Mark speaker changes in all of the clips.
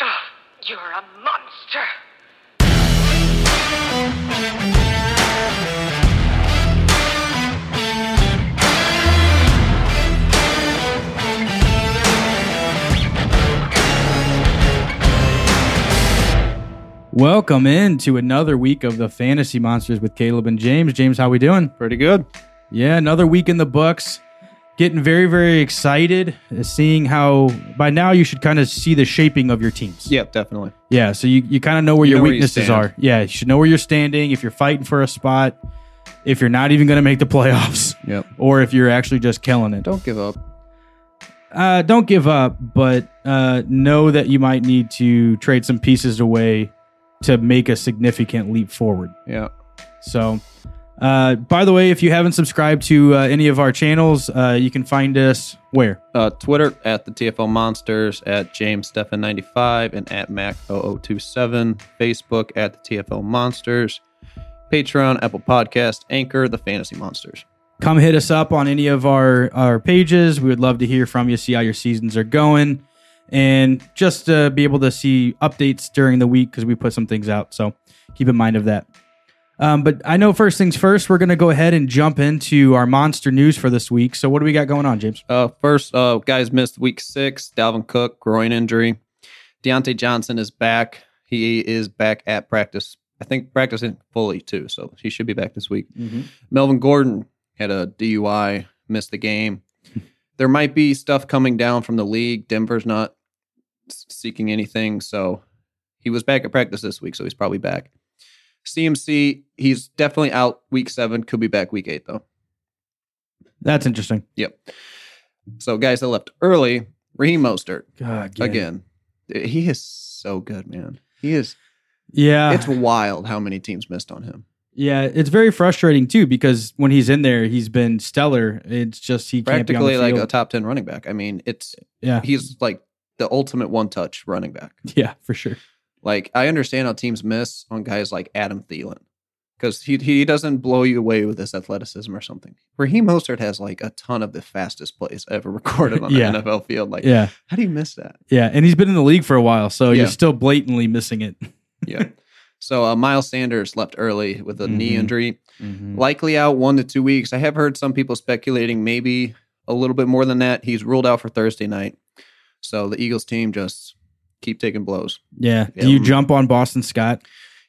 Speaker 1: Ah, You're a monster.
Speaker 2: Welcome in to another week of the Fantasy Monsters with Caleb and James. James, how we doing?
Speaker 3: Pretty good.
Speaker 2: Yeah, another week in the books. Getting very, very excited, uh, seeing how by now you should kind of see the shaping of your teams.
Speaker 3: Yep, definitely.
Speaker 2: Yeah, so you, you kind of know where
Speaker 3: You
Speaker 2: your
Speaker 3: know where you
Speaker 2: weaknesses
Speaker 3: stand.
Speaker 2: are. Yeah, you should know where you're standing, if you're fighting for a spot, if you're not even going to make the playoffs,
Speaker 3: Yep.
Speaker 2: or if you're actually just killing it.
Speaker 3: Don't give up.
Speaker 2: uh, don't give up, but uh, know that you might need to trade some pieces away to make a significant leap forward.
Speaker 3: Yeah.
Speaker 2: So, uh, by the way, if you haven't subscribed to uh, any of our channels, uh, you can find us where?
Speaker 3: Uh, Twitter at the TFL Monsters, at James Stefan 95 and at Mac 27 Facebook at the TFL Monsters, Patreon, Apple Podcast, Anchor, the Fantasy Monsters.
Speaker 2: Come hit us up on any of our, our pages. We would love to hear from you, see how your seasons are going, and just uh, be able to see updates during the week because we put some things out. So keep in mind of that. Um, but I know first things first, we're going to go ahead and jump into our monster news for this week. So, what do we got going on, James?
Speaker 3: Uh, first, uh, guys missed week six. Dalvin Cook, groin injury. Deontay Johnson is back. He is back at practice. I think practicing fully too, so he should be back this week. Melvin Gordon had a DUI, missed the game. There might be stuff coming down from the league. Denver's not s- seeking anything, so he was back at practice this week, so he's probably back. CMC, he's definitely out week seven, could be back week eight though.
Speaker 2: That's interesting.
Speaker 3: Yep. So guys that left early, Raheem Mostert
Speaker 2: God,
Speaker 3: again. He is so good, man. He is.
Speaker 2: Yeah.
Speaker 3: it's wild how many teams missed on him.
Speaker 2: Yeah, it's very frustrating too because when he's in there, he's been stellar. It's just he can't be on the
Speaker 3: Practically like
Speaker 2: field.
Speaker 3: a top ten running back. I mean, it's
Speaker 2: yeah,
Speaker 3: he's like the ultimate one touch running back.
Speaker 2: yeah, for sure.
Speaker 3: Like I understand how teams miss on guys like Adam Thielen because he he doesn't blow you away with his athleticism or something. Raheem Mostert has like a ton of the fastest plays ever recorded on
Speaker 2: Yeah.
Speaker 3: the NFL field. Like,
Speaker 2: Yeah,
Speaker 3: how do you miss that?
Speaker 2: yeah, and he's been in the league for a while, so
Speaker 3: Yeah.
Speaker 2: you're still blatantly missing it.
Speaker 3: Yeah. so uh, Miles Sanders left early with a knee
Speaker 2: Mhm.
Speaker 3: injury, likely out one to two weeks. I have heard some people speculating maybe a little bit more than that. He's ruled out for Thursday night. So the Eagles team just keep taking blows.
Speaker 2: Yeah.
Speaker 3: Yeah.
Speaker 2: Do you jump on Boston Scott?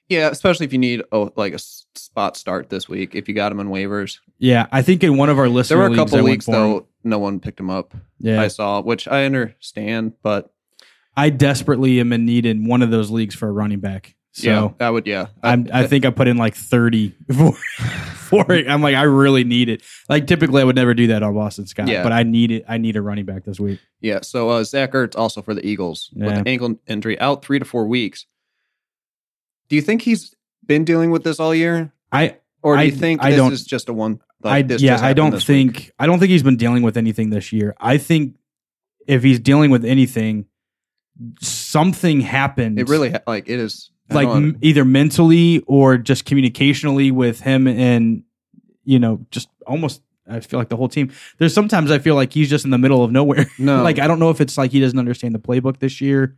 Speaker 3: Yeah, especially if you need oh, like a s- spot start this week if you got him on waivers.
Speaker 2: Yeah, I think in one of our listener
Speaker 3: there were a
Speaker 2: leagues,
Speaker 3: couple
Speaker 2: I went
Speaker 3: weeks
Speaker 2: for him.
Speaker 3: though no one picked him up.
Speaker 2: Yeah,
Speaker 3: I saw, which I understand, but
Speaker 2: I, desperately am in need in one of those leagues for a running back. So
Speaker 3: yeah, I would yeah.
Speaker 2: I'm, I think I put in like thirty for, for it. I'm like, I really need it. Like typically, I would never do that on Boston Scott,
Speaker 3: Yeah.
Speaker 2: but I need it. I need a running back this week.
Speaker 3: Yeah. So uh, Zach Ertz also for the Eagles with
Speaker 2: Yeah.
Speaker 3: an ankle injury out three to four weeks. Do you think he's been dealing with this all year,
Speaker 2: I
Speaker 3: or do
Speaker 2: I-
Speaker 3: you think
Speaker 2: I
Speaker 3: this
Speaker 2: don't-
Speaker 3: is just a one?
Speaker 2: I
Speaker 3: this
Speaker 2: yeah,
Speaker 3: just
Speaker 2: I
Speaker 3: happened
Speaker 2: don't
Speaker 3: this week?
Speaker 2: think I don't think he's been dealing with anything this year. I think if he's dealing with anything, something happened.
Speaker 3: it really ha- like it is I
Speaker 2: like
Speaker 3: don't-
Speaker 2: m- either mentally or just communicationally with him and you know just almost. I feel like the whole team. There's sometimes I feel like he's just in the middle of nowhere.
Speaker 3: no
Speaker 2: like I don't know if it's like he doesn't understand the playbook this year.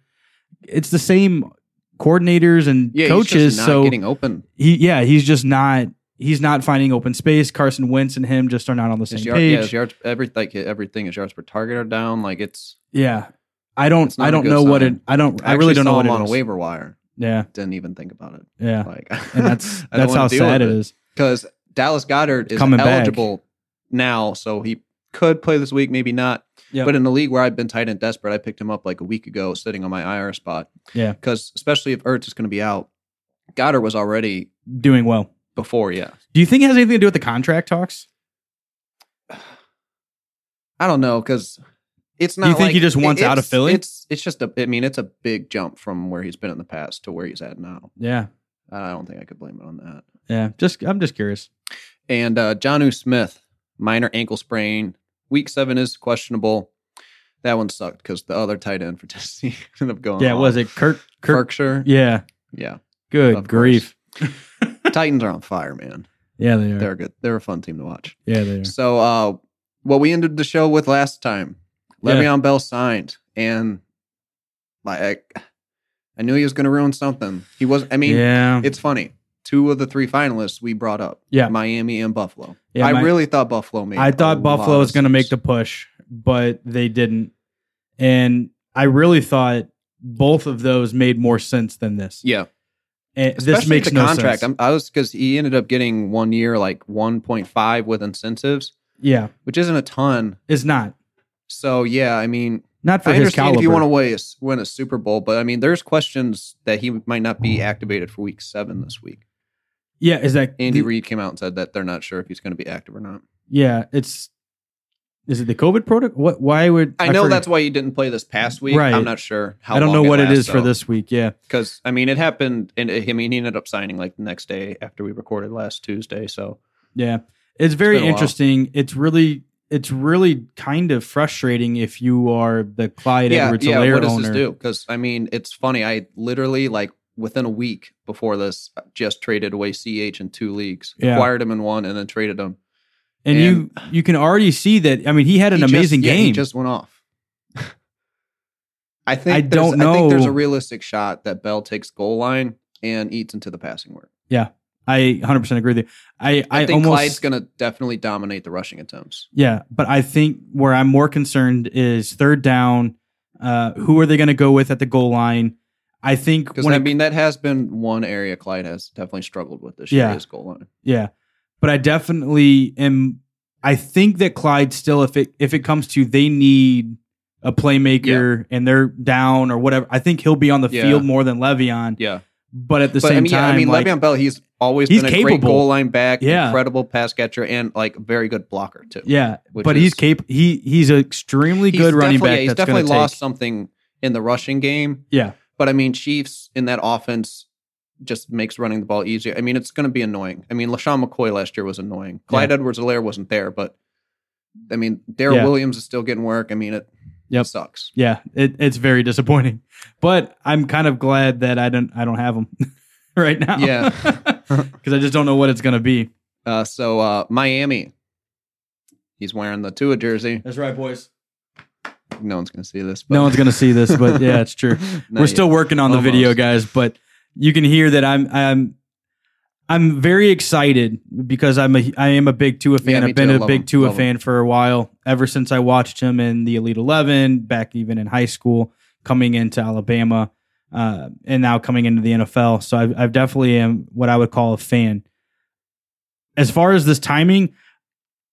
Speaker 2: It's the same coordinators and
Speaker 3: yeah, he's just
Speaker 2: coaches.
Speaker 3: not
Speaker 2: so
Speaker 3: getting open.
Speaker 2: he yeah he's just not he's not finding open space carson wentz and him just are not on the
Speaker 3: His
Speaker 2: same
Speaker 3: yard, yeah,
Speaker 2: page
Speaker 3: his yards, every, like, everything, his yards per target are down. Like it's,
Speaker 2: yeah i
Speaker 3: It's
Speaker 2: don't
Speaker 3: not
Speaker 2: I
Speaker 3: a
Speaker 2: don't
Speaker 3: good
Speaker 2: know what it
Speaker 3: sign.
Speaker 2: i don't i,
Speaker 3: actually
Speaker 2: really don't
Speaker 3: saw
Speaker 2: know what
Speaker 3: him
Speaker 2: it
Speaker 3: on
Speaker 2: is.
Speaker 3: a waiver wire.
Speaker 2: yeah
Speaker 3: Didn't even think about it.
Speaker 2: yeah
Speaker 3: Like,
Speaker 2: and that's that's how sad it is
Speaker 3: because Dallas Goddard is
Speaker 2: Coming back.
Speaker 3: eligible now, so he could play this week, maybe not.
Speaker 2: yeah
Speaker 3: But in the league where I've been tight and desperate, I picked him up like a week ago, sitting on my IR spot.
Speaker 2: Yeah.
Speaker 3: Because especially if Ertz is going to be out, Goddard was already
Speaker 2: doing well
Speaker 3: before. Yeah.
Speaker 2: do you think it has anything to do with the contract talks
Speaker 3: I don't know because it's not.
Speaker 2: you think
Speaker 3: like-
Speaker 2: he just wants
Speaker 3: it's-
Speaker 2: out of Philly?
Speaker 3: It's it's just a. I mean, it's a big jump from where he's been in the past to where he's at now.
Speaker 2: yeah
Speaker 3: I don't think I could blame it on that.
Speaker 2: yeah just i'm just curious
Speaker 3: And uh, Johnu Smith, minor ankle sprain. Week seven is questionable. That one sucked because the other tight end for Tennessee ended up going.
Speaker 2: yeah was it kirk kirk
Speaker 3: Kirkshire?
Speaker 2: yeah
Speaker 3: Yeah.
Speaker 2: good
Speaker 3: Of
Speaker 2: grief
Speaker 3: Titans are on fire, man.
Speaker 2: yeah they are
Speaker 3: They're good. They're a fun team to watch.
Speaker 2: yeah they are
Speaker 3: So, uh, what we ended the show with last time,
Speaker 2: Yeah.
Speaker 3: Le'Veon Bell signed, and like I knew he was going to ruin something. He was. I mean,
Speaker 2: yeah.
Speaker 3: it's funny. Two of the three finalists we brought up,
Speaker 2: Yeah.
Speaker 3: Miami and Buffalo.
Speaker 2: Yeah,
Speaker 3: I
Speaker 2: my-
Speaker 3: really thought Buffalo made.
Speaker 2: I
Speaker 3: a
Speaker 2: thought
Speaker 3: lot
Speaker 2: Buffalo
Speaker 3: of
Speaker 2: was going to make the
Speaker 3: sense.
Speaker 2: push, but they didn't. And I really thought both of those made more sense than this.
Speaker 3: Yeah,
Speaker 2: And
Speaker 3: especially
Speaker 2: this makes
Speaker 3: the
Speaker 2: no
Speaker 3: contract.
Speaker 2: sense.
Speaker 3: I'm, I was because he ended up getting one year like 1.5 with incentives,
Speaker 2: yeah,
Speaker 3: which isn't a ton.
Speaker 2: it's not
Speaker 3: So yeah, I mean,
Speaker 2: not for
Speaker 3: I
Speaker 2: his
Speaker 3: understand
Speaker 2: caliber.
Speaker 3: if you want to win a Super Bowl, but I mean, there's questions that he might not be activated for Week Seven this week.
Speaker 2: yeah, is that
Speaker 3: Andy
Speaker 2: the-
Speaker 3: Reid came out and said that they're not sure if he's going to be active or not.
Speaker 2: Yeah, it's is it the COVID product? What? Why would
Speaker 3: I know
Speaker 2: forget-
Speaker 3: that's why he didn't play this past week.
Speaker 2: Right.
Speaker 3: I'm not sure. How
Speaker 2: I don't know what it is for this week. Yeah,
Speaker 3: because I mean, it happened, and uh, I mean, he ended up signing like the next day after we recorded last Tuesday. So
Speaker 2: yeah, it's very
Speaker 3: been a while.
Speaker 2: interesting. It's really. It's really kind of frustrating if you are the Clyde
Speaker 3: yeah,
Speaker 2: Edwards
Speaker 3: yeah.
Speaker 2: Alaire
Speaker 3: What does
Speaker 2: owner.
Speaker 3: this do? Because I mean, it's funny. I literally like within a week before this uh, just traded away Ch in two leagues,
Speaker 2: Yeah.
Speaker 3: acquired him in one, and then traded him.
Speaker 2: And, you you can already see that. I mean, he had an
Speaker 3: He just-
Speaker 2: amazing
Speaker 3: yeah,
Speaker 2: game.
Speaker 3: he just went off. I think
Speaker 2: I
Speaker 3: there's-
Speaker 2: don't
Speaker 3: I think there's
Speaker 2: know.
Speaker 3: a realistic shot that Bell takes goal line and eats into the passing work.
Speaker 2: I 100 percent agree with you. I I,
Speaker 3: I, think
Speaker 2: almost
Speaker 3: Clyde's going to definitely dominate the rushing attempts.
Speaker 2: yeah, but I think where I'm more concerned is third down. Uh, who are they going to go with at the goal line? I think
Speaker 3: Because
Speaker 2: when
Speaker 3: I
Speaker 2: it-
Speaker 3: mean, that has been one area Clyde has definitely struggled with this
Speaker 2: Yeah.
Speaker 3: year. His goal line.
Speaker 2: Yeah. But I definitely am I think that Clyde still if it if it comes to they need a playmaker and they're down or whatever, I think he'll be on the
Speaker 3: Yeah.
Speaker 2: field more than Le'Veon.
Speaker 3: Yeah,
Speaker 2: But at the
Speaker 3: but
Speaker 2: same
Speaker 3: I mean, yeah,
Speaker 2: time,
Speaker 3: I mean,
Speaker 2: like,
Speaker 3: Le'Veon Bell, he's always
Speaker 2: He's
Speaker 3: been a great
Speaker 2: capable.
Speaker 3: goal line back,
Speaker 2: Yeah.
Speaker 3: incredible pass catcher, and like a very good blocker too.
Speaker 2: yeah,
Speaker 3: which
Speaker 2: but he's
Speaker 3: is-
Speaker 2: cap he he's an extremely
Speaker 3: He's
Speaker 2: good running
Speaker 3: definitely-
Speaker 2: back.
Speaker 3: yeah, he's
Speaker 2: that's gonna take-
Speaker 3: definitely lost something in the rushing game.
Speaker 2: Yeah.
Speaker 3: But I mean, Chiefs in that offense just makes running the ball easier. I mean, it's going to be annoying. I mean, LaShawn McCoy last year was annoying. Clyde Edwards Alaire wasn't there, but I mean, Darrell
Speaker 2: Yeah.
Speaker 3: Williams is still getting work. I mean, it
Speaker 2: Yep.
Speaker 3: sucks.
Speaker 2: Yeah, it, it's very disappointing. But I'm kind of glad that I don't I don't have him right now.
Speaker 3: Yeah.
Speaker 2: Because I just don't know what it's gonna be.
Speaker 3: Uh, so, uh, Miami, he's wearing the Tua jersey.
Speaker 2: That's right, boys.
Speaker 3: No one's going to see this. But
Speaker 2: No one's gonna see this, but yeah, it's true.
Speaker 3: Not
Speaker 2: We're
Speaker 3: yet.
Speaker 2: still working on the
Speaker 3: Almost.
Speaker 2: video, guys, but you can hear that I'm I'm I'm very excited because I'm a I am a big Tua fan.
Speaker 3: Yeah, me
Speaker 2: I've been a
Speaker 3: too. Love
Speaker 2: big
Speaker 3: him.
Speaker 2: Tua
Speaker 3: Love him.
Speaker 2: fan for a while, ever since I watched him in the Elite Eleven, back even in high school, coming into Alabama, uh, and now coming into the NFL. So I've, I've definitely am what I would call a fan. As far as this timing,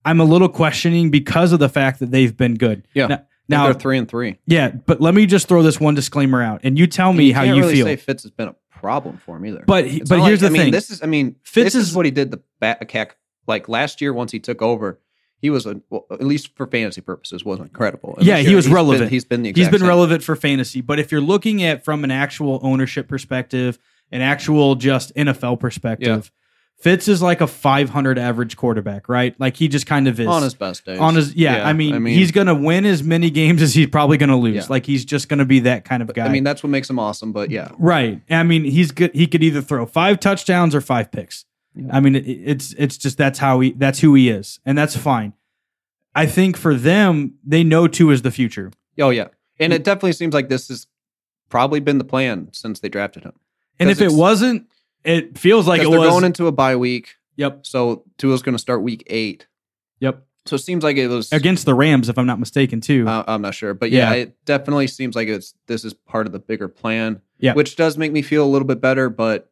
Speaker 2: I'm a little questioning because of the fact that they've been good. Now,
Speaker 3: Yeah. I think
Speaker 2: now
Speaker 3: they're three and three.
Speaker 2: yeah, but let me just throw this one disclaimer out, and you tell me how
Speaker 3: can't
Speaker 2: you
Speaker 3: really
Speaker 2: feel.
Speaker 3: Say Fitz has been a problem for him either.
Speaker 2: But he,
Speaker 3: It's
Speaker 2: but
Speaker 3: not
Speaker 2: here's
Speaker 3: like,
Speaker 2: the
Speaker 3: I mean,
Speaker 2: thing.
Speaker 3: This is I mean
Speaker 2: Fitz
Speaker 3: Fitz this is,
Speaker 2: is-
Speaker 3: what he did the back hack like last year once he took over. He was a, well, at least for fantasy purposes was incredible. And
Speaker 2: Yeah,
Speaker 3: this
Speaker 2: he
Speaker 3: year,
Speaker 2: was
Speaker 3: he's been-
Speaker 2: relevant.
Speaker 3: he's been the
Speaker 2: He's
Speaker 3: exact
Speaker 2: been
Speaker 3: same.
Speaker 2: relevant for fantasy, but if you're looking at from an actual ownership perspective, an actual just NFL perspective, Fitz is like a 500 average quarterback, right? Like he just kind of is
Speaker 3: on his best days.
Speaker 2: On his- yeah, I, mean, he's gonna win as many games as he's probably gonna lose.
Speaker 3: Yeah.
Speaker 2: Like he's just gonna be that kind of guy.
Speaker 3: I mean that's what makes him awesome. But yeah,
Speaker 2: Right. I mean, he's good. He could either throw five touchdowns or five picks.
Speaker 3: Yeah.
Speaker 2: I mean, it, it's it's just that's how he that's who he is, and that's fine. I think for them, they know two is the future.
Speaker 3: oh yeah, and it definitely seems like this has probably been the plan since they drafted him.
Speaker 2: And
Speaker 3: 'Cause
Speaker 2: if it
Speaker 3: it's-
Speaker 2: wasn't, it feels like
Speaker 3: 'Cause
Speaker 2: it
Speaker 3: they're
Speaker 2: was.
Speaker 3: going into a bye week,
Speaker 2: yep.
Speaker 3: so Tua's going to start week eight.
Speaker 2: Yep.
Speaker 3: So it seems like it was
Speaker 2: Against the Rams, if I'm not mistaken, too.
Speaker 3: Uh, I- I'm not sure, but yeah,
Speaker 2: Yeah.
Speaker 3: it definitely seems like it's this is part of the bigger plan.
Speaker 2: Yeah.
Speaker 3: which does make me feel a little bit better, but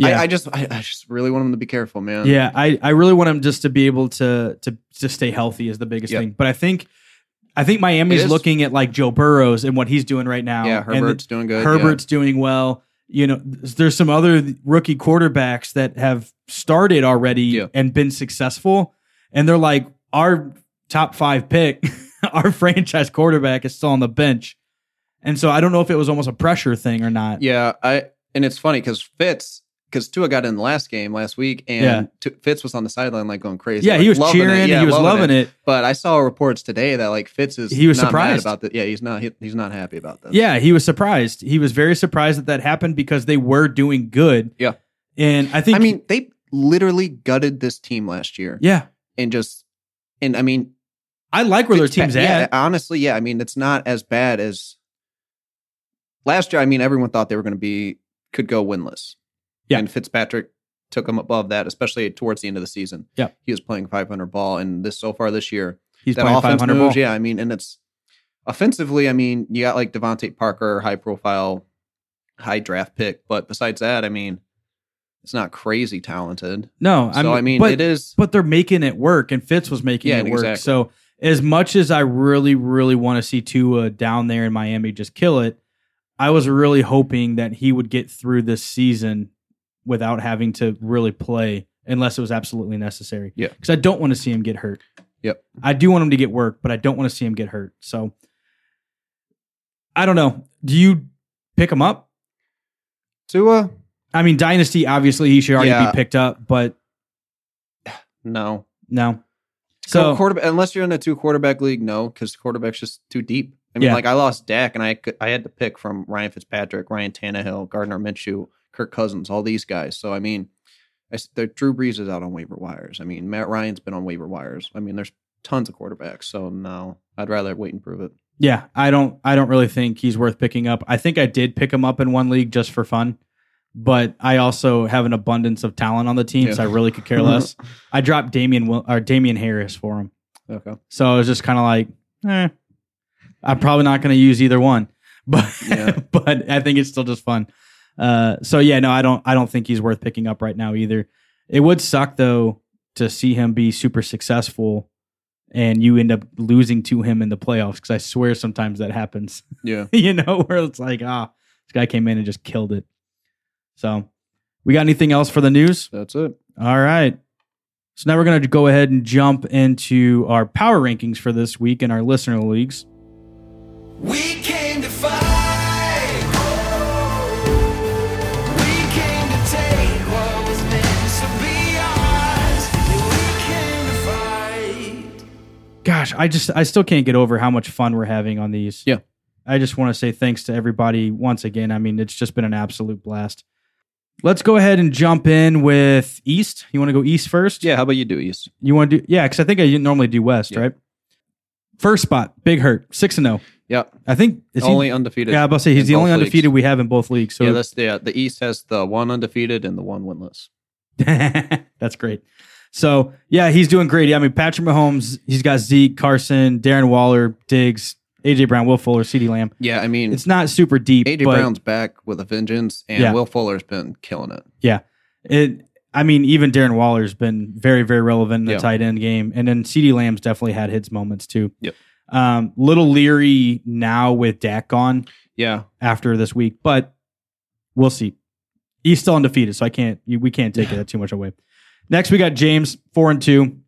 Speaker 2: yeah.
Speaker 3: I, I just I, I just really want them to be careful, man.
Speaker 2: yeah. I, I really want him just to be able to to to stay healthy is the biggest
Speaker 3: Yep.
Speaker 2: thing. But I think I think
Speaker 3: It
Speaker 2: Miami's
Speaker 3: is-
Speaker 2: looking at like Joe Burrows and what he's doing right now.
Speaker 3: yeah.
Speaker 2: and the-
Speaker 3: Herbert's doing good.
Speaker 2: Herbert's doing well. You know, th- there's some other rookie quarterbacks that have started already
Speaker 3: Yeah.
Speaker 2: and been successful, and they're like our top five pick, our franchise quarterback is still on the bench, and so I don't know if it was almost a pressure thing or not.
Speaker 3: yeah. yeah, I and it's funny because Fitz because Tua got in the last game last week,
Speaker 2: Yeah.
Speaker 3: and Tu- Fitz was on the sideline like going crazy.
Speaker 2: Yeah,
Speaker 3: like,
Speaker 2: he was
Speaker 3: loving it.
Speaker 2: cheering,
Speaker 3: Yeah,
Speaker 2: he was loving it.
Speaker 3: But I saw reports today that like Fitz is
Speaker 2: He was
Speaker 3: not mad
Speaker 2: surprised.
Speaker 3: about that. Yeah, he's not he, he's not happy about that.
Speaker 2: Yeah, he was surprised. He was very surprised that that happened because they were doing good.
Speaker 3: Yeah.
Speaker 2: and I think
Speaker 3: I mean they literally gutted this team last year
Speaker 2: yeah,
Speaker 3: and just and I mean
Speaker 2: I like where their
Speaker 3: Fitzpa-
Speaker 2: team's
Speaker 3: yeah,
Speaker 2: at.
Speaker 3: Honestly, yeah. I mean, it's not as bad as last year, I mean, everyone thought they were going to be could go winless.
Speaker 2: Yeah.
Speaker 3: and Fitzpatrick took them above that, especially towards the end of the season.
Speaker 2: Yeah.
Speaker 3: he was playing 500 ball, and this so far this year,
Speaker 2: He's
Speaker 3: that
Speaker 2: playing
Speaker 3: offense
Speaker 2: 500
Speaker 3: moves,
Speaker 2: ball.
Speaker 3: Yeah, I mean, and it's offensively. I mean, you got like Devontae Parker, high profile, high draft pick, but besides that, I mean, it's not crazy talented.
Speaker 2: No, I
Speaker 3: so
Speaker 2: mean,
Speaker 3: I mean,
Speaker 2: but,
Speaker 3: it is.
Speaker 2: but they're making it work, and Fitz was making
Speaker 3: Yeah,
Speaker 2: it work.
Speaker 3: exactly.
Speaker 2: So as much as I really, really want to see Tua down there in Miami just kill it, I was really hoping that he would get through this season without having to really play unless it was absolutely necessary.
Speaker 3: Yeah.
Speaker 2: because I don't want to see him get hurt.
Speaker 3: Yep.
Speaker 2: I do want him to get work, but I don't want to see him get hurt. So I don't know. Do you pick him up?
Speaker 3: Tua,
Speaker 2: I mean, Dynasty obviously he should already
Speaker 3: Yeah.
Speaker 2: be picked up, but
Speaker 3: no.
Speaker 2: no.
Speaker 3: So
Speaker 2: So
Speaker 3: quarterback, unless you're in a two quarterback league, no, because quarterback's just too deep. I mean,
Speaker 2: Yeah.
Speaker 3: like I lost Dak, and I could, I had to pick from Ryan Fitzpatrick, Ryan Tannehill, Gardner Minshew, Kirk Cousins, all these guys. So I mean, I s the Drew Brees is out on waiver wires. I mean, Matt Ryan's been on waiver wires. I mean, there's tons of quarterbacks. So no, I'd rather wait and prove it.
Speaker 2: Yeah, I don't I don't really think he's worth picking up. I think I did pick him up in one league just for fun, but I also have an abundance of talent on the team,
Speaker 3: Yeah.
Speaker 2: so I really could care less. I dropped Damian Will- or Damian Harris for him.
Speaker 3: Okay.
Speaker 2: So I was just kind of like, eh, I'm probably not going to use either one, but
Speaker 3: Yeah.
Speaker 2: but I think it's still just fun. Uh, so yeah, no, I don't I don't think he's worth picking up right now either. It would suck though to see him be super successful and you end up losing to him in the playoffs because I swear sometimes that happens.
Speaker 3: Yeah.
Speaker 2: you know where it's like ah, this guy came in and just killed it. So we got anything else for the news?
Speaker 3: That's it.
Speaker 2: All right. So now we're going to go ahead and jump into our power rankings for this week in our listener leagues.
Speaker 1: We came to fight. We came to take what was meant to be ours. Yeah, we came to fight.
Speaker 2: Gosh, I just I still can't get over how much fun we're having on these.
Speaker 3: Yeah.
Speaker 2: I just want to say thanks to everybody once again. I mean, it's just been an absolute blast. Let's go ahead and jump in with East. You want to go East first?
Speaker 3: Yeah. How about you do East?
Speaker 2: You want to do Yeah, cuz I think I normally do West,
Speaker 3: Yeah.
Speaker 2: right? First spot, Big Hurt, 6 and 0.
Speaker 3: Yeah.
Speaker 2: I think is he-
Speaker 3: only undefeated.
Speaker 2: Yeah, I was about to say he's
Speaker 3: in
Speaker 2: the only
Speaker 3: both leagues.
Speaker 2: undefeated we have in both leagues. So
Speaker 3: yeah, that's the the East has the one undefeated and the one winless.
Speaker 2: That's great. So yeah, he's doing great. I mean, Patrick Mahomes, he's got Zeke, Carson, Darren Waller, Diggs, AJ Brown, Will Fuller, CD Lamb.
Speaker 3: Yeah, I mean,
Speaker 2: It's not super deep,
Speaker 3: AJ
Speaker 2: but
Speaker 3: Brown's back with a vengeance, and
Speaker 2: Yeah.
Speaker 3: Will Fuller's been killing it.
Speaker 2: it. I mean, even Darren Waller's been very, very relevant in the
Speaker 3: Yeah.
Speaker 2: tight end game, and then CD Lamb's definitely had his moments too.
Speaker 3: Yep.
Speaker 2: Um, little leery now with Dak gone
Speaker 3: Yeah,
Speaker 2: after this week, but we'll see. He's still undefeated, so I can't. We can't take that too much away. Next, we got James four and two.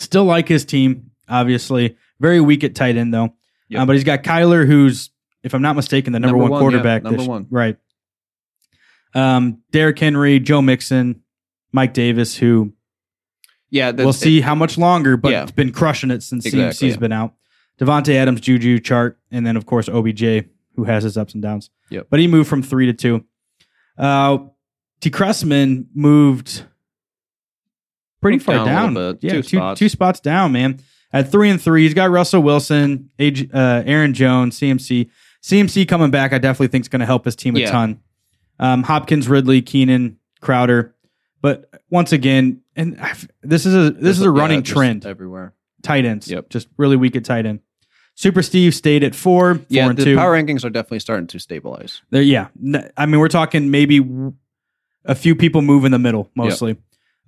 Speaker 2: Still like his team, obviously. Very weak at tight end though,
Speaker 3: Yep.
Speaker 2: Uh, but he's got Kyler, who's if I'm not mistaken, the number, one,
Speaker 3: Number one, yeah,
Speaker 2: quarterback.
Speaker 3: number
Speaker 2: this-
Speaker 3: one.
Speaker 2: right? Um, Derrick Henry, Joe Mixon, Mike Davis, who
Speaker 3: yeah. That's,
Speaker 2: we'll see how much longer, but
Speaker 3: Yeah.
Speaker 2: it's been crushing it since
Speaker 3: Exactly,
Speaker 2: CMC's
Speaker 3: yeah.
Speaker 2: been out. Devonte Adams, Juju, Chart, and then of course OBJ, who has his ups and downs.
Speaker 3: Yep.
Speaker 2: But he moved from three to two. Uh, T. Cressman moved pretty
Speaker 3: Moved
Speaker 2: far
Speaker 3: down a
Speaker 2: down.
Speaker 3: little bit,
Speaker 2: Yeah,
Speaker 3: two
Speaker 2: two,
Speaker 3: spots.
Speaker 2: two spots down, man. At three and three, he's got Russell Wilson, AJ, uh, Aaron Jones, CMC. CMC coming back, I definitely think is going to help his team a
Speaker 3: Yeah.
Speaker 2: ton. Um, Hopkins, Ridley, Keenan, Crowder, but once again, and I've, this is a this is a
Speaker 3: yeah,
Speaker 2: running
Speaker 3: just
Speaker 2: trend.
Speaker 3: everywhere.
Speaker 2: Tight ends,
Speaker 3: Yep.
Speaker 2: just really weak at tight end. Super Steve stayed at four, four
Speaker 3: yeah,
Speaker 2: and
Speaker 3: the
Speaker 2: two.
Speaker 3: power rankings are definitely starting to stabilize.
Speaker 2: There- yeah, N- I mean we're talking maybe w- a few people move in the middle mostly,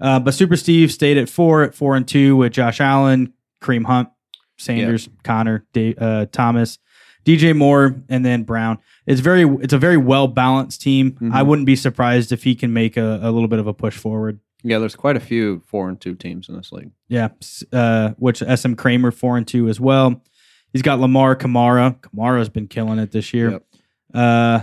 Speaker 2: uh, but Super Steve stayed at four at four and two with Josh Allen, Kareem Hunt, Sanders, Connor, Da- uh, Thomas, DJ Moore, and then Brown. It's very it's a very well balanced team.
Speaker 3: Mhm.
Speaker 2: I wouldn't be surprised if he can make a, a little bit of a push forward.
Speaker 3: Yeah, there's quite a few four and two teams in this league.
Speaker 2: Yeah, s- uh, which SM Kramer four and two as well. He's got Lamar Kamara. Kamara's been killing it this year.
Speaker 3: Yep.
Speaker 2: Uh,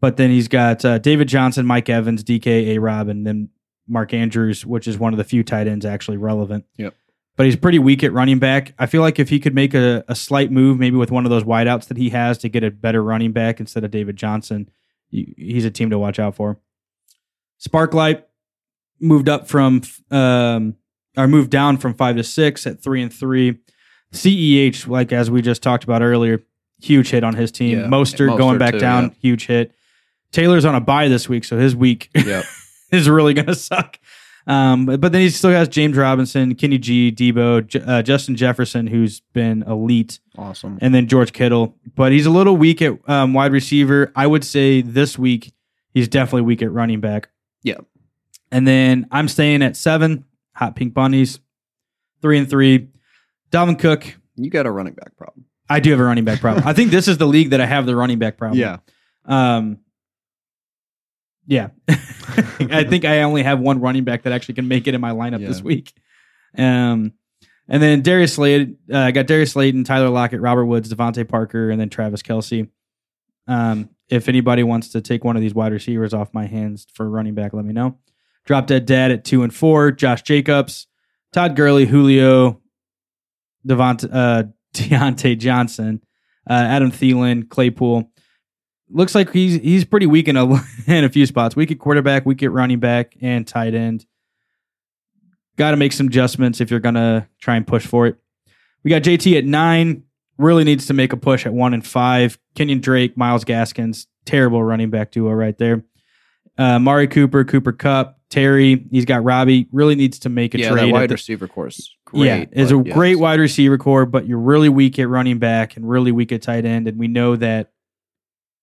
Speaker 2: but then he's got uh, David Johnson, Mike Evans, DK, A. Rob, and then Mark Andrews, which is one of the few tight ends actually relevant.
Speaker 3: Yep.
Speaker 2: But he's pretty weak at running back. I feel like if he could make a, a slight move, maybe with one of those wideouts that he has to get a better running back instead of David Johnson, he- he's a team to watch out for. Sparklight moved up from um, or moved E down from five to six at three and three. CEH, like as we just talked about earlier, huge hit on his team.
Speaker 3: Yeah,
Speaker 2: Mostert, going
Speaker 3: Mostert
Speaker 2: back
Speaker 3: too,
Speaker 2: down,
Speaker 3: yeah.
Speaker 2: huge hit. Taylor's on a bye this week, so his week
Speaker 3: Yep.
Speaker 2: is really going to suck. Um, but, but then he still has James Robinson, Kenny G, Debo, J- uh, Justin Jefferson, who's been elite,
Speaker 3: Awesome.
Speaker 2: and then George Kittle. But he's a little weak at um, wide receiver. I would say this week he's definitely weak at running back.
Speaker 3: Yeah.
Speaker 2: And then I'm staying at seven. Hot pink bunnies, three and three. Dalvin Cook.
Speaker 3: You got a running back problem.
Speaker 2: I do have a running back problem. I think this is the league that I have the running back problem. Um, yeah, I think I only have one running back that actually can make it in my lineup
Speaker 3: Yeah.
Speaker 2: this week. Um, and then Darius Slade, uh, I got Darius Slayton, Tyler Lockett, Robert Woods, Devontae Parker, and then Travis Kelsey. Um, if anybody wants to take one of these wide receivers off my hands for running back, let me know. Drop Dead Dad at two and four. Josh Jacobs, Todd Gurley, Julio, Devont, uh, Deontay Johnson, uh, Adam Thielen, Claypool. Looks like he's he's pretty weak in a in a few spots. Weak at quarterback, weak at running back, and tight end. Got to make some adjustments if you're gonna try and push for it. We got JT at nine. Really needs to make a push at one and five. Kenyon Drake, Miles Gaskins, terrible running back duo right there. Uh, Mari Cooper, Cooper Cup, Terry. He's got Robbie. Really needs to make a
Speaker 3: yeah,
Speaker 2: trade.
Speaker 3: that
Speaker 2: at
Speaker 3: wide
Speaker 2: the-
Speaker 3: receiver course.
Speaker 2: yeah,
Speaker 3: Great,
Speaker 2: it's a
Speaker 3: but yes.
Speaker 2: great wide receiver core, but you're really weak at running back and really weak at tight end. And we know that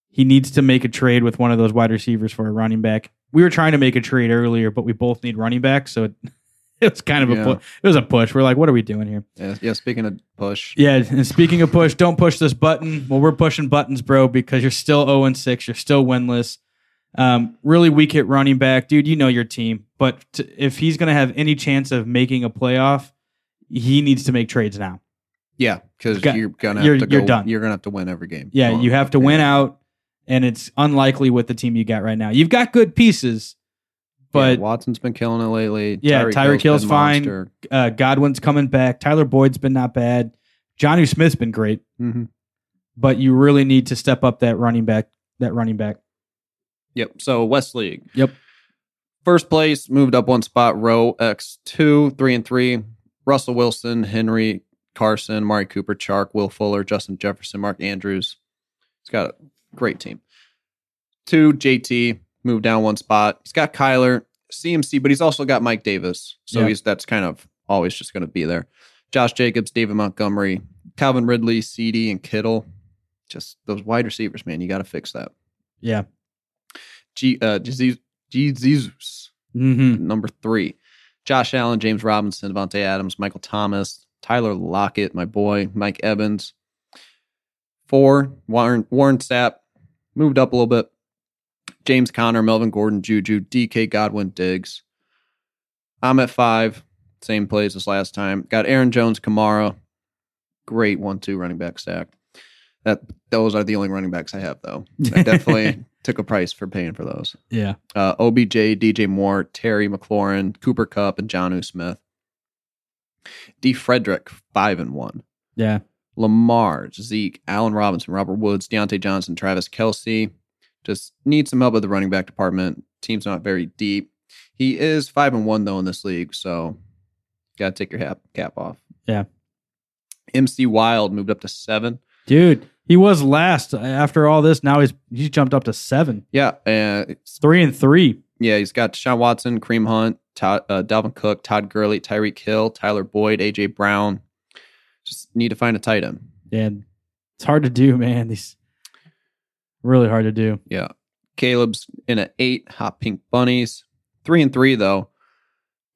Speaker 2: he needs to make a trade with one of those wide receivers for a running back. We were trying to make a trade earlier, but we both need running back, so it, it was kind of
Speaker 3: Yeah.
Speaker 2: a pu- it was a push. We're like, what are we doing here?
Speaker 3: Yeah, yeah, speaking of push,
Speaker 2: Yeah, and speaking of push, don't push this button. Well, we're pushing buttons, bro, because you're still 0 and 6. You're still winless. Um, really weak at running back. Dude, you know your team. But t- if he's going to have any chance of making a playoff, he needs to make trades now.
Speaker 3: yeah, because
Speaker 2: Got-
Speaker 3: you're gonna
Speaker 2: you're-
Speaker 3: have to go,
Speaker 2: you're done.
Speaker 3: You're gonna have to win every game.
Speaker 2: Yeah,
Speaker 3: Going
Speaker 2: you have to
Speaker 3: forward.
Speaker 2: win out, and it's unlikely with the team you got right now. You've got good pieces,
Speaker 3: Yeah,
Speaker 2: but
Speaker 3: Watson's been killing it lately.
Speaker 2: Yeah,
Speaker 3: Tyreek
Speaker 2: Tyreek Hill's
Speaker 3: been
Speaker 2: fine.
Speaker 3: monster.
Speaker 2: uh, Godwin's coming back. Tyler Boyd's been not bad. Johnny Smith's been great.
Speaker 3: Mhm.
Speaker 2: But you really need to step up that running back. That running back.
Speaker 3: Yep. So West League.
Speaker 2: Yep.
Speaker 3: First place moved up one spot. Row X two, three and three. Russell Wilson, Henry Carson, Mari Cooper, Chark, Will Fuller, Justin Jefferson, Mark Andrews. He's got a great team. Two JT moved down one spot. He's got Kyler CMC, but he's also got Mike Davis. So
Speaker 2: Yeah.
Speaker 3: he's that's kind of always just going to be there. Josh Jacobs, David Montgomery, Calvin Ridley, CD, and Kittle. Just those wide receivers, man. You got to fix that.
Speaker 2: Yeah.
Speaker 3: G, uh, Jesus, Jesus,
Speaker 2: Mm-hmm.
Speaker 3: number three. Josh Allen, James Robinson, Devontae Adams, Michael Thomas, Tyler Lockett, my boy, Mike Evans. Four, Warren, Warren Sapp, moved up a little bit. James Conner, Melvin Gordon, Juju, DK Godwin, Diggs. I'm at five, same plays as last time. Got Aaron Jones, Kamara. Great one two running back stack. That those are the only running backs I have though. I definitely took a price for paying for those
Speaker 2: Yeah.
Speaker 3: uh, OBJ, DJ Moore, Terry McLaurin, Cooper Cup, and Johnu Smith. D. Frederick, five and one.
Speaker 2: Yeah.
Speaker 3: Lamar, Zeke, Allen Robinson, Robert Woods, Deontay Johnson, Travis Kelsey. Just need some help with the running back department. Team's not very deep. He is five and one though in this league, so gotta take your hat, cap off.
Speaker 2: Yeah.
Speaker 3: MC Wild moved up to seven.
Speaker 2: Dude, he was last after all this. Now he's he's jumped up to seven,
Speaker 3: Yeah, and
Speaker 2: three and three.
Speaker 3: Yeah, he's got Deshaun Watson, Kareem Hunt, Todd, uh, Dalvin Cook, Todd Gurley, Tyreek Hill, Tyler Boyd, AJ Brown. Just need to find a tight end.
Speaker 2: And it's hard to do, man. These really hard to do.
Speaker 3: Caleb's in at eight. Hot pink bunnies, three and three though.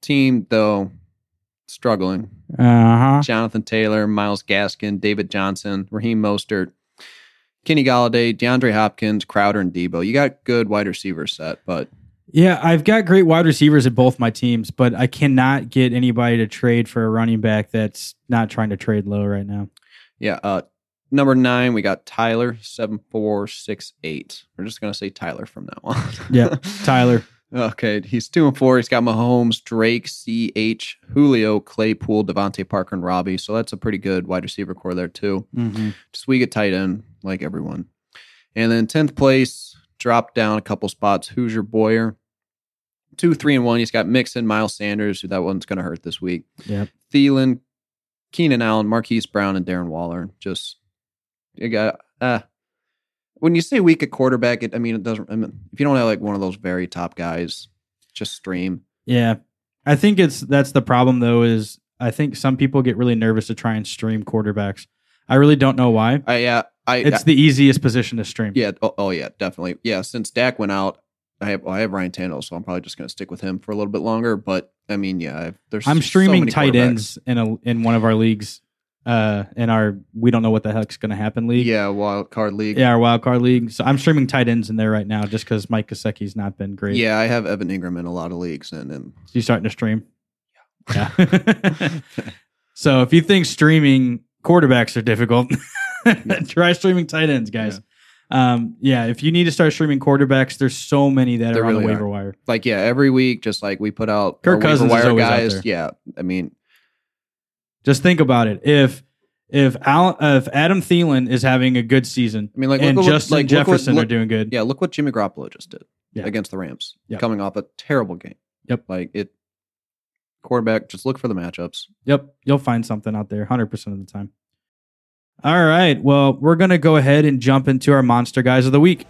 Speaker 3: Team though, struggling.
Speaker 2: Uh huh.
Speaker 3: Jonathan Taylor, Miles Gaskin, David Johnson, Raheem Mostert, Kenny Galladay, DeAndre Hopkins, Crowder, and Debo. You got good wide receiver set, but
Speaker 2: Yeah, I've got great wide receivers at both my teams, but I cannot get anybody to trade for a running back that's not trying to trade low right now.
Speaker 3: Yeah. Uh, number nine, we got Tyler seven four six eight. We're just gonna say Tyler from now on.
Speaker 2: Yep, Tyler.
Speaker 3: Okay, he's two and four. He's got Mahomes, Drake, C H, Julio, Claypool, Devontae Parker, and Robbie. So that's a pretty good wide receiver core there too.
Speaker 2: Mm-hmm.
Speaker 3: Just we get tight end like everyone. And then tenth place, dropped down a couple spots. Hoosier Boyer. Two, three, and one. He's got Mixon, Miles Sanders, who that one's gonna hurt this week.
Speaker 2: Yep.
Speaker 3: Thielen, Keenan Allen, Marquise Brown, and Darren Waller. Just you got Uh, when you say weak at quarterback, it, I mean it doesn't. I mean, if you don't have like one of those very top guys, just stream.
Speaker 2: Yeah. I think it's that's the problem though is I think some people get really nervous to try and stream quarterbacks. I really don't know why.
Speaker 3: I yeah, I
Speaker 2: It's the easiest position to stream.
Speaker 3: yeah. Oh, oh, yeah, definitely. Yeah, since Dak went out, I have well, I have Ryan Tannehill, so I'm probably just going to stick with him for a little bit longer. But I mean, yeah, I've, there's
Speaker 2: I'm
Speaker 3: so
Speaker 2: streaming
Speaker 3: many
Speaker 2: tight
Speaker 3: quarterbacks.
Speaker 2: ends in a in one of our leagues uh in our we don't know what the heck's going to happen league.
Speaker 3: Yeah, wild card league.
Speaker 2: Yeah, our wild card league. So I'm streaming tight ends in there right now just cuz Mike Gesicki's not been great.
Speaker 3: Yeah, I have Evan Ingram in a lot of leagues, and, and
Speaker 2: So you starting to stream? Yeah. so if you think streaming quarterbacks are difficult, try streaming tight ends, guys. Um, yeah, if you need to start streaming quarterbacks, there's so many that
Speaker 3: There
Speaker 2: are on the
Speaker 3: really
Speaker 2: waiver wire.
Speaker 3: like yeah, every week, just like we put out
Speaker 2: Kirk
Speaker 3: our waiver
Speaker 2: Cousins is
Speaker 3: wire
Speaker 2: always out
Speaker 3: guys.
Speaker 2: there.
Speaker 3: Yeah, I mean,
Speaker 2: Just think about it. If if Al, uh, if Adam Thielen is having a good season
Speaker 3: I mean, like
Speaker 2: and
Speaker 3: look, at what-
Speaker 2: Justin
Speaker 3: like, look what-
Speaker 2: Jefferson
Speaker 3: look-
Speaker 2: are doing good,
Speaker 3: Yeah, look what Jimmy Garoppolo just did
Speaker 2: Yeah.
Speaker 3: against the Rams,
Speaker 2: Yeah.
Speaker 3: coming off a terrible game.
Speaker 2: Yep.
Speaker 3: like it. Quarterback, just look for the matchups.
Speaker 2: Yep, you'll find something out there 100% of the time. All right. Well, we're going to go ahead and jump into our monster guys of the week.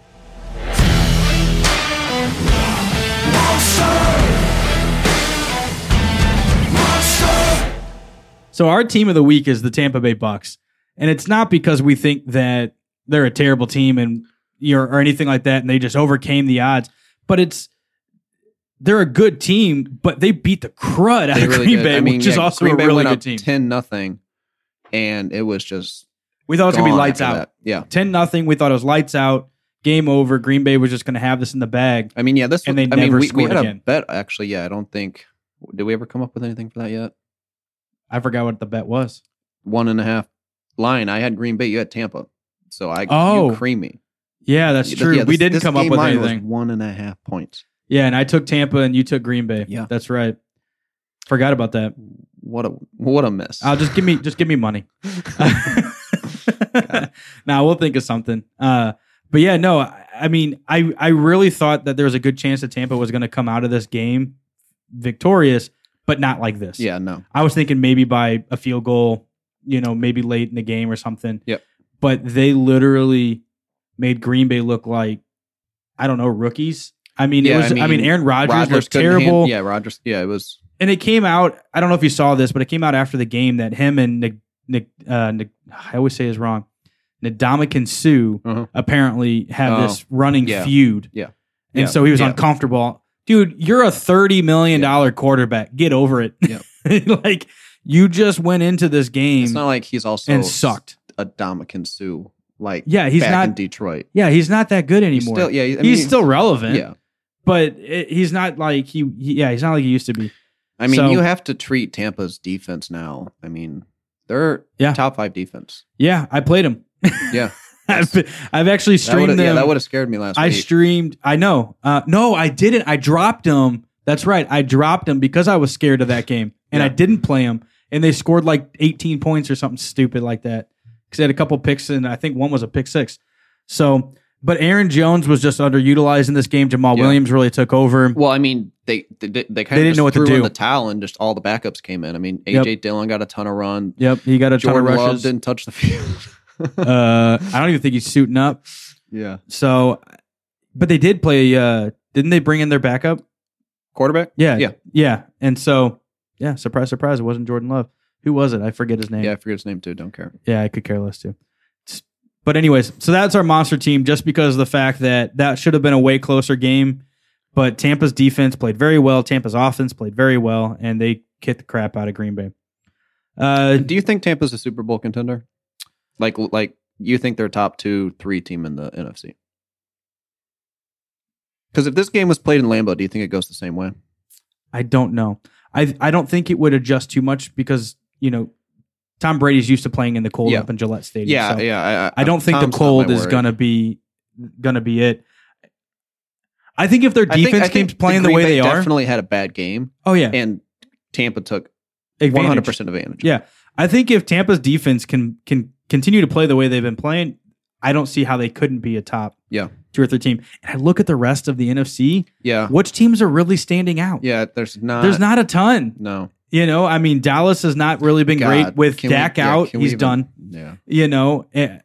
Speaker 2: So our team of the week is the Tampa Bay Bucks. And it's not because we think that they're a terrible team and you're or anything like that and they just overcame the odds, but it's they're a good team, but they beat the crud out
Speaker 3: They
Speaker 2: of
Speaker 3: really
Speaker 2: Green
Speaker 3: did.
Speaker 2: Bay,
Speaker 3: I mean,
Speaker 2: which is
Speaker 3: yeah,
Speaker 2: also
Speaker 3: Green
Speaker 2: a
Speaker 3: Bay
Speaker 2: really
Speaker 3: went
Speaker 2: good
Speaker 3: up
Speaker 2: team.
Speaker 3: Ten nothing, and it was just
Speaker 2: we thought it was Oh, gonna be
Speaker 3: gone
Speaker 2: lights
Speaker 3: after
Speaker 2: out.
Speaker 3: that. Yeah,
Speaker 2: 10 nothing. We thought it was lights out, game over. Green Bay was just going to have this in the bag.
Speaker 3: I mean, yeah, this
Speaker 2: And
Speaker 3: was-
Speaker 2: they
Speaker 3: I mean,
Speaker 2: never
Speaker 3: we, we
Speaker 2: scored
Speaker 3: had
Speaker 2: again.
Speaker 3: a bet actually. Yeah, I don't think did we ever come up with anything for that yet.
Speaker 2: I forgot what the bet was.
Speaker 3: One and a half line. I had Green Bay. You had Tampa. So I
Speaker 2: Oh.
Speaker 3: you creamy.
Speaker 2: Yeah, that's true. we didn't come up with anything.
Speaker 3: one and a half points.
Speaker 2: yeah, and I took Tampa and you took Green Bay.
Speaker 3: Yeah.
Speaker 2: That's right. Forgot about that.
Speaker 3: What a what a mess.
Speaker 2: I'll just give me just give me money. now nah, we'll think of something. Uh, but yeah, no, I, I mean, I I really thought that there was a good chance that Tampa was going to come out of this game victorious, but not like this.
Speaker 3: yeah, no.
Speaker 2: I was thinking maybe by a field goal, you know, maybe late in the game or something.
Speaker 3: Yep.
Speaker 2: But they literally made Green Bay look like I don't know rookies. I mean, it
Speaker 3: Yeah,
Speaker 2: was. I
Speaker 3: I
Speaker 2: mean,
Speaker 3: mean,
Speaker 2: Aaron Rodgers
Speaker 3: Rodgers
Speaker 2: was
Speaker 3: couldn't hand-
Speaker 2: terrible,
Speaker 3: yeah, Rodgers. Yeah, it was.
Speaker 2: and it came out. I don't know if you saw this, but it came out after the game that him and Nick, Nick, uh, Nick I always say his wrong. Nadamakan Sue
Speaker 3: Uh-huh.
Speaker 2: apparently had
Speaker 3: Oh,
Speaker 2: this running
Speaker 3: yeah.
Speaker 2: feud.
Speaker 3: Yeah.
Speaker 2: And
Speaker 3: Yeah,
Speaker 2: so he was
Speaker 3: yeah.
Speaker 2: uncomfortable. Dude, you're a $30 million quarterback. Get over it.
Speaker 3: Yeah.
Speaker 2: like, you just went into this game
Speaker 3: It's not like he's also
Speaker 2: and sucked.
Speaker 3: a Dominican Sue. Like
Speaker 2: Yeah, he's
Speaker 3: back
Speaker 2: not-
Speaker 3: in Detroit
Speaker 2: Yeah, he's not that good
Speaker 3: He's
Speaker 2: anymore.
Speaker 3: still, yeah, I mean,
Speaker 2: he's still relevant,
Speaker 3: Yeah,
Speaker 2: but it, he's not like he, he- yeah, he's not like he used to be.
Speaker 3: I mean,
Speaker 2: So-
Speaker 3: you have to treat Tampa's defense now. I mean, they're
Speaker 2: Yeah.
Speaker 3: top five defense.
Speaker 2: Yeah, I played him.
Speaker 3: Yeah,
Speaker 2: I've, I've actually
Speaker 3: that
Speaker 2: streamed
Speaker 3: would
Speaker 2: them.
Speaker 3: yeah, that would have scared me last
Speaker 2: I
Speaker 3: week.
Speaker 2: streamed. I know. Uh, no, I didn't. I dropped him. That's right. I dropped him because I was scared of that game, and I
Speaker 3: Yeah.
Speaker 2: didn't play him. And they scored like 18 points or something stupid like that because they had a couple picks, and I think one was a pick six. So, but Aaron Jones was just underutilized in this game. Jamal
Speaker 3: Yeah.
Speaker 2: Williams really took over.
Speaker 3: well, I mean, they they, they, kind
Speaker 2: They
Speaker 3: of
Speaker 2: didn't
Speaker 3: just
Speaker 2: know what to
Speaker 3: threw in
Speaker 2: do.
Speaker 3: the towel, and just all the backups came in. I mean, AJ Dillon got a ton of run.
Speaker 2: Yep, he got a
Speaker 3: Jordan
Speaker 2: ton of
Speaker 3: Love
Speaker 2: rushes.
Speaker 3: didn't touch the field.
Speaker 2: uh, I don't even think he's suiting up.
Speaker 3: yeah,
Speaker 2: So, but they did play. Uh, didn't they bring in their backup?
Speaker 3: quarterback.
Speaker 2: Yeah,
Speaker 3: Yeah.
Speaker 2: yeah. And so, yeah. Surprise, surprise. It wasn't Jordan Love. Who was it? I forget his name.
Speaker 3: Yeah, I forget his name too. Don't care.
Speaker 2: Yeah, I could care less too. It's- But anyways, so that's our monster team just because of the fact that that should have been a way closer game, but Tampa's defense played very well, Tampa's offense played very well, and they kicked the crap out of Green Bay. Uh,
Speaker 3: Do you think Tampa's a Super Bowl contender? Like, like you think they're top two, three team in the NFC? Because if this game was played in Lambeau, do you think it goes the same way?
Speaker 2: I don't know. I I don't think it would adjust too much because you know Tom Brady's used to playing in the cold
Speaker 3: Yeah.
Speaker 2: up in Gillette Stadium.
Speaker 3: Yeah,
Speaker 2: so
Speaker 3: yeah.
Speaker 2: I don't think
Speaker 3: Tom's
Speaker 2: the
Speaker 3: not
Speaker 2: cold
Speaker 3: my
Speaker 2: is
Speaker 3: worry.
Speaker 2: gonna be gonna be it. I think if their
Speaker 3: I think-
Speaker 2: defense
Speaker 3: I think
Speaker 2: keeps playing the,
Speaker 3: Green
Speaker 2: way
Speaker 3: Bay
Speaker 2: they are,
Speaker 3: Definitely had a bad game,
Speaker 2: oh yeah,
Speaker 3: and Tampa took one
Speaker 2: advantage.
Speaker 3: hundred percent advantage.
Speaker 2: Yeah. I think if Tampa's defense can can continue to play the way they've been playing, I don't see how they couldn't be a top
Speaker 3: Yeah.
Speaker 2: two or three team. And I look at the rest of the NFC.
Speaker 3: yeah,
Speaker 2: Which teams are really standing out?
Speaker 3: yeah. There's not.
Speaker 2: There's not a ton.
Speaker 3: no.
Speaker 2: You know, I mean, Dallas has not really been
Speaker 3: God,
Speaker 2: great with
Speaker 3: can we-
Speaker 2: Dak
Speaker 3: yeah,
Speaker 2: out.
Speaker 3: can we
Speaker 2: he's
Speaker 3: even-
Speaker 2: done.
Speaker 3: Yeah,
Speaker 2: You know, eh,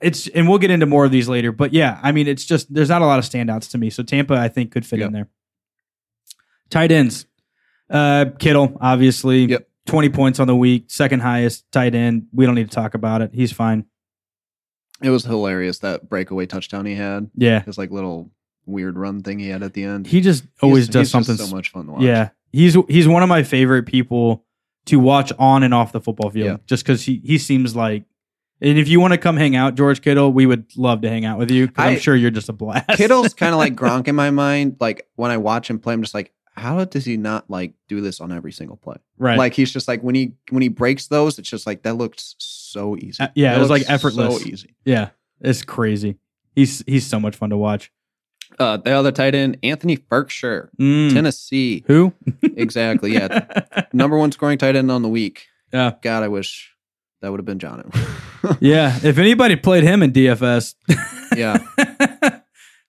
Speaker 2: it's and we'll get into more of these later, but yeah, I mean it's just there's not a lot of standouts to me. So Tampa, I think, could fit
Speaker 3: Yep.
Speaker 2: in there. Tight ends, uh, Kittle, obviously,
Speaker 3: Yep.
Speaker 2: twenty points on the week, second highest tight end. We don't need to talk about it. He's fine.
Speaker 3: It was hilarious that breakaway touchdown he had.
Speaker 2: Yeah,
Speaker 3: His like little weird run thing he had at the end.
Speaker 2: he just always
Speaker 3: He's-
Speaker 2: does
Speaker 3: he's just
Speaker 2: something.
Speaker 3: so much fun to watch.
Speaker 2: yeah, he's he's one of my favorite people to watch on and off the football field,
Speaker 3: Yeah.
Speaker 2: just because he he seems like. And if you want to come hang out, George Kittle, we would love to hang out with you. 'cause
Speaker 3: I-
Speaker 2: I'm sure you're just a blast.
Speaker 3: Kittle's kind of like Gronk in my mind. Like when I watch him play, I'm just like, how does he not like do this on every single play?
Speaker 2: right?
Speaker 3: Like he's just like when he when he breaks those, it's just like that looks so easy.
Speaker 2: Uh, yeah,
Speaker 3: That
Speaker 2: it was,
Speaker 3: looks
Speaker 2: like, effortless.
Speaker 3: So easy.
Speaker 2: Yeah, it's crazy. He's he's so much fun to watch.
Speaker 3: Uh, the other tight end, Anthony Berkshire,
Speaker 2: Mm.
Speaker 3: Tennessee.
Speaker 2: Who?
Speaker 3: exactly. Yeah, number one scoring tight end on the week.
Speaker 2: Yeah.
Speaker 3: God, I wish that would have been John.
Speaker 2: yeah. If anybody played him in DFS,
Speaker 3: yeah,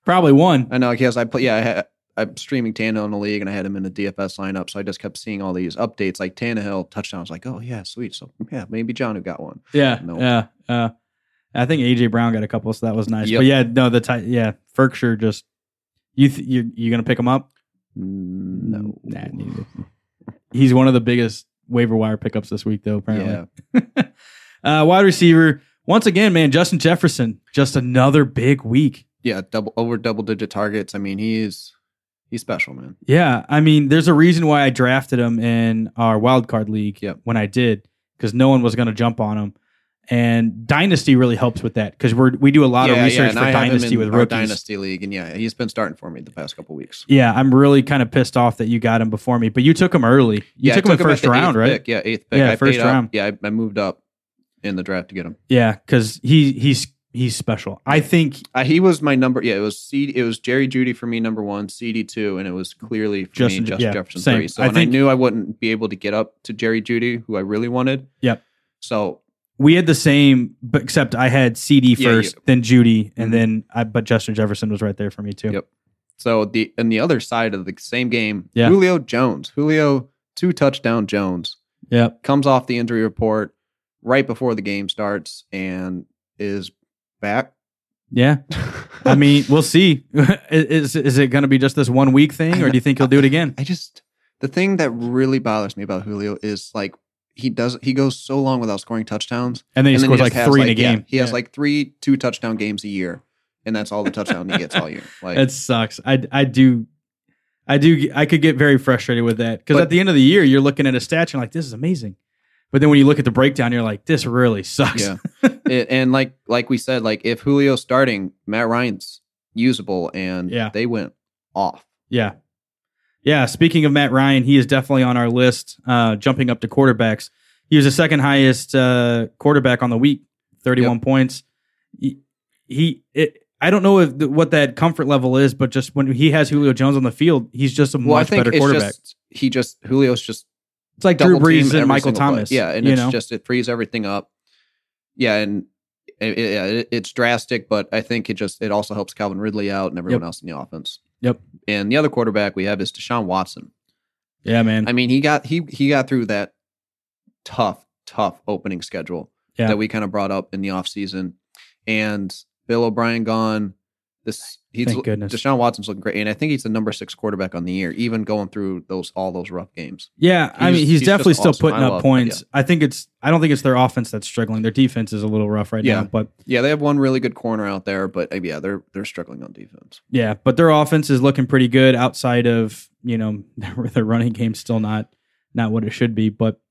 Speaker 2: probably won.
Speaker 3: I know. Because I play. Yeah, I had, I'm streaming Tannehill in the league, and I had him in the DFS lineup. So I just kept seeing all these updates, like Tannehill touchdowns. Like, oh yeah, sweet. So yeah, maybe John who got one.
Speaker 2: Yeah.
Speaker 3: No.
Speaker 2: Yeah. Uh, I think AJ Brown got a couple, so that was nice.
Speaker 3: Yep.
Speaker 2: But yeah, no, the tight. Yeah, Ferkshire just you th- you you gonna pick him up? Mm,
Speaker 3: No,
Speaker 2: Nah, neither. He's one of the biggest waiver wire pickups this week, though. Apparently.
Speaker 3: yeah,
Speaker 2: uh, wide receiver. Once again, man, Justin Jefferson, just another big week.
Speaker 3: yeah, double over double digit targets. I mean, he's he's special, man.
Speaker 2: Yeah, I mean, there's a reason why I drafted him in our wild card league
Speaker 3: Yep.
Speaker 2: when I did because no one was going to jump on him. And dynasty really helps with that because we're we do a lot of
Speaker 3: yeah,
Speaker 2: research
Speaker 3: and
Speaker 2: for
Speaker 3: I have him
Speaker 2: dynasty
Speaker 3: in
Speaker 2: with
Speaker 3: our
Speaker 2: rookies.
Speaker 3: dynasty league, and yeah, he's been starting for me the past couple weeks.
Speaker 2: Yeah, I'm really kind of pissed off that you got him before me, but you took him early. You
Speaker 3: yeah,
Speaker 2: took, him
Speaker 3: I
Speaker 2: in
Speaker 3: at
Speaker 2: first
Speaker 3: the
Speaker 2: round,
Speaker 3: eighth
Speaker 2: right?
Speaker 3: Pick. Yeah, eighth pick.
Speaker 2: Yeah,
Speaker 3: I
Speaker 2: first
Speaker 3: paid up.
Speaker 2: round.
Speaker 3: Yeah, I, I moved up in the draft to get him.
Speaker 2: Yeah, because he he's he's special. I think
Speaker 3: Uh, he was my number. Yeah, it was C. It was Jerry Judy for me, number one. CD two, and it was clearly for
Speaker 2: Justin-
Speaker 3: me Justin
Speaker 2: yeah,
Speaker 3: Jefferson
Speaker 2: same.
Speaker 3: three. So
Speaker 2: I
Speaker 3: and
Speaker 2: think-
Speaker 3: I knew I wouldn't be able to get up to Jerry Judy, who I really wanted.
Speaker 2: Yep.
Speaker 3: So
Speaker 2: we had the same, but except I had CD
Speaker 3: Yeah,
Speaker 2: first,
Speaker 3: you-
Speaker 2: then Judy,
Speaker 3: Mhm.
Speaker 2: and then I. But Justin Jefferson was right there for me too.
Speaker 3: Yep. so the and the other side of the same game,
Speaker 2: Yeah.
Speaker 3: Julio Jones, Julio two touchdown Jones
Speaker 2: Yep.
Speaker 3: comes off the injury report right before the game starts and is back.
Speaker 2: Yeah. I mean, we'll see. is is it going to be just this one week thing, or do you think he'll do it again?
Speaker 3: I just the thing that really bothers me about Julio is like he does he goes so long without scoring touchdowns.
Speaker 2: And then he
Speaker 3: and then
Speaker 2: scores like
Speaker 3: just has,
Speaker 2: three in a
Speaker 3: yeah,
Speaker 2: game.
Speaker 3: he has
Speaker 2: Yeah.
Speaker 3: like three two touchdown games a year, and that's all the touchdown he gets all year. Like
Speaker 2: That sucks. I I do. I do. I could get very frustrated with that because
Speaker 3: But-
Speaker 2: at the end of the year, you're looking at a stat and like, this is amazing, but then when you look at the breakdown, you're like, this really sucks.
Speaker 3: yeah, It- and like like we said, like if Julio's starting, Matt Ryan's usable, and
Speaker 2: Yeah.
Speaker 3: they went off.
Speaker 2: Yeah. Yeah. Speaking of Matt Ryan, he is definitely on our list, uh, jumping up to quarterbacks. He was the second highest uh, quarterback on the week, 31 points. He, he it, I don't know if th- what that comfort level is, but just when he has Julio Jones on the field, he's just a
Speaker 3: Well, I
Speaker 2: much
Speaker 3: think
Speaker 2: better
Speaker 3: it's
Speaker 2: quarterback.
Speaker 3: just he just Julio's just
Speaker 2: it's like Drew
Speaker 3: double team
Speaker 2: Brees
Speaker 3: every
Speaker 2: and Michael
Speaker 3: single play.
Speaker 2: Thomas.
Speaker 3: Yeah, and
Speaker 2: you
Speaker 3: it's
Speaker 2: know?
Speaker 3: just it frees everything up. Yeah, and it, it- yeah, it- it's drastic, but I think it just it also helps Calvin Ridley out and everyone
Speaker 2: Yep.
Speaker 3: else in the offense.
Speaker 2: Yep.
Speaker 3: And the other quarterback we have is Deshaun Watson.
Speaker 2: yeah, man.
Speaker 3: I mean, he got he he got through that tough tough opening schedule
Speaker 2: Yeah.
Speaker 3: that we kind of brought up in the offseason. and Bill O'Brien gone. This he's
Speaker 2: Thank goodness.
Speaker 3: Deshaun Watson's looking great, and I think he's the number six quarterback on the year, even going through those all those rough games.
Speaker 2: yeah, I
Speaker 3: he's-
Speaker 2: mean,
Speaker 3: he's
Speaker 2: he's,
Speaker 3: just
Speaker 2: definitely still
Speaker 3: awesome.
Speaker 2: putting
Speaker 3: I
Speaker 2: up
Speaker 3: love-
Speaker 2: points. I think it's, I don't think it's their offense that's struggling. Their defense is a little rough right
Speaker 3: Yeah.
Speaker 2: now, but
Speaker 3: Yeah, they have one really good corner out there, but uh, yeah, they're they're struggling on defense.
Speaker 2: Yeah, but their offense is looking pretty good outside of, you know, their running game's still not not what it should be, but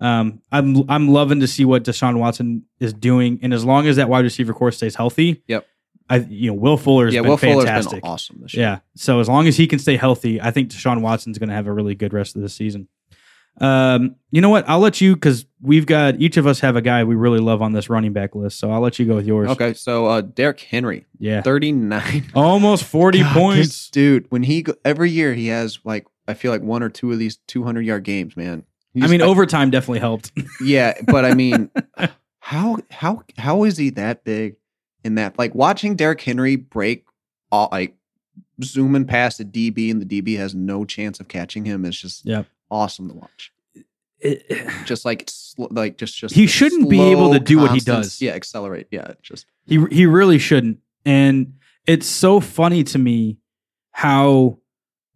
Speaker 2: um I'm I'm loving to see what Deshaun Watson is doing and as long as that wide receiver core stays healthy.
Speaker 3: Yep.
Speaker 2: I you know, Will Fuller's
Speaker 3: yeah,
Speaker 2: been
Speaker 3: Will Fuller's
Speaker 2: fantastic.
Speaker 3: been awesome this year.
Speaker 2: Yeah. So as long as he can stay healthy, I think Deshaun Watson's going to have a really good rest of the season. Um, you know what? I'll let you cuz we've got each of us have a guy we really love on this running back list. So I'll let you go with yours.
Speaker 3: Okay, so uh, Derrick Henry,
Speaker 2: Yeah.
Speaker 3: thirty nine.
Speaker 2: Almost 40
Speaker 3: God, this
Speaker 2: points.
Speaker 3: dude. When he go, every year he has like I feel like one or two of these two hundred yard games, man. He's-
Speaker 2: I mean, overtime definitely helped.
Speaker 3: yeah, but I mean, how how how is he that big in that? Like watching Derrick Henry break all like zooming past the DB and the DB has no chance of catching him is just
Speaker 2: Yep.
Speaker 3: awesome to watch. just like sl- like just just
Speaker 2: He
Speaker 3: the
Speaker 2: shouldn't be able to
Speaker 3: slow,
Speaker 2: do what he
Speaker 3: constant-
Speaker 2: does.
Speaker 3: Yeah, accelerate. Yeah, it just
Speaker 2: He he really shouldn't. And it's so funny to me how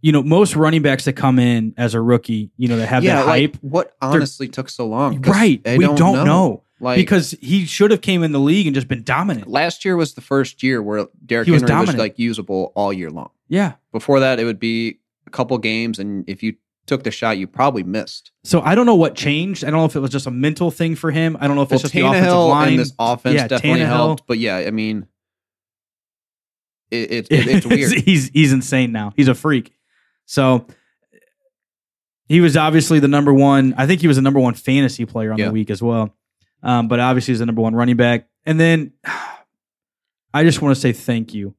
Speaker 2: you know most running backs that come in as a rookie, you know, that have
Speaker 3: yeah.
Speaker 2: that
Speaker 3: like,
Speaker 2: hype.
Speaker 3: what honestly took so long? 'Cause
Speaker 2: Right.
Speaker 3: they
Speaker 2: we don't, know.
Speaker 3: Like
Speaker 2: because he should have came in the league and just been dominant.
Speaker 3: last year was the first year where Derrick
Speaker 2: He was
Speaker 3: Henry was
Speaker 2: dominant.
Speaker 3: like usable all year long.
Speaker 2: Yeah.
Speaker 3: Before that, it would be a couple games, and if you took the shot, you probably missed.
Speaker 2: So I don't know what changed. I don't know if it was just a mental thing for him. I don't know if it's just the offensive
Speaker 3: Tannehill
Speaker 2: line.
Speaker 3: and this offense
Speaker 2: Yeah,
Speaker 3: definitely
Speaker 2: Tannehill.
Speaker 3: helped. But yeah, I mean, it, it, it- it's weird.
Speaker 2: he's he's insane now. He's a freak. So he was obviously the number one. I think he was the number one fantasy player on
Speaker 3: Yeah.
Speaker 2: the week as well. Um, but obviously he's the number one running back. And then I just want to say thank you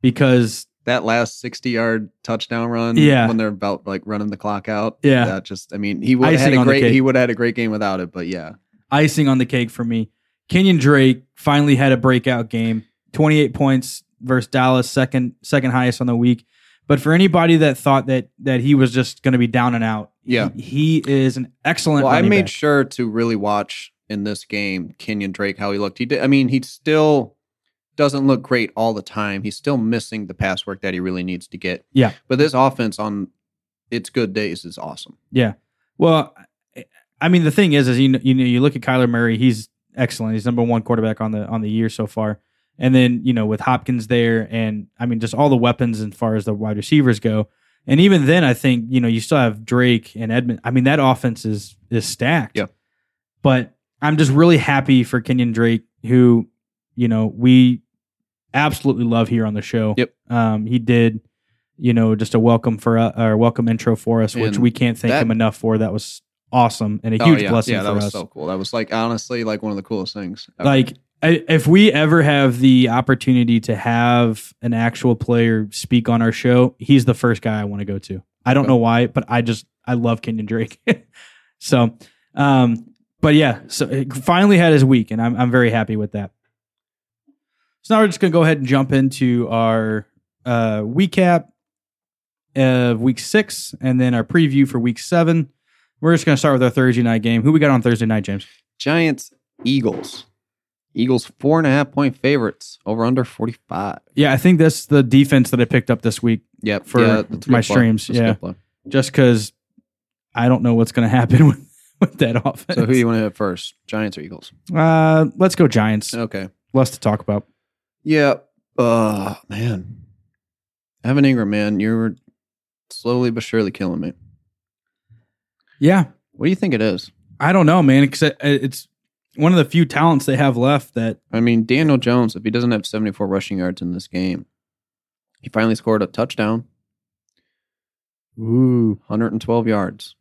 Speaker 2: because
Speaker 3: that last sixty-yard touchdown run,
Speaker 2: Yeah.
Speaker 3: when they're about like running the clock out,
Speaker 2: Yeah.
Speaker 3: that just I mean, he would have had
Speaker 2: Icing
Speaker 3: a
Speaker 2: on the
Speaker 3: great
Speaker 2: cake.
Speaker 3: he would have had a great game without it. But yeah,
Speaker 2: icing on the cake for me, Kenyon Drake finally had a breakout game. Twenty eight points versus Dallas, second second highest on the week. But for anybody that thought that that he was just going to be down and out,
Speaker 3: Yeah.
Speaker 2: he, he is an excellent.
Speaker 3: well, I
Speaker 2: running
Speaker 3: made
Speaker 2: back.
Speaker 3: sure to really watch in this game Kenyon Drake how he looked. He did. I mean, he still doesn't look great all the time. He's still missing the pass work that he really needs to get.
Speaker 2: Yeah.
Speaker 3: but this offense on its good days is awesome.
Speaker 2: Well, I- I mean, the thing is, is you know, you know, you look at Kyler Murray, he's excellent. He's number one quarterback on the on the year so far. And then you know, with Hopkins there, and I mean, just all the weapons as far as the wide receivers go. And even then, I think you know you still have Drake and Edmond. I mean, that offense is is stacked.
Speaker 3: Yeah.
Speaker 2: But I'm just really happy for Kenyon Drake, who you know we absolutely love here on the show.
Speaker 3: Yep.
Speaker 2: Um, he did, you know, just a welcome for uh, or welcome intro for us, which
Speaker 3: And
Speaker 2: we can't thank
Speaker 3: that-
Speaker 2: him enough for. That was awesome and a
Speaker 3: Oh,
Speaker 2: huge
Speaker 3: yeah.
Speaker 2: blessing
Speaker 3: Yeah, that
Speaker 2: for
Speaker 3: was
Speaker 2: us.
Speaker 3: so cool. That was like honestly like one of the coolest things. ever.
Speaker 2: like I, if we ever have the opportunity to have an actual player speak on our show, he's the first guy I want to go to. I don't know why, but I just I love Kenyon Drake. so, um, but yeah, so it finally had his week, and I'm I'm very happy with that. So now we're just gonna go ahead and jump into our uh, recap of week six, and then our preview for week seven. We're just gonna start with our Thursday night game. Who we got on Thursday night, James?
Speaker 3: Giants, Eagles. Eagles four and a half point favorites over under forty five.
Speaker 2: Yeah, I think that's the defense that I picked up this week
Speaker 3: Yep.
Speaker 2: For-
Speaker 3: yeah, that's a
Speaker 2: for my
Speaker 3: good play.
Speaker 2: streams,
Speaker 3: That's a
Speaker 2: yeah.
Speaker 3: good play.
Speaker 2: just because I don't know what's going to happen with, with that offense.
Speaker 3: So who you want to hit first? Giants or Eagles?
Speaker 2: uh, let's go Giants.
Speaker 3: Okay.
Speaker 2: Less to talk about.
Speaker 3: Yeah. Uh man. Evan Ingram, man, you're slowly but surely killing me.
Speaker 2: Yeah,
Speaker 3: What do you think it is?
Speaker 2: I don't know, man. Cause it- it's one of the few talents they have left that
Speaker 3: I mean, Daniel Jones, if he doesn't have 74 rushing yards in this game, he finally scored a touchdown. Ooh. 112 yards.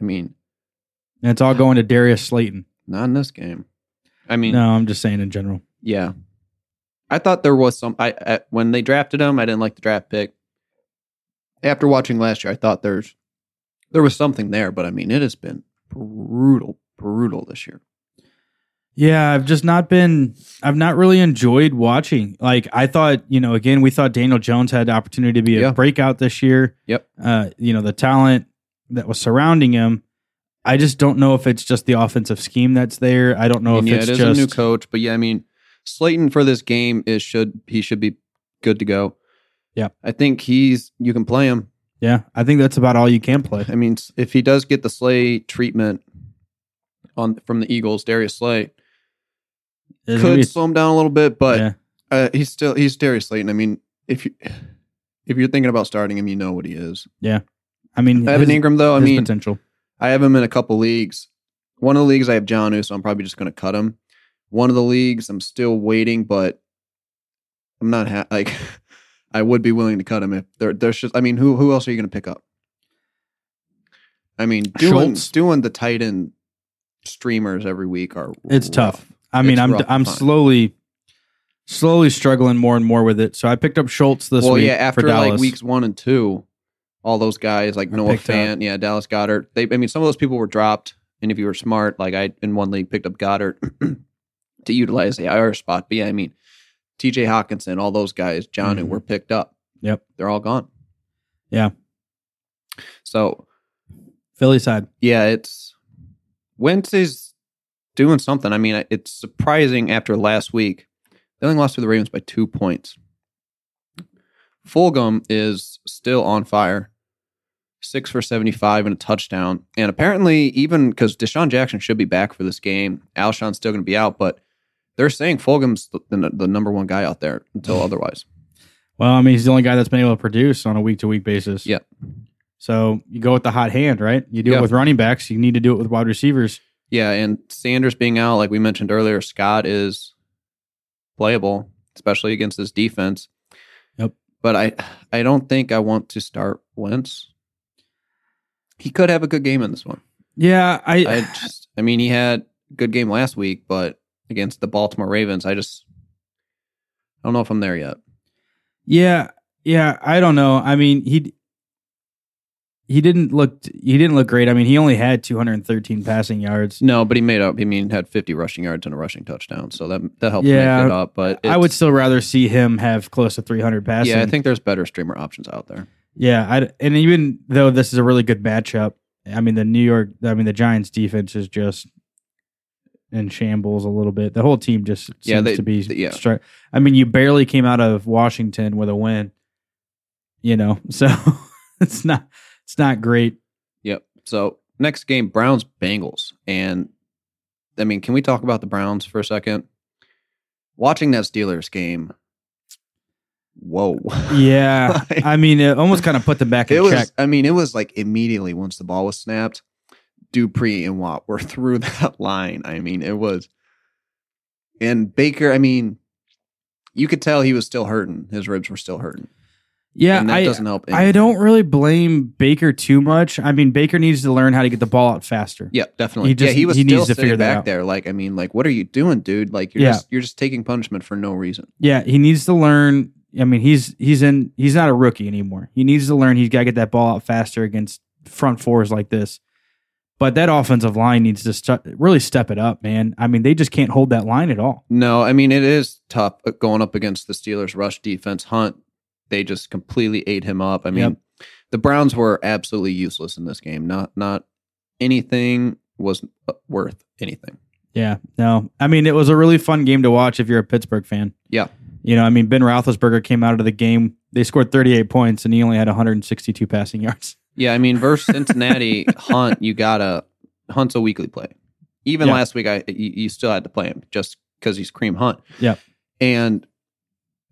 Speaker 3: I mean,
Speaker 2: and it's all going to Darius Slayton.
Speaker 3: not in this game. I mean,
Speaker 2: No, I'm just saying in general.
Speaker 3: yeah. I thought there was some. I, I when they drafted him, I didn't like the draft pick. After watching last year, I thought there's there was something there, but I mean, it has been brutal, brutal this year.
Speaker 2: Yeah, I've just not been. I've not really enjoyed watching. Like I thought, you know, again, we thought Daniel Jones had the opportunity to be a
Speaker 3: Yeah.
Speaker 2: breakout this year.
Speaker 3: Yep.
Speaker 2: Uh, you know, the talent that was surrounding him. I just don't know if it's just the offensive scheme that's there. I don't know
Speaker 3: And
Speaker 2: Oh, if
Speaker 3: yeah,
Speaker 2: it's
Speaker 3: it is
Speaker 2: just
Speaker 3: a new coach, but yeah, I mean, Slayton for this game is should he should be good to go.
Speaker 2: Yeah.
Speaker 3: I think he's you can play him.
Speaker 2: yeah. I think that's about all you can play.
Speaker 3: I mean, s- if he does get the Slay treatment on from the Eagles, Darius Slay
Speaker 2: It's gonna
Speaker 3: could
Speaker 2: be-
Speaker 3: slow him down a little bit, but
Speaker 2: yeah.
Speaker 3: uh, he's still he's Darius Slayton. I mean, if you if you're thinking about starting him, you know what he is.
Speaker 2: I mean,
Speaker 3: Evan
Speaker 2: his-
Speaker 3: Ingram, though, I
Speaker 2: his
Speaker 3: mean,
Speaker 2: potential.
Speaker 3: I have him in a couple leagues. One of the leagues I have Johnu, so I'm probably just going to cut him. One of the leagues I'm still waiting, but I'm not ha- like I would be willing to cut him if there, there's just. I mean, who who else are you going to pick up? I mean, doing
Speaker 2: Schultz?
Speaker 3: doing the tight end streamers every week are
Speaker 2: It's tough.
Speaker 3: rough.
Speaker 2: I mean,
Speaker 3: It's
Speaker 2: I'm
Speaker 3: rough to
Speaker 2: I'm
Speaker 3: find.
Speaker 2: slowly, slowly struggling more and more with it. So I picked up Schultz this
Speaker 3: well,
Speaker 2: week.
Speaker 3: yeah, after
Speaker 2: for
Speaker 3: like
Speaker 2: Dallas.
Speaker 3: weeks one and two, all those guys like
Speaker 2: Are
Speaker 3: Noah
Speaker 2: picked up.
Speaker 3: Fant, yeah, Dallas Goddard. They, I mean, some of those people were dropped, and if you were smart, like I in one league picked up Goddard to utilize the IR spot. But yeah, I mean, T.J. Hawkinson, all those guys, John, who
Speaker 2: Mhm.
Speaker 3: were picked up.
Speaker 2: Yep.
Speaker 3: they're all gone.
Speaker 2: Yeah.
Speaker 3: So
Speaker 2: Philly side.
Speaker 3: yeah, it's Wentz is doing something. I mean, it's surprising after last week. They only lost to the Ravens by two points. Fulgham is still on fire. Six for 75 and a touchdown. And apparently, even because Deshaun Jackson should be back for this game, Alshon's still going to be out, but they're saying Fulgham's the, the, the number one guy out there until otherwise.
Speaker 2: Well, I mean, he's the only guy that's been able to produce on a week to week basis.
Speaker 3: Yeah.
Speaker 2: So you go with the hot hand, right? You do
Speaker 3: Yeah.
Speaker 2: it with running backs. You need to do it with wide receivers.
Speaker 3: Yeah, and Sanders being out, like we mentioned earlier, Scott is playable, especially against this defense.
Speaker 2: Yep.
Speaker 3: But I I don't think I want to start Wentz. He could have a good game in this one.
Speaker 2: Yeah, I,
Speaker 3: I just I mean he had a good game last week, but against the Baltimore Ravens, I just I don't know if I'm there yet.
Speaker 2: yeah, yeah. I don't know. I mean, he he didn't look he didn't look great. I mean, he only had 213 passing yards.
Speaker 3: No, but he made up. I mean, had 50 rushing yards and a rushing touchdown, so that that helped
Speaker 2: Yeah,
Speaker 3: make it up. But
Speaker 2: I would
Speaker 3: it's-
Speaker 2: still rather see him have close to 300 passing.
Speaker 3: yeah, I think there's better streamer options out there.
Speaker 2: Yeah, I, and even though this is a really good matchup, I mean the New York, I mean the Giants defense is just in shambles a little bit. The whole team just seems
Speaker 3: Yeah, they-
Speaker 2: to be.
Speaker 3: they- yeah.
Speaker 2: stri- I mean, you barely came out of Washington with a win. You know, so it's not it's not great.
Speaker 3: Yep. So next game, Browns Bengals, and I mean, can we talk about the Browns for a second? Watching that Steelers game, whoa!
Speaker 2: Yeah, I mean it almost kind of put them back in
Speaker 3: it was.
Speaker 2: check.
Speaker 3: I mean, it was like immediately once the ball was snapped, Dupree and Watt were through that line. I mean, it was, and Baker. I mean, you could tell he was still hurting. His ribs were still hurting.
Speaker 2: Yeah,
Speaker 3: and that
Speaker 2: I
Speaker 3: doesn't help.
Speaker 2: I don't really blame Baker too much. I mean Baker needs to learn how to get the ball out faster.
Speaker 3: Yeah, definitely.
Speaker 2: He just-
Speaker 3: yeah, he was
Speaker 2: he
Speaker 3: still
Speaker 2: needs to
Speaker 3: sitting
Speaker 2: figure that
Speaker 3: back
Speaker 2: out.
Speaker 3: there. Like, I mean, like, what are you doing, dude? Like, you're
Speaker 2: Yeah.
Speaker 3: just you're just taking punishment for no reason.
Speaker 2: Yeah, he needs to learn. I mean, he's he's in he's not a rookie anymore. He needs to learn. He's got to get that ball out faster against front fours like this. But that offensive line needs to stu- really step it up, man. I mean, they just can't hold that line at all.
Speaker 3: No, I mean, it is tough uh, going up against the Steelers' rush defense. Hunt, they just completely ate him up. I mean,
Speaker 2: Yep.
Speaker 3: the Browns were absolutely useless in this game. Not not anything was uh, worth anything.
Speaker 2: Yeah, no. I mean, it was a really fun game to watch if you're a Pittsburgh fan.
Speaker 3: Yeah.
Speaker 2: You know, I mean, Ben Roethlisberger came out of the game. They scored 38 points, and he only had 162 passing yards.
Speaker 3: Yeah, I mean, versus Cincinnati, Hunt, you gotta Hunt's a weekly play. Even
Speaker 2: Yeah.
Speaker 3: last week, I you, you still had to play him just because he's Cream Hunt.
Speaker 2: Yeah.
Speaker 3: and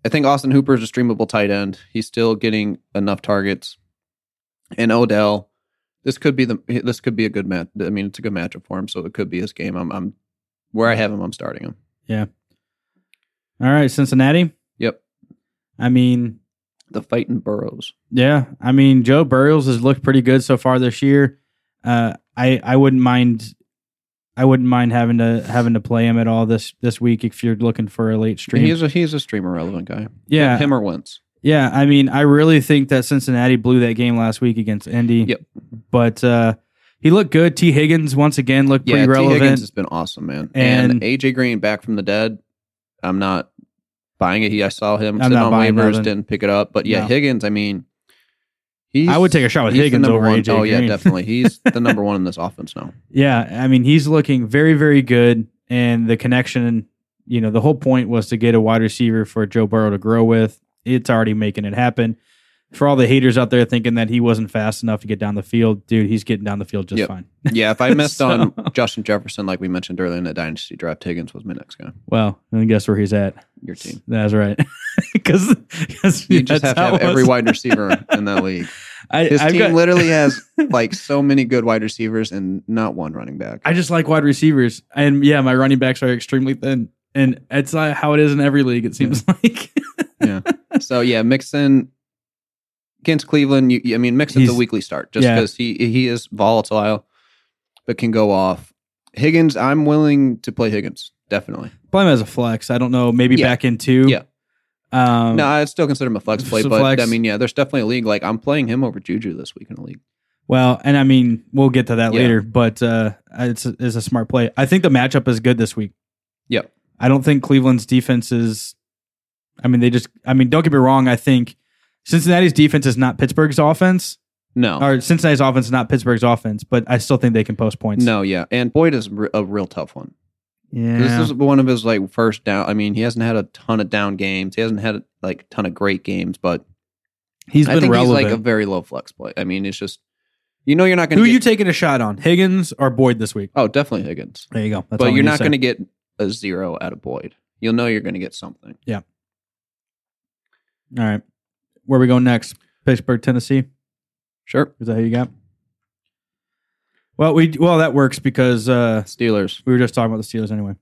Speaker 3: I think Austin Hooper is a streamable tight end. He's still getting enough targets, and Odell. This could be the this could be a good match. I mean, it's a good matchup for him, so it could be his game. I'm, I'm where I have him. I'm starting him.
Speaker 2: All right, Cincinnati.
Speaker 3: Yep,
Speaker 2: I mean,
Speaker 3: the fight in Burrows.
Speaker 2: Yeah, I mean Joe Burrows has looked pretty good so far this year. Uh, I I wouldn't mind, I wouldn't mind having to having to play him at all this this week if you're looking for a late stream.
Speaker 3: He's a he's a streamer relevant guy.
Speaker 2: yeah,
Speaker 3: him or Wentz.
Speaker 2: yeah. I mean, I really think that Cincinnati blew that game last week against Indy.
Speaker 3: Yep.
Speaker 2: But uh, he looked good. T Higgins once again looked
Speaker 3: Yeah,
Speaker 2: pretty
Speaker 3: T.
Speaker 2: relevant.
Speaker 3: Higgins has been awesome, man. And,
Speaker 2: And-
Speaker 3: AJ Green back from the dead. I'm not buying it. He, I saw
Speaker 2: I'm
Speaker 3: him sitting
Speaker 2: not
Speaker 3: on
Speaker 2: buying
Speaker 3: waivers,
Speaker 2: nothing.
Speaker 3: didn't pick it up. But yeah,
Speaker 2: No.
Speaker 3: Higgins. I mean, he's
Speaker 2: I would take a shot with
Speaker 3: he's the
Speaker 2: Higgins
Speaker 3: number
Speaker 2: over
Speaker 3: one.
Speaker 2: AJ
Speaker 3: Oh yeah,
Speaker 2: Green.
Speaker 3: definitely. He's the number one in this offense now.
Speaker 2: Yeah, I mean he's looking very very good, and the connection. You know, the whole point was to get a wide receiver for Joe Burrow to grow with. It's already making it happen. For all the haters out there thinking that he wasn't fast enough to get down the field, dude, he's getting down the field just
Speaker 3: Yep.
Speaker 2: fine.
Speaker 3: Yeah, if I missed
Speaker 2: So-
Speaker 3: on Justin Jefferson, like we mentioned earlier in the dynasty draft, Higgins was my next guy.
Speaker 2: Well, and guess where he's at?
Speaker 3: Your team.
Speaker 2: That's right. Because
Speaker 3: You just have to have every wide receiver in that league.
Speaker 2: I,
Speaker 3: His
Speaker 2: I've
Speaker 3: team
Speaker 2: got-
Speaker 3: literally has like so many good wide receivers and not one running back.
Speaker 2: I just like wide receivers, and yeah, my running backs are extremely thin, and it's uh, how it is in every league. It seems like.
Speaker 3: So yeah, Mixon against Cleveland. You, you- I mean, Mixon's a
Speaker 2: He's-
Speaker 3: weekly start just
Speaker 2: yeah.
Speaker 3: because he he is volatile, but can go off. Higgins, I'm willing to play Higgins definitely.
Speaker 2: Play him as a flex. I don't know. Maybe
Speaker 3: Yeah.
Speaker 2: back in two.
Speaker 3: Yeah.
Speaker 2: Um,
Speaker 3: no, I'd still consider him a flex play,
Speaker 2: Some
Speaker 3: but
Speaker 2: flex.
Speaker 3: I mean, yeah, there's definitely a league like I'm playing him over Juju this week in a league.
Speaker 2: Well, and I mean, we'll get to that
Speaker 3: Yeah.
Speaker 2: later, but uh, it's, it's a smart play. I think the matchup is good this week.
Speaker 3: Yep.
Speaker 2: I don't think Cleveland's defense is. I mean, they just. I mean, don't get me wrong. I think Cincinnati's defense is not Pittsburgh's offense,
Speaker 3: No.
Speaker 2: Or Cincinnati's offense is not Pittsburgh's offense, but I still think they can post points.
Speaker 3: No, yeah. And Boyd is re- a real tough one.
Speaker 2: Yeah.
Speaker 3: This is one of his like first down. I mean, he hasn't had a ton of down games. He hasn't had like a ton of great games, but
Speaker 2: he's
Speaker 3: I
Speaker 2: been
Speaker 3: think
Speaker 2: relevant.
Speaker 3: he's like a very low flex play. I mean, it's just you know you're not going
Speaker 2: Who
Speaker 3: to
Speaker 2: are
Speaker 3: get
Speaker 2: you taking a shot on? Higgins or Boyd this week?
Speaker 3: Oh, definitely Higgins.
Speaker 2: There you go. That's all
Speaker 3: but
Speaker 2: I
Speaker 3: you're
Speaker 2: need
Speaker 3: not
Speaker 2: say.
Speaker 3: going to get a zero out of Boyd. You'll know you're going to get something.
Speaker 2: All right. Where we going next? Pittsburgh, Tennessee.
Speaker 3: Sure.
Speaker 2: Is that who you got? Well, we well that works because uh,
Speaker 3: Steelers.
Speaker 2: we were just talking about the Steelers anyway.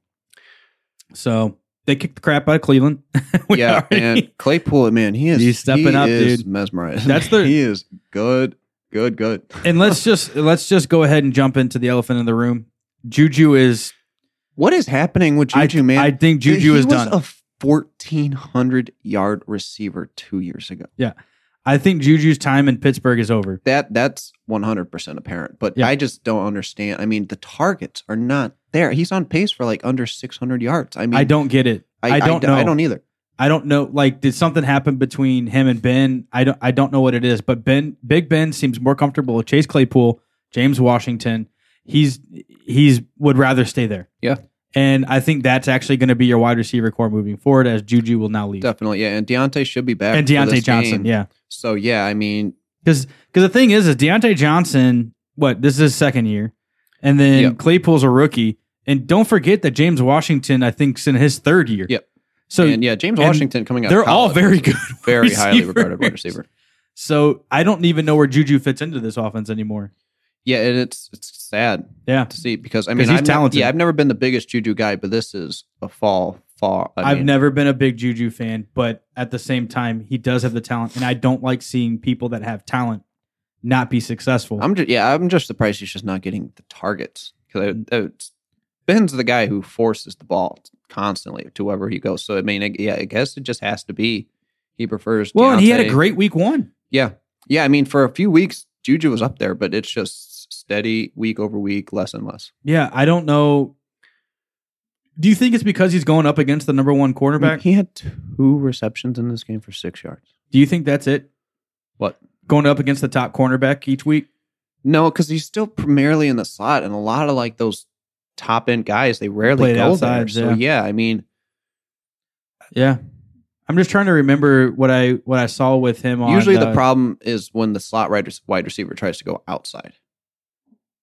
Speaker 2: So they kicked the crap out of Cleveland. We
Speaker 3: yeah,
Speaker 2: already-
Speaker 3: and Claypool, man, he is
Speaker 2: He's stepping
Speaker 3: he
Speaker 2: up,
Speaker 3: is
Speaker 2: dude.
Speaker 3: Mesmerized.
Speaker 2: That's the-
Speaker 3: he is good, good, good.
Speaker 2: and let's just let's just go ahead and jump into the elephant in the room. Juju is
Speaker 3: What is happening with Juju,
Speaker 2: I,
Speaker 3: man?
Speaker 2: I think Juju
Speaker 3: he
Speaker 2: is
Speaker 3: was
Speaker 2: done.
Speaker 3: A fourteen hundred yard receiver two years ago.
Speaker 2: I think Juju's time in Pittsburgh is over.
Speaker 3: That that's one hundred percent apparent. But
Speaker 2: Yeah.
Speaker 3: I just don't understand. I mean, the targets are not there. He's on pace for like under six hundred yards. I mean,
Speaker 2: I don't get it. I don't
Speaker 3: I
Speaker 2: know.
Speaker 3: don't either.
Speaker 2: I don't know. Like, did something happen between him and Ben? I don't. I don't know what it is. But Ben, Big Ben, seems more comfortable with Chase Claypool, James Washington. He's he's would rather stay there.
Speaker 3: Yeah.
Speaker 2: And I think that's actually going to be your wide receiver core moving forward, as Juju will now leave,
Speaker 3: Definitely, yeah. And Deontay should be back.
Speaker 2: and
Speaker 3: for this
Speaker 2: Deontay Johnson.
Speaker 3: game.
Speaker 2: Yeah.
Speaker 3: So yeah, I mean,
Speaker 2: Because because the thing is, is Deontay Johnson. What this is his second year, and then
Speaker 3: Yep.
Speaker 2: Claypool's a rookie, and don't forget that James Washington, I think's in his third year.
Speaker 3: Yep.
Speaker 2: So
Speaker 3: and yeah, James
Speaker 2: and
Speaker 3: Washington coming out. of
Speaker 2: they're all
Speaker 3: college
Speaker 2: very
Speaker 3: is
Speaker 2: good.
Speaker 3: a very highly regarded wide
Speaker 2: receivers.
Speaker 3: receiver.
Speaker 2: So I don't even know where Juju fits into this offense anymore.
Speaker 3: Yeah, and it's it's sad
Speaker 2: Yeah.
Speaker 3: to see because I
Speaker 2: 'Cause
Speaker 3: mean,
Speaker 2: he's
Speaker 3: I'm
Speaker 2: talented.
Speaker 3: yeah, I've never been the biggest Juju guy, but this is a fall fall. I
Speaker 2: I have
Speaker 3: mean,
Speaker 2: never been a big Juju fan, but at the same time, he does have the talent, and I don't like seeing people that have talent not be successful.
Speaker 3: I'm just yeah, I'm just surprised he's just not getting the targets because Ben's the guy who forces the ball constantly to wherever he goes. So I mean, I, yeah, I guess it just has to be he prefers.
Speaker 2: well, and he had a
Speaker 3: Deontay.
Speaker 2: great week one.
Speaker 3: Yeah. Yeah. I mean, for a few weeks, Juju was up there, but it's just steady week over week, less and less.
Speaker 2: Yeah, I don't know. Do you think it's because he's going up against the number one quarterback?
Speaker 3: He had two receptions in this game for six yards.
Speaker 2: Do you think that's it?
Speaker 3: What?
Speaker 2: Going up against the top cornerback each week?
Speaker 3: No, because he's still primarily in the slot, and a lot of like those top end guys, they rarely
Speaker 2: Played
Speaker 3: go
Speaker 2: outside,
Speaker 3: there. So yeah, I mean,
Speaker 2: Yeah. I'm just trying to remember what I what I saw with him on
Speaker 3: usually the
Speaker 2: uh,
Speaker 3: problem is when the slot wide rec- wide receiver tries to go outside,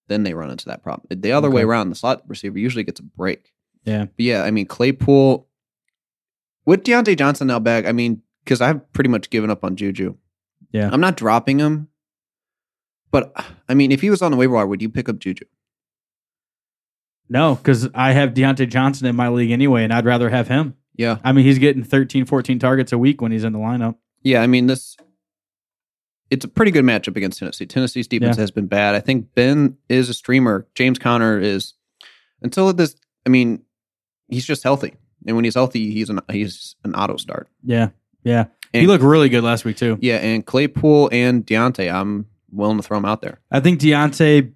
Speaker 3: then they run into that problem. The other way
Speaker 2: Okay.
Speaker 3: around, the slot receiver usually gets a break.
Speaker 2: Yeah.
Speaker 3: But yeah. I mean, Claypool with Deontay Johnson now back. I mean, because I've pretty much given up on Juju.
Speaker 2: Yeah.
Speaker 3: I'm not dropping him, but I mean, if he was on the waiver wire, would you pick up Juju?
Speaker 2: No, because I have Deontay Johnson in my league anyway, and I'd rather have him.
Speaker 3: Yeah,
Speaker 2: I mean, he's getting 13, 14 targets a week when he's in the lineup.
Speaker 3: yeah. I mean, this it's a pretty good matchup against Tennessee. Tennessee's defense has been bad. I think Ben is a streamer. James Conner is until this. I mean, he's just healthy, and when he's healthy, he's an he's an auto start.
Speaker 2: Yeah. Yeah. he
Speaker 3: And-
Speaker 2: looked really good last week, too.
Speaker 3: Yeah, and Claypool and Deontay, I'm willing to throw him out there.
Speaker 2: I think Deontay,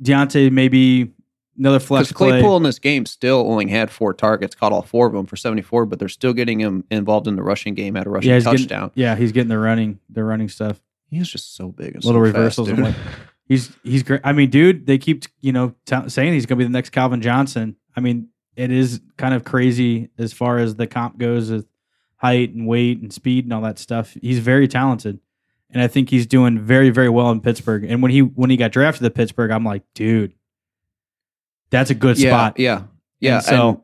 Speaker 2: Deontay maybe another flex
Speaker 3: Because
Speaker 2: play.
Speaker 3: Claypool in this game still only had four targets, caught all four of them for 74, but they're still getting him involved in the rushing game at a rushing
Speaker 2: Yeah, he's getting-
Speaker 3: touchdown.
Speaker 2: Yeah, he's getting the running, the running stuff.
Speaker 3: he's just so big. And
Speaker 2: Little
Speaker 3: so fast,
Speaker 2: reversals and
Speaker 3: dude.
Speaker 2: what- He's he's great. I mean, dude, they keep you know t- saying he's going to be the next Calvin Johnson. I mean, it is kind of crazy as far as the comp goes with height and weight and speed and all that stuff. He's very talented, and I think he's doing very very well in Pittsburgh. And when he when he got drafted to Pittsburgh, I'm like, dude, that's a good
Speaker 3: yeah,
Speaker 2: spot.
Speaker 3: Yeah. Yeah.
Speaker 2: And so,
Speaker 3: and-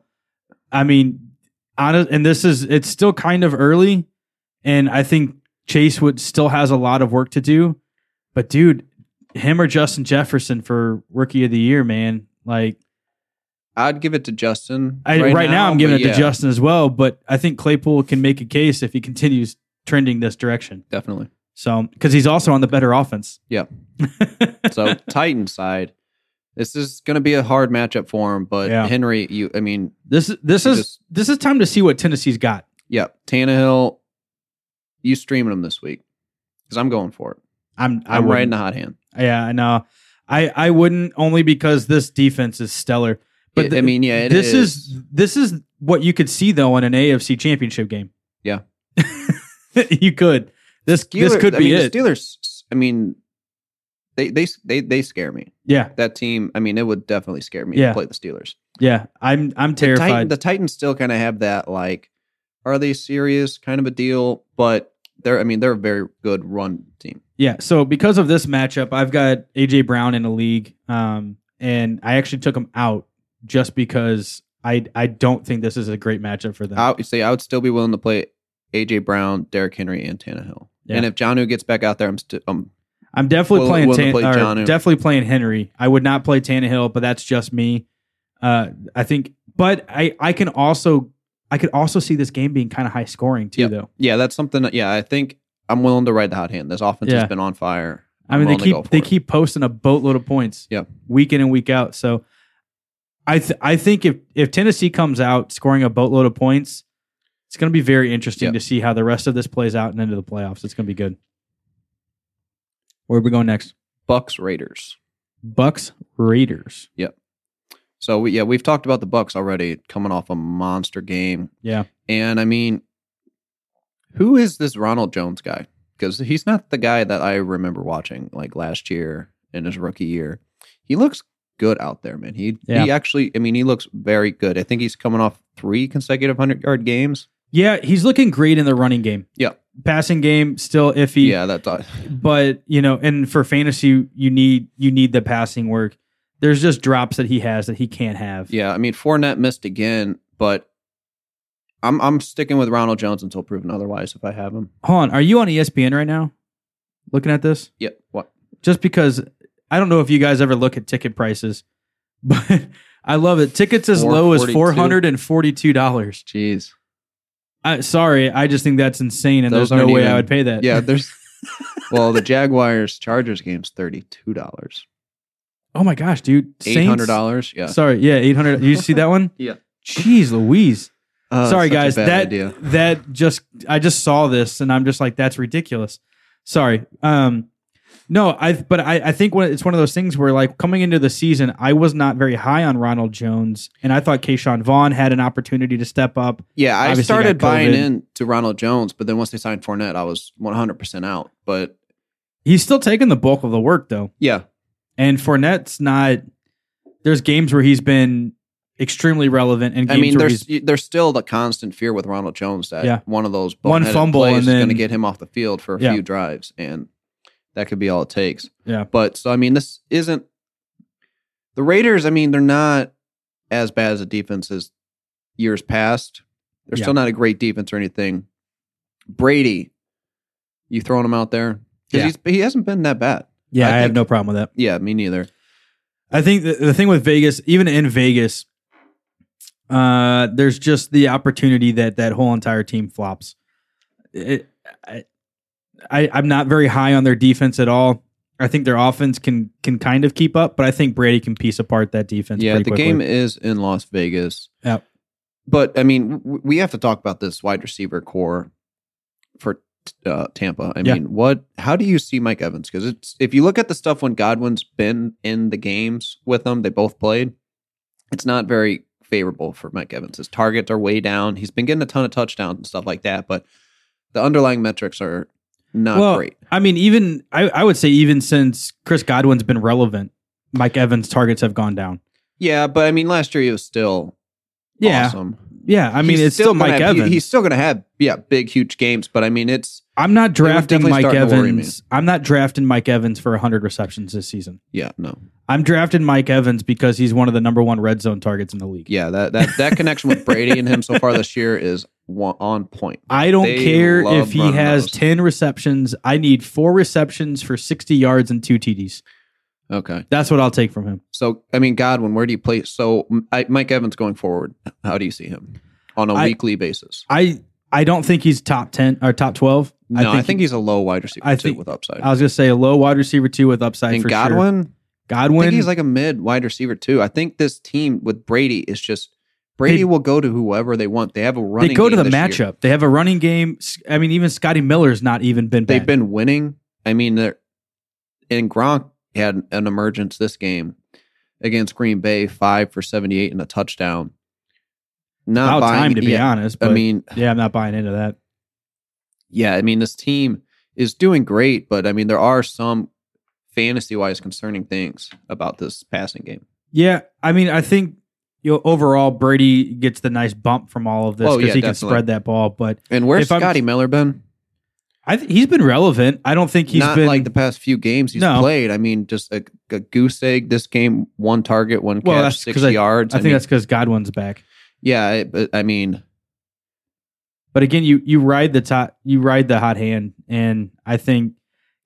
Speaker 2: I mean, honest, and this is it's still kind of early, and I think Chase would still has a lot of work to do. But dude, him or Justin Jefferson for Rookie of the Year, man. Like
Speaker 3: I'd give it to Justin.
Speaker 2: I, right, now, I'm giving
Speaker 3: but
Speaker 2: it
Speaker 3: yeah,
Speaker 2: to Justin as well. But I think Claypool can make a case if he continues trending this direction.
Speaker 3: Definitely.
Speaker 2: So because he's also on the better offense.
Speaker 3: Yeah. So Titan side, this is going to be a hard matchup for him. But
Speaker 2: Yeah.
Speaker 3: Henry, you, I mean,
Speaker 2: this this
Speaker 3: You
Speaker 2: is
Speaker 3: just-
Speaker 2: this is time to see what Tennessee's got.
Speaker 3: yeah, Tannehill, you streaming him this week because I'm going for it.
Speaker 2: I'm I
Speaker 3: I'm
Speaker 2: wouldn't.
Speaker 3: riding the hot hand.
Speaker 2: Yeah, I know. I I wouldn't only because this defense is stellar. But
Speaker 3: It-
Speaker 2: th-
Speaker 3: I mean, yeah, it
Speaker 2: this is. this is what you could see though in an AFC Championship game.
Speaker 3: Yeah.
Speaker 2: you could. This this
Speaker 3: Steelers-
Speaker 2: could
Speaker 3: I
Speaker 2: be
Speaker 3: mean,
Speaker 2: it.
Speaker 3: The Steelers. I mean, they they they they scare me.
Speaker 2: Yeah,
Speaker 3: That team, I mean, it would definitely scare me
Speaker 2: Yeah.
Speaker 3: to play the Steelers.
Speaker 2: yeah. I'm I'm
Speaker 3: The, Titan,
Speaker 2: terrified.
Speaker 3: the Titans still kind of have that like, are they serious kind of a deal? But they're, I mean, they're a very good run team.
Speaker 2: yeah. So because of this matchup, I've got AJ Brown in a league, um, and I actually took him out just because I I don't think this is a great matchup for them.
Speaker 3: I would say I would still be willing to play AJ Brown, Derrick Henry, and Tannehill.
Speaker 2: Yeah.
Speaker 3: And if Johnu gets back out there, I'm still um,
Speaker 2: I'm definitely
Speaker 3: Will-
Speaker 2: playing
Speaker 3: will to
Speaker 2: Tan-
Speaker 3: play
Speaker 2: or
Speaker 3: Jonnu.
Speaker 2: definitely playing Henry. I would not play Tannehill, but that's just me. Uh, I think, but I I can also I could also see this game being kind of high scoring too,
Speaker 3: Yep.
Speaker 2: though.
Speaker 3: yeah, that's something. That, yeah, I think I'm willing to ride the hot hand. This offense
Speaker 2: Yeah.
Speaker 3: has been on fire.
Speaker 2: I mean, they
Speaker 3: I'm willing to go
Speaker 2: keep
Speaker 3: for
Speaker 2: they
Speaker 3: it.
Speaker 2: keep posting a boatload of points,
Speaker 3: Yep.
Speaker 2: week in and week out. So, I th- I think if if Tennessee comes out scoring a boatload of points, it's going to be very interesting
Speaker 3: Yep.
Speaker 2: to see how the rest of this plays out and into the playoffs. It's going to be good. Where are we going next?
Speaker 3: Bucks Raiders.
Speaker 2: Bucks Raiders.
Speaker 3: So we, yeah, we've talked about the Bucks already coming off a monster game.
Speaker 2: Yeah.
Speaker 3: And I mean, who is this Ronald Jones guy? Because he's not the guy that I remember watching like last year in his rookie year. He looks good out there, man. He
Speaker 2: Yeah.
Speaker 3: he actually, I mean, he looks very good. I think he's coming off three consecutive hundred yard games.
Speaker 2: Yeah, he's looking great in the running game.
Speaker 3: Yeah.
Speaker 2: Passing game still iffy.
Speaker 3: yeah, that's uh,
Speaker 2: But you know, and for fantasy you need you need the passing work. There's just drops that he has that he can't have.
Speaker 3: yeah. I mean, Fournette missed again, but I'm I'm sticking with Ronald Jones until proven otherwise. If I have him,
Speaker 2: Hold on, are you on E ESPN right now? Looking at this?
Speaker 3: yep. What?
Speaker 2: Just because I don't know if you guys ever look at ticket prices, but I love it. Tickets as low as four hundred and forty-two dollars.
Speaker 3: Jeez.
Speaker 2: Sorry, I just think that's insane, and
Speaker 3: Those
Speaker 2: there's no
Speaker 3: aren't
Speaker 2: way I
Speaker 3: even-
Speaker 2: would pay that.
Speaker 3: Yeah, there's. well, the Jaguars Chargers game's thirty two dollars,
Speaker 2: Oh my gosh, dude.
Speaker 3: eight
Speaker 2: Saints-
Speaker 3: hundred dollars. Yeah.
Speaker 2: Sorry, yeah, eight hundred. You see that one?
Speaker 3: Yeah.
Speaker 2: Jeez, Louise.
Speaker 3: Uh,
Speaker 2: Sorry,
Speaker 3: such a
Speaker 2: guys.
Speaker 3: bad
Speaker 2: That
Speaker 3: idea.
Speaker 2: that just I just saw this and I'm just like that's ridiculous. Sorry. Um, no, I but I I think when it's one of those things where like coming into the season, I was not very high on Ronald Jones, and I thought Keyshawn Vaughn had an opportunity to step up.
Speaker 3: Yeah, I
Speaker 2: obviously
Speaker 3: started
Speaker 2: got
Speaker 3: buying
Speaker 2: COVID.
Speaker 3: in to Ronald Jones, but then once they signed Fournette, I was one hundred percent out. But
Speaker 2: He's still taking the bulk of the work though,
Speaker 3: yeah,
Speaker 2: and Fournette's not. There's games where he's been extremely relevant, and
Speaker 3: I
Speaker 2: games
Speaker 3: mean,
Speaker 2: where
Speaker 3: there's
Speaker 2: he's
Speaker 3: there's still the constant fear with Ronald Jones that
Speaker 2: Yeah.
Speaker 3: one of those
Speaker 2: One
Speaker 3: boneheaded
Speaker 2: fumble
Speaker 3: plays
Speaker 2: and
Speaker 3: is going to
Speaker 2: then-
Speaker 3: get him off the field for a
Speaker 2: Yeah.
Speaker 3: few drives, and that could be all it takes.
Speaker 2: Yeah.
Speaker 3: But so I mean, this isn't the Raiders. I mean, they're not as bad as a defense as years past. They're
Speaker 2: Yeah.
Speaker 3: still not a great defense or anything. Brady, you throwing him out there
Speaker 2: Yeah.
Speaker 3: because he hasn't been that bad.
Speaker 2: yeah.
Speaker 3: I
Speaker 2: I, have
Speaker 3: think-
Speaker 2: no problem with that.
Speaker 3: Yeah, me neither.
Speaker 2: I think the, the thing with Vegas, even in Vegas, uh, there's just the opportunity that that whole entire team flops. It, I, I, I'm not very high on their defense at all. I think their offense can can kind of keep up, but I think Brady can piece apart that defense.
Speaker 3: yeah,
Speaker 2: pretty
Speaker 3: the
Speaker 2: quickly.
Speaker 3: game is in Las Vegas.
Speaker 2: Yep.
Speaker 3: But I mean, w- we have to talk about this wide receiver core for uh, Tampa. I
Speaker 2: Yeah.
Speaker 3: mean, what? How do you see Mike Evans? Because it's if you look at the stuff when Godwin's been in the games with them, they both played. It's not very favorable for Mike Evans. His targets are way down. He's been getting a ton of touchdowns and stuff like that, but the underlying metrics are not
Speaker 2: well,
Speaker 3: great.
Speaker 2: I mean, even I, I would say even since Chris Godwin's been relevant, Mike Evans' targets have gone down.
Speaker 3: Yeah, but I mean, last year he was still
Speaker 2: Yeah,
Speaker 3: awesome.
Speaker 2: yeah. I mean,
Speaker 3: He's
Speaker 2: it's still,
Speaker 3: gonna
Speaker 2: Mike
Speaker 3: have- he-
Speaker 2: Evans.
Speaker 3: he's still going to have yeah big huge games, but I mean it's
Speaker 2: I'm not
Speaker 3: was
Speaker 2: drafting
Speaker 3: definitely
Speaker 2: Mike
Speaker 3: starting to worry me.
Speaker 2: Evans. I'm not drafting Mike Evans for 100 receptions this season.
Speaker 3: yeah no
Speaker 2: I'm drafting Mike Evans because he's one of the number one red zone targets in the league.
Speaker 3: yeah that that that connection with Brady and him so far this year is one, on point.
Speaker 2: I don't
Speaker 3: They
Speaker 2: care
Speaker 3: love
Speaker 2: if he
Speaker 3: running
Speaker 2: has
Speaker 3: those.
Speaker 2: 10 receptions. I need four receptions for 60 yards and two TDs.
Speaker 3: Okay,
Speaker 2: That's what I'll take from him.
Speaker 3: so I mean Godwin, where do you play? So I, Mike Evans going forward, how do you see him on a
Speaker 2: I-
Speaker 3: weekly basis?
Speaker 2: I I don't think he's top 10 or top 12.
Speaker 3: No, I think, he's a low wide receiver
Speaker 2: I
Speaker 3: too
Speaker 2: think-
Speaker 3: with upside.
Speaker 2: I was going to say a low wide receiver two with upside
Speaker 3: and
Speaker 2: for sure.
Speaker 3: Godwin, I
Speaker 2: Godwin.
Speaker 3: think he's like a mid wide receiver too. I think this team with Brady is just Brady
Speaker 2: They-
Speaker 3: will go to whoever they want. They have a running.
Speaker 2: they go to
Speaker 3: game
Speaker 2: the
Speaker 3: this
Speaker 2: matchup.
Speaker 3: year.
Speaker 2: They have a running game. S- I mean, even Scotty Miller's not even been
Speaker 3: they've
Speaker 2: bad.
Speaker 3: been winning. I mean, they're and Gronk had an emergence this game against Green Bay, five for seventy-eight and a touchdown. Not
Speaker 2: about
Speaker 3: buying,
Speaker 2: time to be
Speaker 3: yeah,
Speaker 2: honest. But
Speaker 3: I mean,
Speaker 2: yeah, I'm not buying into that.
Speaker 3: yeah, I mean, this team is doing great, but I mean, there are some fantasy wise concerning things about this passing game.
Speaker 2: Yeah, I mean, I think you know, overall Brady gets the nice bump from all of this
Speaker 3: Oh,
Speaker 2: because
Speaker 3: yeah,
Speaker 2: he can
Speaker 3: definitely.
Speaker 2: spread that ball. But
Speaker 3: And where's
Speaker 2: If I'm-
Speaker 3: Scotty Miller been?
Speaker 2: I th- he's been relevant. I don't think he's
Speaker 3: Not
Speaker 2: been
Speaker 3: like the past few games he's
Speaker 2: No.
Speaker 3: played. I mean, just a, a goose egg. This game, one target, one
Speaker 2: Well,
Speaker 3: catch,
Speaker 2: that's
Speaker 3: six
Speaker 2: 'cause I-
Speaker 3: yards.
Speaker 2: I think
Speaker 3: mean,
Speaker 2: that's because Godwin's back.
Speaker 3: yeah. I- But I mean,
Speaker 2: But again, you you ride the top, you ride the hot hand, and I think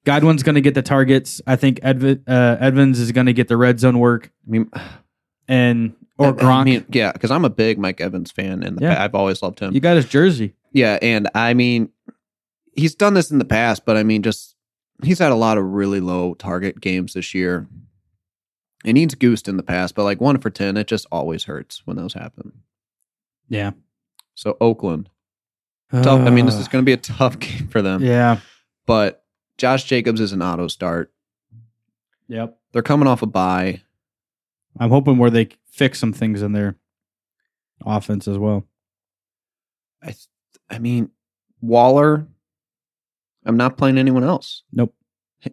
Speaker 2: Godwin's going to get the targets. I think Edv- uh, Edmonds is going to get the red zone work,
Speaker 3: I mean,
Speaker 2: and or
Speaker 3: I- I
Speaker 2: Gronk.
Speaker 3: mean, yeah, because I'm a big Mike Evans fan, and the
Speaker 2: Yeah.
Speaker 3: pa- I've always loved him.
Speaker 2: you got his jersey.
Speaker 3: Yeah, and I mean, he's done this in the past, but I mean, just he's had a lot of really low target games this year. And he's goosed in the past, but like one for ten, it just always hurts when those happen.
Speaker 2: Yeah, Uh.
Speaker 3: So Oakland, tough. I mean, this is going to be a tough game for them.
Speaker 2: yeah,
Speaker 3: But Josh Jacobs is an auto start.
Speaker 2: yep.
Speaker 3: They're coming off a bye.
Speaker 2: I'm hoping where they fix some things in their offense as well.
Speaker 3: I, th- I mean, Waller. I'm not playing anyone else.
Speaker 2: Nope.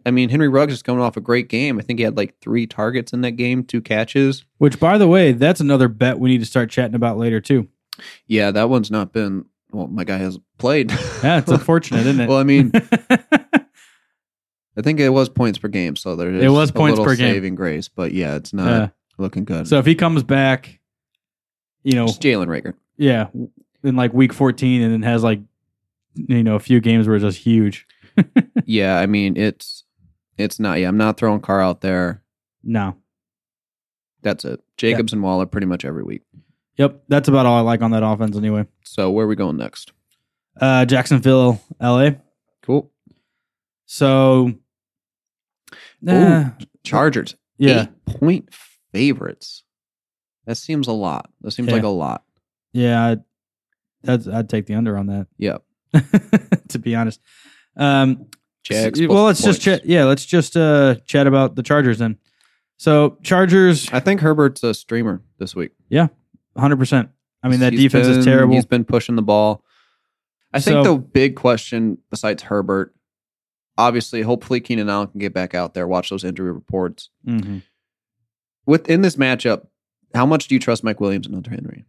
Speaker 3: I mean, Henry Ruggs is coming off a great game. I think he had like three targets in that game, two catches.
Speaker 2: Which, by the way, that's another bet we need to start chatting about later too.
Speaker 3: Yeah, that one's not been. Well, my guy hasn't played.
Speaker 2: Yeah, it's unfortunate, isn't it?
Speaker 3: well, I mean, I think it was points per game, so there is
Speaker 2: It was
Speaker 3: a
Speaker 2: points
Speaker 3: little
Speaker 2: per game.
Speaker 3: saving grace. But yeah, it's not
Speaker 2: Yeah.
Speaker 3: looking good.
Speaker 2: so if he comes back, you know,
Speaker 3: it's Jalen Rager.
Speaker 2: yeah, w- in like week 14, and then has like you know a few games where it's just huge.
Speaker 3: yeah, I mean, it's it's not. Yeah, I'm not throwing Carr out there.
Speaker 2: No,
Speaker 3: That's it. Jacobs and Waller pretty much every week.
Speaker 2: yep, that's about all I like on that offense anyway.
Speaker 3: So where are we going next?
Speaker 2: Uh, Jacksonville, LA.
Speaker 3: Cool.
Speaker 2: So, nah,
Speaker 3: Chargers.
Speaker 2: yeah,
Speaker 3: Eight point favorites. That seems a lot. That seems
Speaker 2: Yeah.
Speaker 3: like a lot.
Speaker 2: yeah, I'd, that's I'd take the under on that.
Speaker 3: Yeah.
Speaker 2: to be honest. Um,
Speaker 3: Jags.
Speaker 2: S-
Speaker 3: plus
Speaker 2: Well, let's
Speaker 3: points.
Speaker 2: just chat. Yeah, let's just uh, chat about the Chargers then. So Chargers,
Speaker 3: I think Herbert's a streamer this week.
Speaker 2: hundred percent. I mean that
Speaker 3: He's
Speaker 2: defense
Speaker 3: been-
Speaker 2: is terrible.
Speaker 3: He's been pushing the ball. I think
Speaker 2: So-
Speaker 3: the big question, besides Herbert, obviously, hopefully Keenan Allen can get back out there, watch those injury reports.
Speaker 2: Mhm.
Speaker 3: Within this matchup, how much do you trust Mike Williams and Hunter Henry?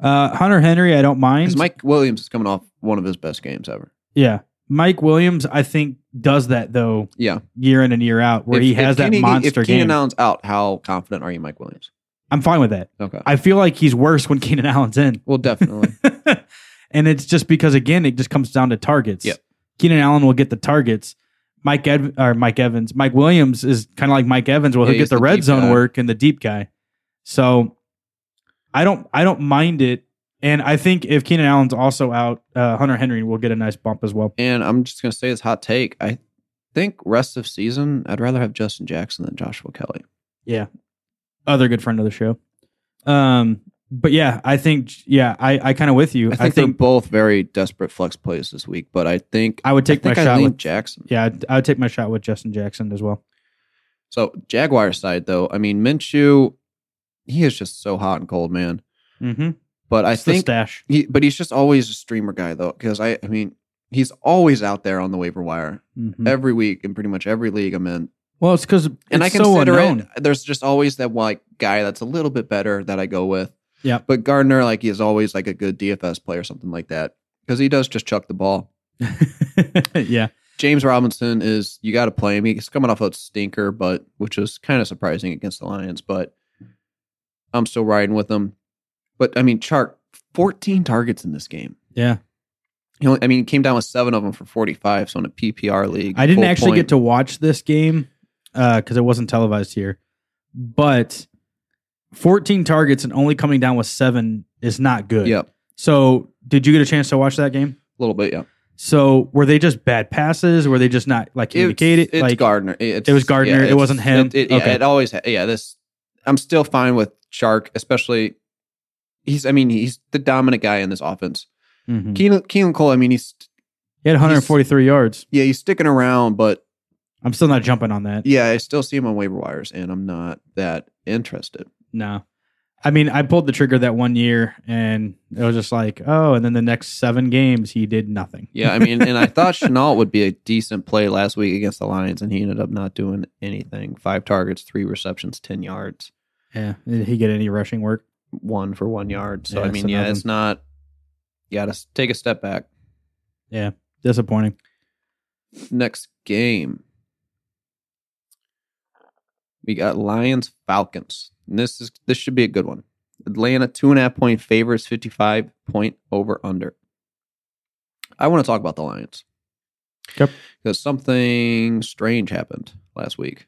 Speaker 2: Uh, Hunter Henry, I don't mind.
Speaker 3: Because Mike Williams is coming off one of his best games ever.
Speaker 2: yeah, Mike Williams, I think does that though
Speaker 3: Yeah,
Speaker 2: year in and year out, where he
Speaker 3: If-
Speaker 2: has
Speaker 3: if
Speaker 2: that
Speaker 3: Keenan-
Speaker 2: monster
Speaker 3: If Keenan
Speaker 2: game.
Speaker 3: Allen's out, how confident are you, Mike Williams?
Speaker 2: I'm fine with that.
Speaker 3: Okay.
Speaker 2: I feel like he's worse when Keenan Allen's in,
Speaker 3: well, definitely.
Speaker 2: and it's just because again it just comes down to targets.
Speaker 3: Yep.
Speaker 2: Keenan Allen will get the targets. Mike Ed or Mike Evans, Mike Williams is kind of like Mike Evans. Well,
Speaker 3: Yeah,
Speaker 2: he'll get
Speaker 3: he's
Speaker 2: the,
Speaker 3: the
Speaker 2: red
Speaker 3: deep
Speaker 2: zone
Speaker 3: guy.
Speaker 2: work and the deep guy. So I don't I don't mind it, and I think if Keenan Allen's also out, uh, Hunter Henry will get a nice bump as well.
Speaker 3: and I'm just gonna say this hot take. I think rest of season, I'd rather have Justin Jackson than Joshua Kelly.
Speaker 2: Other good friend of the show. Um, but yeah, I think yeah, I I kind of with you.
Speaker 3: I think, they're both very desperate flex plays this week, but I think
Speaker 2: I would take
Speaker 3: I think
Speaker 2: my
Speaker 3: I
Speaker 2: shot
Speaker 3: lean
Speaker 2: with
Speaker 3: Jackson.
Speaker 2: yeah, I'd, I would take my shot with Justin Jackson as well.
Speaker 3: So Jaguar side though, I mean Minshew, he is just so hot and cold, man.
Speaker 2: Mm-hmm.
Speaker 3: But I
Speaker 2: It's the
Speaker 3: think
Speaker 2: stash.
Speaker 3: he, but he's just always a streamer guy though, because I I mean he's always out there on the waiver wire
Speaker 2: Mhm.
Speaker 3: every week in pretty much every league I'm in.
Speaker 2: Well, it's because
Speaker 3: And I
Speaker 2: so
Speaker 3: consider
Speaker 2: unknown.
Speaker 3: it there's just always that like guy that's a little bit better that I go with.
Speaker 2: Yep.
Speaker 3: But Gardner, like he is always like a good DFS play or something like that. Because he does just chuck the ball.
Speaker 2: yeah.
Speaker 3: James Robinson is you got to play him. He's coming off a stinker, but which is kind of surprising against the Lions, but I'm still riding with him. But I mean, Chark, 14 targets in this game.
Speaker 2: Yeah.
Speaker 3: He only, I mean, he came down with seven of them for 45. So in a PPR league,
Speaker 2: I didn't
Speaker 3: full
Speaker 2: actually get
Speaker 3: point.
Speaker 2: to watch this game because it wasn't televised here. But 14 targets and only coming down with seven is not good.
Speaker 3: Yeah, a
Speaker 2: So, did you get a chance to watch that game?
Speaker 3: little bit. Yeah,
Speaker 2: So, were they just bad passes? Were they just not like communicated?
Speaker 3: It's, it's
Speaker 2: like,
Speaker 3: Gardner. It's-
Speaker 2: it was Gardner. It
Speaker 3: it's-
Speaker 2: wasn't him?
Speaker 3: It, it- yeah,
Speaker 2: Okay.
Speaker 3: it always. ha- Yeah, this. I'm still fine with Chark, especially. He's. I mean, he's the dominant guy in this offense.
Speaker 2: Mhm.
Speaker 3: Keenan, Keenan Cole. I mean, he's.
Speaker 2: he had 143 yards.
Speaker 3: Yeah, he's sticking around, but
Speaker 2: I'm still not jumping on that.
Speaker 3: yeah, I still see him on waiver wires, and I'm not that interested.
Speaker 2: No. I mean, I pulled the trigger that one year, and it was just like, oh. And then the next seven games, he did nothing.
Speaker 3: Yeah, I mean, and I thought Chenault would be a decent play last week against the Lions, and he ended up not doing anything. Five targets, three receptions, ten yards,
Speaker 2: Yeah, did he get any rushing work?
Speaker 3: one for one yard. So
Speaker 2: Yeah,
Speaker 3: I
Speaker 2: it's
Speaker 3: mean, yeah,
Speaker 2: another
Speaker 3: it's not. You gotta s- take a step back.
Speaker 2: Disappointing.
Speaker 3: Next game, we got Lions Falcons. And this is this should be a good one. Atlanta two and a half point favorites, fifty five point over under. I want to talk about the Lions.
Speaker 2: Yep.
Speaker 3: Because something strange happened last week.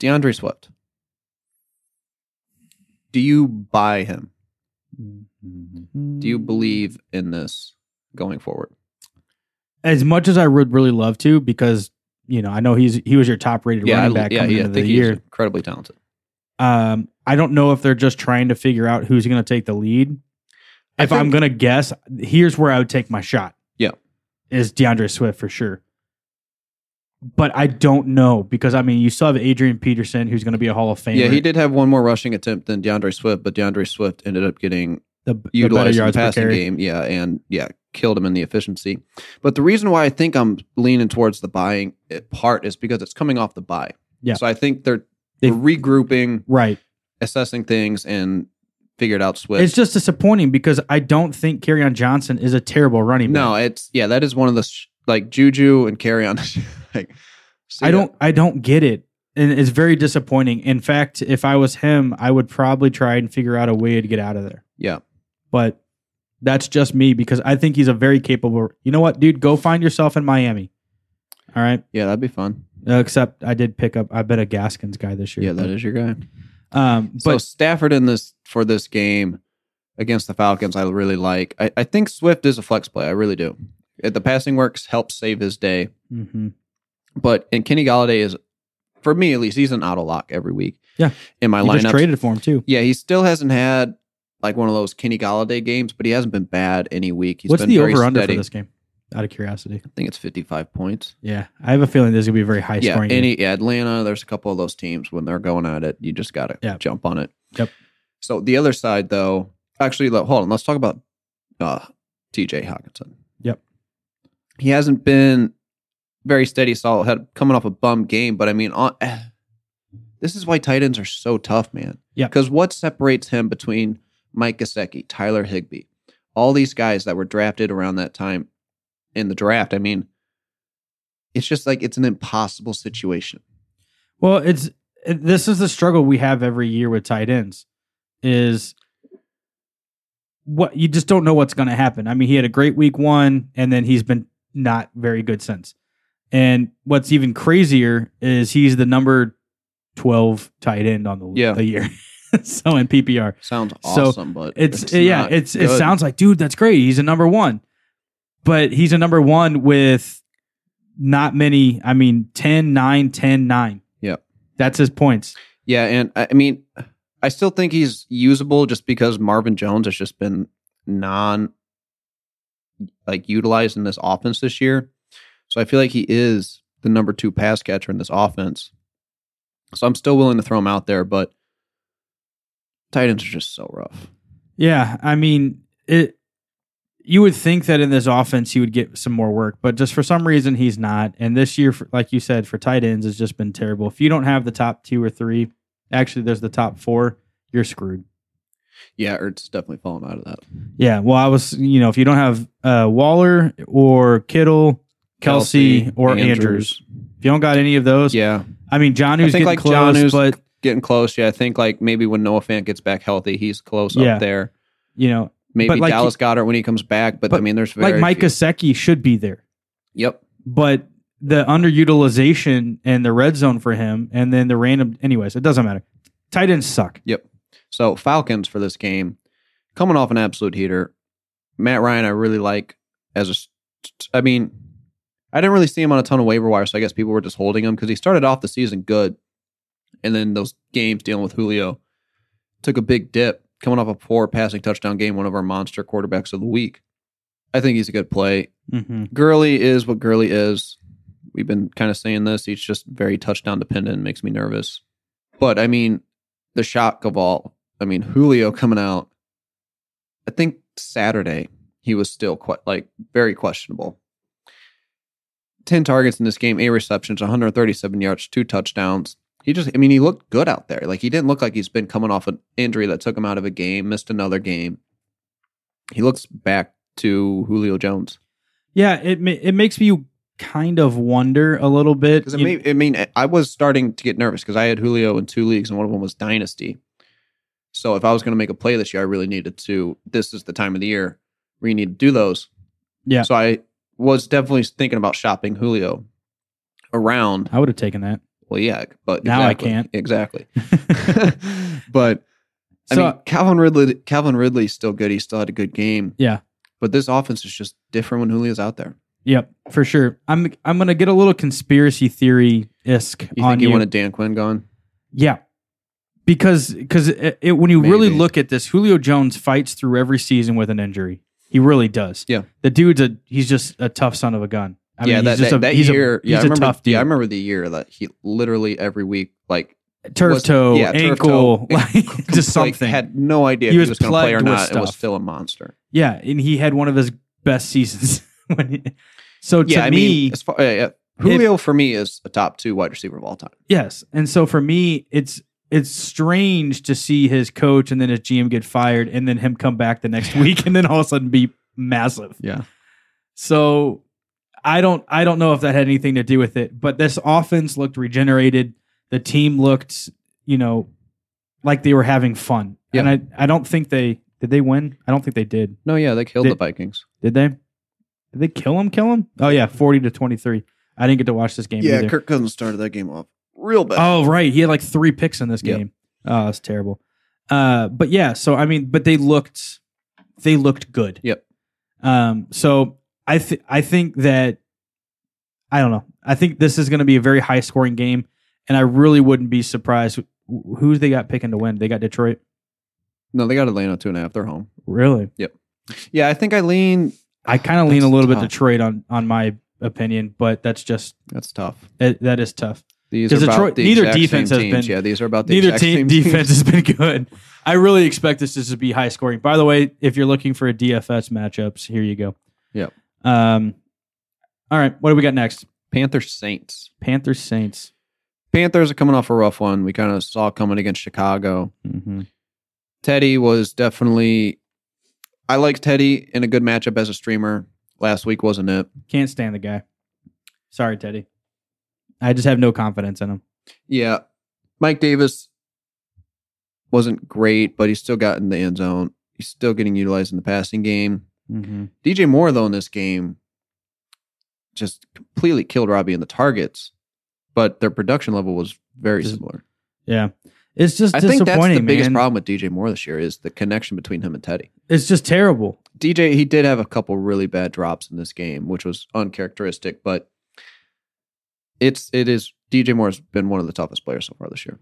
Speaker 3: DeAndre Swift. Do you buy him? Do
Speaker 2: Mm.
Speaker 3: you believe in this going forward?
Speaker 2: As much as I would really love to, because you know, I know he's he was your top rated
Speaker 3: I,
Speaker 2: running back
Speaker 3: yeah,
Speaker 2: coming
Speaker 3: yeah, I
Speaker 2: into the
Speaker 3: think he's
Speaker 2: year.
Speaker 3: incredibly talented.
Speaker 2: Um, I don't know if they're just trying to figure out who's going to take the lead.
Speaker 3: I
Speaker 2: If I'm
Speaker 3: think-
Speaker 2: going to guess, here's where I would take my shot.
Speaker 3: Yeah.
Speaker 2: Is DeAndre Swift for sure. But I don't know because I mean, you still have Adrian Peterson who's going to be a Hall of Famer.
Speaker 3: Yeah, he did have one more rushing attempt than DeAndre Swift, but DeAndre Swift ended up getting
Speaker 2: the, the better
Speaker 3: utilized in the
Speaker 2: yards per
Speaker 3: passing
Speaker 2: carry.
Speaker 3: game. Yeah, and yeah, killed him in the efficiency. But the reason why I think I'm leaning towards the buying it- part is because it's coming off the buy.
Speaker 2: Yeah.
Speaker 3: So I think they're,
Speaker 2: They-
Speaker 3: they're regrouping,
Speaker 2: Right.
Speaker 3: assessing things, and figured out Swift.
Speaker 2: It's just disappointing because I don't think Carryon Johnson is a terrible running back.
Speaker 3: no, it's yeah, that is one of the sh- like Juju and carry on. like, see
Speaker 2: I
Speaker 3: ya.
Speaker 2: don't I don't get it. And it's very disappointing. In fact, if I was him, I would probably try and figure out a way to get out of there.
Speaker 3: Yeah.
Speaker 2: But that's just me because I think he's a very capable. You know what, dude? Go find yourself in Miami. All right.
Speaker 3: Yeah, that'd be fun.
Speaker 2: Uh, except I did pick up. I've been a Gaskins guy this year.
Speaker 3: Yeah, that is your guy.
Speaker 2: Um,
Speaker 3: so
Speaker 2: but
Speaker 3: Stafford in this for this game against the Falcons, I really like. I, I think Swift is a flex play. I really do. Uh, The passing works helps save his day,
Speaker 2: Mhm.
Speaker 3: but and Kenny Galladay is, for me at least, he's an auto lock every week.
Speaker 2: Yeah.
Speaker 3: in my
Speaker 2: you just
Speaker 3: lineup.
Speaker 2: traded for him too.
Speaker 3: yeah, he still hasn't had like one of those Kenny Galladay games, but he hasn't been bad any week. He's
Speaker 2: What's
Speaker 3: been
Speaker 2: the
Speaker 3: very
Speaker 2: over under for
Speaker 3: steady.
Speaker 2: this game? Out of curiosity.
Speaker 3: I think it's fifty five points.
Speaker 2: Yeah, I have a feeling this is gonna be a very high
Speaker 3: yeah,
Speaker 2: scoring. game.
Speaker 3: any yeah, Atlanta. There's a couple of those teams when they're going at it, you just gotta
Speaker 2: Yeah.
Speaker 3: jump on it.
Speaker 2: Yep.
Speaker 3: So the other side, though, actually, let- hold on. Let's talk about uh, T.J. Hawkinson.
Speaker 2: Yep.
Speaker 3: He hasn't been very steady, solid, had coming off a bum game, but I mean, on, eh, this is why tight ends are so tough, man.
Speaker 2: Yeah.
Speaker 3: Because what separates him between Mike Gesicki, Tyler Higbee, all these guys that were drafted around that time in the draft? I mean, it's just like it's an impossible situation.
Speaker 2: Well, it's it- this is the struggle we have every year with tight ends is what you just don't know what's going to happen. I mean, he had a great week one, and then he's been not very good since. And what's even crazier is he's the number twelve tight end on the
Speaker 3: Yeah.
Speaker 2: the year. so in PPR,
Speaker 3: Sounds
Speaker 2: So,
Speaker 3: awesome, but
Speaker 2: it's, yeah,
Speaker 3: not
Speaker 2: it's it
Speaker 3: good.
Speaker 2: sounds like dude, that's great. He's a number one, but he's a number one with not many. I mean, 10, 9, 10, 9.
Speaker 3: Yep.
Speaker 2: That's his points.
Speaker 3: Yeah, and I I mean, I still think he's usable just because Marvin Jones has just been non like utilized in this offense this year. So I feel like he is the number two pass catcher in this offense. So I'm still willing to throw him out there, but tight ends are just so rough.
Speaker 2: Yeah, I mean, it. You would think that in this offense he would get some more work, but just for some reason he's not. And this year, for, like you said, for tight ends has just been terrible. If you don't have the top two or three, actually, there's the top four. You're screwed.
Speaker 3: Yeah, Ertz is definitely falling out of that.
Speaker 2: Yeah. Well, I was, you know, if you don't have uh, Waller or Kittle, Kelsey, or Andrews. if you don't got any of those,
Speaker 3: Yeah.
Speaker 2: I mean, Johnny's
Speaker 3: I think
Speaker 2: getting
Speaker 3: like
Speaker 2: close,
Speaker 3: Johnu's
Speaker 2: but
Speaker 3: getting close. Yeah, I think like maybe when Noah Fant gets back healthy, he's close
Speaker 2: Yeah.
Speaker 3: up there.
Speaker 2: you know,
Speaker 3: Maybe
Speaker 2: But, like,
Speaker 3: Dallas Goddard when he comes back, but, I
Speaker 2: but,
Speaker 3: mean, there's very
Speaker 2: like Mike
Speaker 3: few.
Speaker 2: Gesicki should be there.
Speaker 3: Yep.
Speaker 2: but the underutilization and the red zone for him, and then the random. Anyways, it doesn't matter. Tight ends suck.
Speaker 3: So Falcons for this game, coming off an absolute heater. Matt Ryan, I really like as a. s- I mean, I didn't really see him on a ton of waiver wire, so I guess people were just holding him because he started off the season good, and then those games dealing with Julio took a big dip. Coming off a poor passing touchdown game, one of our monster quarterbacks of the week. I think he's a good play.
Speaker 2: Mm-hmm.
Speaker 3: Gurley is what Gurley is. We've been kind of saying this. He's just very touchdown dependent. Makes me nervous. But I mean, the shock of all. I mean, Julio coming out, I think Saturday, he was still quite like very questionable. 10 targets in this game, eight receptions, 137 yards, two touchdowns. He just, I mean, he looked good out there. Like, he didn't look like he's been coming off an injury that took him out of a game, missed another game. He looks back to Julio Jones.
Speaker 2: Yeah, it ma- it makes me kind of wonder a little bit.
Speaker 3: Because I
Speaker 2: You-
Speaker 3: mean, I mean, eh, I was starting to get nervous because I had Julio in two leagues, and one of them was Dynasty. So if I was going to make a play this year, I really needed to. This is the time of the year where you need to do those.
Speaker 2: Yeah.
Speaker 3: So I was definitely thinking about shopping Julio around.
Speaker 2: I would have taken that.
Speaker 3: Well, yeah, but
Speaker 2: Now I
Speaker 3: exactly,
Speaker 2: can't.
Speaker 3: exactly. but I
Speaker 2: So-
Speaker 3: mean, Calvin Ridley. Calvin Ridley's still good. He still had a good game.
Speaker 2: Yeah.
Speaker 3: But this offense is just different when Julio's out there.
Speaker 2: Yep, for sure. I'm I'm gonna get a little conspiracy theory isk
Speaker 3: You
Speaker 2: on
Speaker 3: think you
Speaker 2: you.
Speaker 3: wanted Dan Quinn gone?
Speaker 2: yeah, because because it, it, when you really
Speaker 3: Maybe.
Speaker 2: look at this, Julio Jones fights through every season with an injury. He really does.
Speaker 3: Yeah.
Speaker 2: the dude's a he's just a tough son of a gun. I
Speaker 3: yeah,
Speaker 2: mean,
Speaker 3: that,
Speaker 2: he's just
Speaker 3: that,
Speaker 2: a,
Speaker 3: that
Speaker 2: he's
Speaker 3: year.
Speaker 2: a, he's
Speaker 3: yeah, I
Speaker 2: a
Speaker 3: remember,
Speaker 2: tough dude.
Speaker 3: Yeah, I remember the year that he literally every week, like
Speaker 2: turf
Speaker 3: was-
Speaker 2: toe,
Speaker 3: yeah, turf
Speaker 2: ankle,
Speaker 3: toe.
Speaker 2: like just
Speaker 3: like,
Speaker 2: something.
Speaker 3: had no idea
Speaker 2: He was
Speaker 3: if he was going to play or
Speaker 2: plagued with
Speaker 3: not, and was
Speaker 2: stuff.
Speaker 3: still a monster.
Speaker 2: yeah, and he had one of his best seasons. when he, so to
Speaker 3: yeah, I
Speaker 2: me,
Speaker 3: mean, as far, yeah, yeah. Julio for me is a top two wide receiver of all time.
Speaker 2: Yes, and so for me, it's it's strange to see his coach and then his GM get fired, and then him come back the next week, and then all of a sudden be massive.
Speaker 3: Yeah,
Speaker 2: So I don't I don't know if that had anything to do with it, but this offense looked regenerated. The team looked, you know, like they were having fun,
Speaker 3: Yeah.
Speaker 2: and I I don't think they did they win. I don't think they did.
Speaker 3: no, yeah, they killed
Speaker 2: Did-
Speaker 3: the Vikings.
Speaker 2: Did they? Did they kill him? Kill him? Oh yeah, forty to twenty three. I didn't get to watch this game. either.
Speaker 3: Kirk Cousins started that game off real bad.
Speaker 2: Oh right, he had like three picks in this
Speaker 3: Yep.
Speaker 2: game. Oh, that's terrible. Uh, but yeah, so I mean, but they looked, they looked good.
Speaker 3: Yep.
Speaker 2: Um, so I th- I think that I don't know. I think this is going to be a very high scoring game, and I really wouldn't be surprised wh- who they got picking to win. They got Detroit.
Speaker 3: No, they got Atlanta two and a half. They're home.
Speaker 2: Really,
Speaker 3: Yeah, I think I lean.
Speaker 2: I kind of lean a
Speaker 3: That's
Speaker 2: little bit
Speaker 3: tough.
Speaker 2: Detroit on on my opinion, but that's just
Speaker 3: That's tough.
Speaker 2: that, that is tough.
Speaker 3: These
Speaker 2: 'Cause
Speaker 3: are
Speaker 2: Detroit-
Speaker 3: about the
Speaker 2: neither
Speaker 3: exact
Speaker 2: defense
Speaker 3: same
Speaker 2: has
Speaker 3: teams.
Speaker 2: been-
Speaker 3: Yeah, these are about the
Speaker 2: Neither
Speaker 3: exact
Speaker 2: team
Speaker 3: same teams.
Speaker 2: defense has been good. I really expect this to be high scoring. By the way, if you're looking for a DFS matchups, here you go.
Speaker 3: Yep.
Speaker 2: Um. All right. What do we got next?
Speaker 3: Panthers Saints.
Speaker 2: Panthers Saints.
Speaker 3: Panthers are coming off a rough one. We kind of saw coming against Chicago. Teddy was definitely. I like Teddy in a good matchup as a streamer. Last week wasn't it?
Speaker 2: Can't stand the guy. Sorry, Teddy. I just have no confidence in him.
Speaker 3: Yeah, Mike Davis wasn't great, but he still got in the end zone. He's still getting utilized in the passing game. DJ Moore though in this game just completely killed Robbie in the targets, but their production level was very
Speaker 2: Just
Speaker 3: similar.
Speaker 2: Yeah. It's just
Speaker 3: I think
Speaker 2: disappointing,
Speaker 3: that's the biggest
Speaker 2: man.
Speaker 3: problem with DJ Moore this year is the connection between him and Teddy.
Speaker 2: It's just terrible.
Speaker 3: DJ he did have a couple really bad drops in this game, which was uncharacteristic, but it's it is DJ Moore's been one of the toughest players so far this year.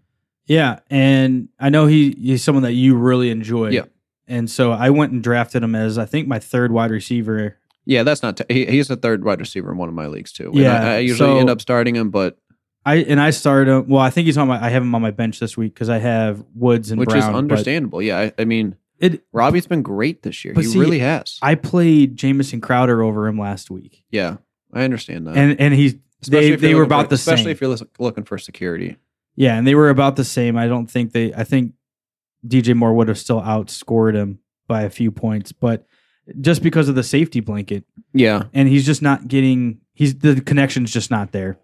Speaker 2: Yeah, and I know he he's someone that you really enjoy.
Speaker 3: Yeah.
Speaker 2: And so I went and drafted him as I think my third wide receiver
Speaker 3: Yeah, that's not he, he's the third wide receiver in one of my leagues too. And
Speaker 2: Yeah,
Speaker 3: I, I usually
Speaker 2: so-
Speaker 3: end up starting him, but
Speaker 2: I and I started him. Well, I think he's on my. I have him on my bench this week because I have Woods and
Speaker 3: which
Speaker 2: Brown.
Speaker 3: is
Speaker 2: but
Speaker 3: understandable. Yeah, I, I mean
Speaker 2: It.
Speaker 3: Robbie's been great this year.
Speaker 2: But
Speaker 3: he
Speaker 2: see,
Speaker 3: really has.
Speaker 2: I played Jamison Crowder over him last week,
Speaker 3: yeah, I understand that.
Speaker 2: and and he's
Speaker 3: Uh, Especially
Speaker 2: they
Speaker 3: if you're
Speaker 2: they were
Speaker 3: looking
Speaker 2: about
Speaker 3: for-
Speaker 2: the
Speaker 3: especially
Speaker 2: same.
Speaker 3: if you're lis- looking for security.
Speaker 2: yeah, and they were about the same. I don't think they. I think DJ Moore would have still outscored him by a few points, but just because of the safety blanket,
Speaker 3: Yeah,
Speaker 2: and he's just not getting. He's the connection's just not there.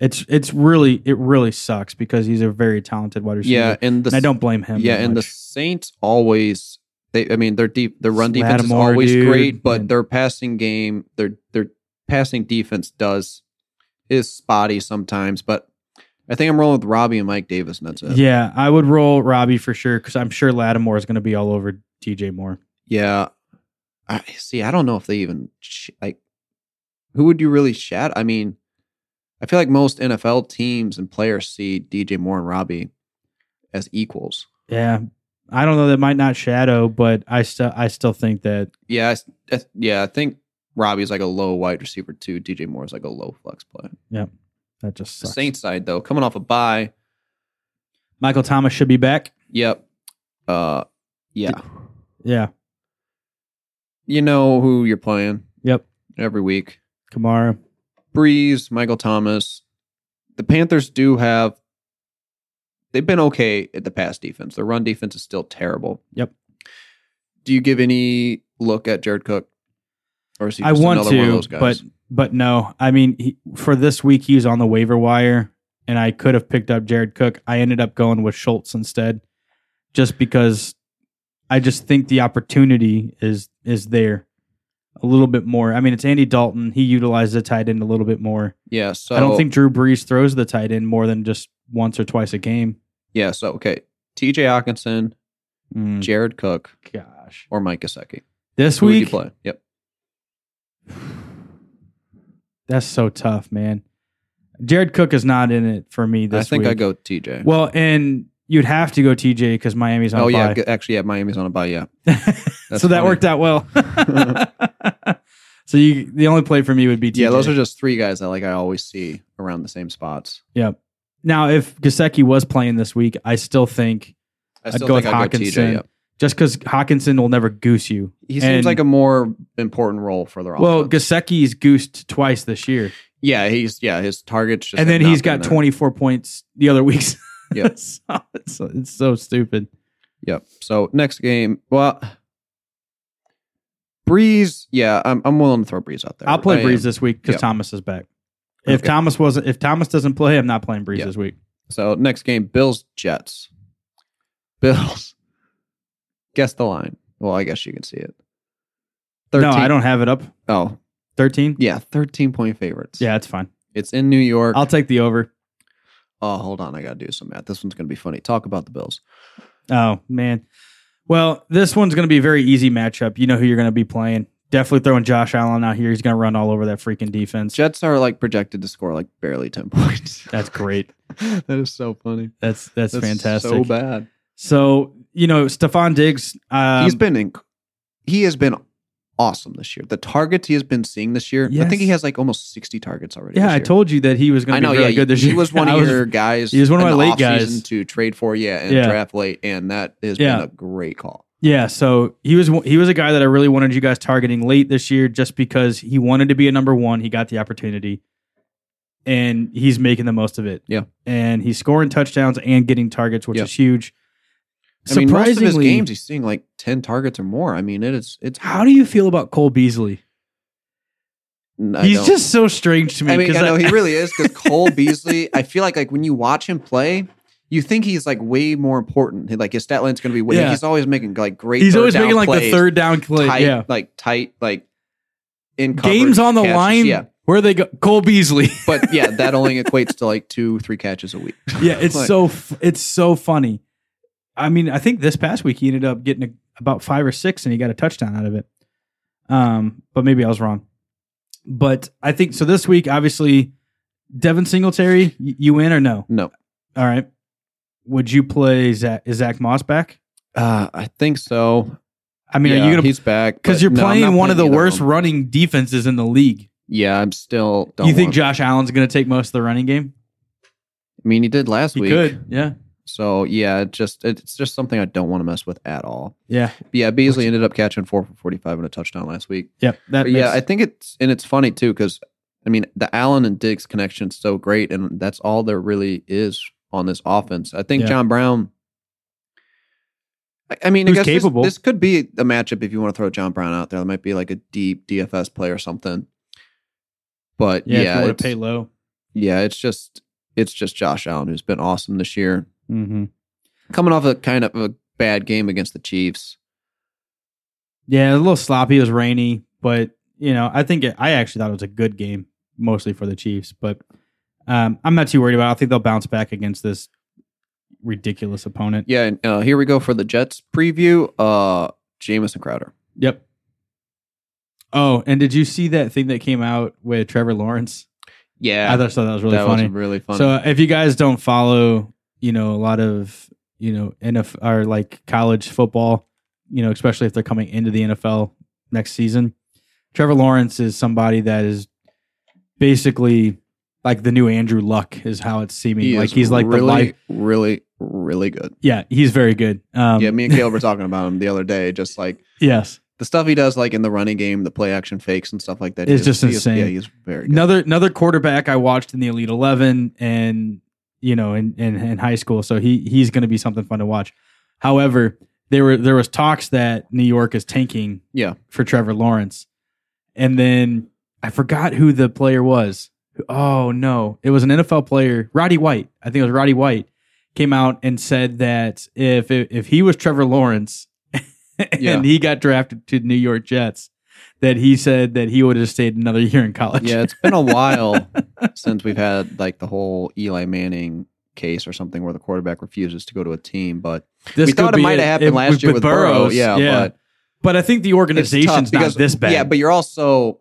Speaker 2: It's it's really it really sucks because he's a very talented wide receiver.
Speaker 3: yeah, and the
Speaker 2: and I don't blame him.
Speaker 3: yeah,
Speaker 2: that
Speaker 3: and the
Speaker 2: much.
Speaker 3: Saints always they I mean their deep their run defense is
Speaker 2: Lattimore,
Speaker 3: always
Speaker 2: dude,
Speaker 3: great, but
Speaker 2: and-
Speaker 3: their passing game, their their passing defense does is spotty sometimes, but I think I'm rolling with Robbie and Mike Davis and that's it.
Speaker 2: Yeah, I would roll Robbie for sure because I'm sure Lattimore is going to be all over DJ Moore.
Speaker 3: Yeah. I see. I don't know if they even sh- like. Who would you really shout? I mean, I feel like most NFL teams and players see DJ Moore and Robbie as equals.
Speaker 2: Yeah, I don't know. That might not shadow, but I still I still think that.
Speaker 3: Yeah, I s- I, th- yeah. I think Robbie's like a low wide receiver too. DJ Moore's like a low flex play.
Speaker 2: Yeah, that just
Speaker 3: The
Speaker 2: sucks.
Speaker 3: Saints side though, coming off a bye,
Speaker 2: Michael Thomas should be back.
Speaker 3: Yep. Uh, yeah.
Speaker 2: Yeah.
Speaker 3: you know who you're playing
Speaker 2: Yep.
Speaker 3: every week.
Speaker 2: Kamara.
Speaker 3: Breeze, Michael Thomas. The Panthers do have. They've been okay at the pass defense. Their run defense is still terrible.
Speaker 2: Yep.
Speaker 3: Do you give any look at Jared Cook? Or is he
Speaker 2: I
Speaker 3: just
Speaker 2: want
Speaker 3: another one of
Speaker 2: to,
Speaker 3: those guys?
Speaker 2: but but no. I mean, he, for this week, he was on the waiver wire, and I could have picked up Jared Cook. I ended up going with Schultz instead, just because I just think the opportunity is is there a little bit more. I mean, it's Andy Dalton. He utilizes the tight end a little bit more.
Speaker 3: yeah, so
Speaker 2: I don't think Drew Brees throws the tight end more than just once or twice a game.
Speaker 3: yeah, so okay. TJ Hawkinson,
Speaker 2: Mm,
Speaker 3: Jared Cook,
Speaker 2: gosh,
Speaker 3: or Mike Gesicki.
Speaker 2: this
Speaker 3: Who would you
Speaker 2: week
Speaker 3: play? Yep.
Speaker 2: that's so tough, man. Jared Cook is not in it for me
Speaker 3: I
Speaker 2: this
Speaker 3: think
Speaker 2: week.
Speaker 3: I go TJ.
Speaker 2: Well, and you'd have to go TJ because Miami's on.
Speaker 3: oh
Speaker 2: a
Speaker 3: yeah,
Speaker 2: bye.
Speaker 3: g- actually yeah, Miami's on a bye, yeah. That's
Speaker 2: so that
Speaker 3: funny.
Speaker 2: worked out well. so you, the only play for me would be TJ.
Speaker 3: Yeah, those are just three guys that like I always see around the same spots.
Speaker 2: yeah. Now, if Gasecki was playing this week, I still think
Speaker 3: I
Speaker 2: I'd go with Hawkinson. just because Hawkinson will never goose you.
Speaker 3: He
Speaker 2: And-
Speaker 3: seems like a more important role for their offense.
Speaker 2: Well, Gasecki's goosed twice this year,
Speaker 3: yeah, he's yeah, his targets just
Speaker 2: and
Speaker 3: have
Speaker 2: then
Speaker 3: not
Speaker 2: he's
Speaker 3: been
Speaker 2: got
Speaker 3: there.
Speaker 2: 24 points the other weeks.
Speaker 3: Yep.
Speaker 2: so it's, so- it's so stupid.
Speaker 3: Yep. So next game, well, Breeze. Yeah, I'm I'm willing to throw Breeze out there.
Speaker 2: I'll
Speaker 3: I
Speaker 2: play
Speaker 3: am.
Speaker 2: Breeze this week because
Speaker 3: Yep.
Speaker 2: Thomas is back. If
Speaker 3: Okay.
Speaker 2: Thomas wasn't, if Thomas doesn't play, I'm not playing Breeze
Speaker 3: Yep.
Speaker 2: this week.
Speaker 3: So next game, Bills Jets. Bills. Guess the line. Well, I guess you can see it.
Speaker 2: No, I don't have it up.
Speaker 3: Oh,
Speaker 2: 13?
Speaker 3: yeah, thirteen point favorites.
Speaker 2: Yeah, it's fine.
Speaker 3: it's in New York.
Speaker 2: I'll take the over.
Speaker 3: oh, hold on, I gotta do some math. This one's gonna be funny. Talk about the Bills.
Speaker 2: Oh, man. Well, this one's going to be a very easy matchup. You know who you're going to be playing. Definitely throwing Josh Allen out here. He's going to run all over that freaking defense.
Speaker 3: Jets are like projected to score like barely ten points.
Speaker 2: That's great.
Speaker 3: that is so funny.
Speaker 2: That's that's, fantastic.
Speaker 3: So
Speaker 2: So,
Speaker 3: bad.
Speaker 2: you know, Stefan Diggs, um,
Speaker 3: He's been in, he has been awesome this year. The targets he has been seeing this year, I think he
Speaker 2: Yes.
Speaker 3: has like almost sixty targets already.
Speaker 2: Yeah,
Speaker 3: this
Speaker 2: I
Speaker 3: year.
Speaker 2: told you that he was going to
Speaker 3: I
Speaker 2: be
Speaker 3: know.
Speaker 2: really
Speaker 3: yeah,
Speaker 2: good this
Speaker 3: he
Speaker 2: year.
Speaker 3: was one
Speaker 2: I
Speaker 3: of your guys.
Speaker 2: he was one of
Speaker 3: in
Speaker 2: my
Speaker 3: the
Speaker 2: late
Speaker 3: offseason
Speaker 2: guys.
Speaker 3: to trade for. Yeah, and
Speaker 2: Yeah.
Speaker 3: draft late, and that has
Speaker 2: Yeah.
Speaker 3: been a great call.
Speaker 2: Yeah, so he was he was a guy that I really wanted you guys targeting late this year, just because he wanted to be a number one. He got the opportunity, and he's making the most of it.
Speaker 3: Yeah.
Speaker 2: and he's scoring touchdowns and getting targets, which
Speaker 3: Yeah.
Speaker 2: is huge.
Speaker 3: I mean, most of his
Speaker 2: Surprisingly,
Speaker 3: games he's seeing like ten targets or more. I mean, it is. It's
Speaker 2: how do you feel about Cole Beasley?
Speaker 3: I
Speaker 2: he's
Speaker 3: don't-
Speaker 2: just so strange to me.
Speaker 3: I mean,
Speaker 2: 'cause
Speaker 3: I know he really is because Cole Beasley. I feel like like when you watch him play, you think he's like way more important. Like his stat line's going to be way.
Speaker 2: Yeah.
Speaker 3: He's always making like great.
Speaker 2: he's
Speaker 3: third
Speaker 2: always
Speaker 3: down
Speaker 2: making like the
Speaker 3: plays,
Speaker 2: third down play.
Speaker 3: tight,
Speaker 2: yeah,
Speaker 3: like tight, like in
Speaker 2: games
Speaker 3: coverage
Speaker 2: on the
Speaker 3: catches.
Speaker 2: line.
Speaker 3: Yeah,
Speaker 2: Where they go, Cole Beasley.
Speaker 3: but yeah, that only equates to like two, three catches a week.
Speaker 2: yeah, it's
Speaker 3: Like,
Speaker 2: so f- it's so funny. I mean, I think this past week he ended up getting a, about five or six, and he got a touchdown out of it. Um, but maybe I was wrong. But I think so. This week, obviously, Devin Singletary, y- you in or no?
Speaker 3: no.
Speaker 2: All right. Would you play Zach? Is Zach Moss back?
Speaker 3: Uh, I think so.
Speaker 2: I mean,
Speaker 3: yeah,
Speaker 2: are you gonna?
Speaker 3: He's back
Speaker 2: Because
Speaker 3: but
Speaker 2: you're
Speaker 3: no, I'm
Speaker 2: playing
Speaker 3: not
Speaker 2: one of the
Speaker 3: either
Speaker 2: worst
Speaker 3: them.
Speaker 2: running defenses in the league.
Speaker 3: yeah, I'm still. Don't
Speaker 2: you think
Speaker 3: want-
Speaker 2: Josh Allen's going to take most of the running game?
Speaker 3: I mean, he did last
Speaker 2: He
Speaker 3: week.
Speaker 2: could. Yeah.
Speaker 3: So yeah, it just it's just something I don't want to mess with at all.
Speaker 2: Yeah.
Speaker 3: Yeah, Beasley ended up catching four for 45 and a touchdown last week.
Speaker 2: Yep. That
Speaker 3: But yeah,
Speaker 2: makes-
Speaker 3: I think it's, and it's funny too, because I mean, the Allen and Diggs connection's so great, and that's all there really is on this offense. I think
Speaker 2: Yeah.
Speaker 3: John Brown, I, I mean,
Speaker 2: Who's
Speaker 3: I guess this-
Speaker 2: capable.
Speaker 3: This, could be a matchup if you want to throw John Brown out there. That might be like a deep DFS play or something. But
Speaker 2: yeah.
Speaker 3: yeah,
Speaker 2: if you want
Speaker 3: it's,
Speaker 2: to pay low.
Speaker 3: yeah, it's just, it's just Josh Allen who's been awesome this year
Speaker 2: Mm-hmm.
Speaker 3: coming off a kind of a bad game against the Chiefs.
Speaker 2: Yeah, it was a little sloppy. It was rainy, but you know, I think it, I actually thought it was a good game, mostly for the Chiefs. But um, I'm not too worried about. it. I think they'll bounce back against this ridiculous opponent.
Speaker 3: Yeah, and uh, here we go for the Jets preview. Uh, Jamison Crowder.
Speaker 2: Yep. Oh, and did you see that thing that came out with Trevor Lawrence?
Speaker 3: Yeah,
Speaker 2: I just thought that was really
Speaker 3: that
Speaker 2: funny.
Speaker 3: was really funny.
Speaker 2: So if you guys don't follow, you know, a lot of you know NF or like college football, you know, especially if they're coming into the NFL next season, Trevor Lawrence is somebody that is basically like the new Andrew Luck is how it's seeming. like
Speaker 3: is
Speaker 2: he's like
Speaker 3: really,
Speaker 2: the life.
Speaker 3: really really good.
Speaker 2: Yeah, he's very good. Um,
Speaker 3: yeah, me and Caleb were talking about him the other day. Just like
Speaker 2: Yes.
Speaker 3: the stuff he does, like in the running game, the play action fakes and stuff like that.
Speaker 2: It's
Speaker 3: He is-
Speaker 2: just
Speaker 3: he is-
Speaker 2: insane.
Speaker 3: yeah, he's very good.
Speaker 2: Another another quarterback I watched in the Elite Eleven and you know in in, in high school, so he he's going to be something fun to watch. However, there were there was talks that New York is tanking
Speaker 3: Yeah.
Speaker 2: for Trevor Lawrence, and then I forgot who the player was. Oh no, it was an NFL player, Roddy White. I think it was Roddy White came out and said that if if he was Trevor Lawrence and
Speaker 3: Yeah.
Speaker 2: he got drafted to New York Jets, that he said that he would have stayed another year in college.
Speaker 3: Yeah, it's been a while since we've had like the whole Eli Manning case or something where the quarterback refuses to go to a team. But
Speaker 2: This
Speaker 3: we thought
Speaker 2: could
Speaker 3: it
Speaker 2: be
Speaker 3: might have happened last year with Burrow. Yeah, but
Speaker 2: But I think the
Speaker 3: it's tough
Speaker 2: organization's not this bad.
Speaker 3: Yeah, but you're also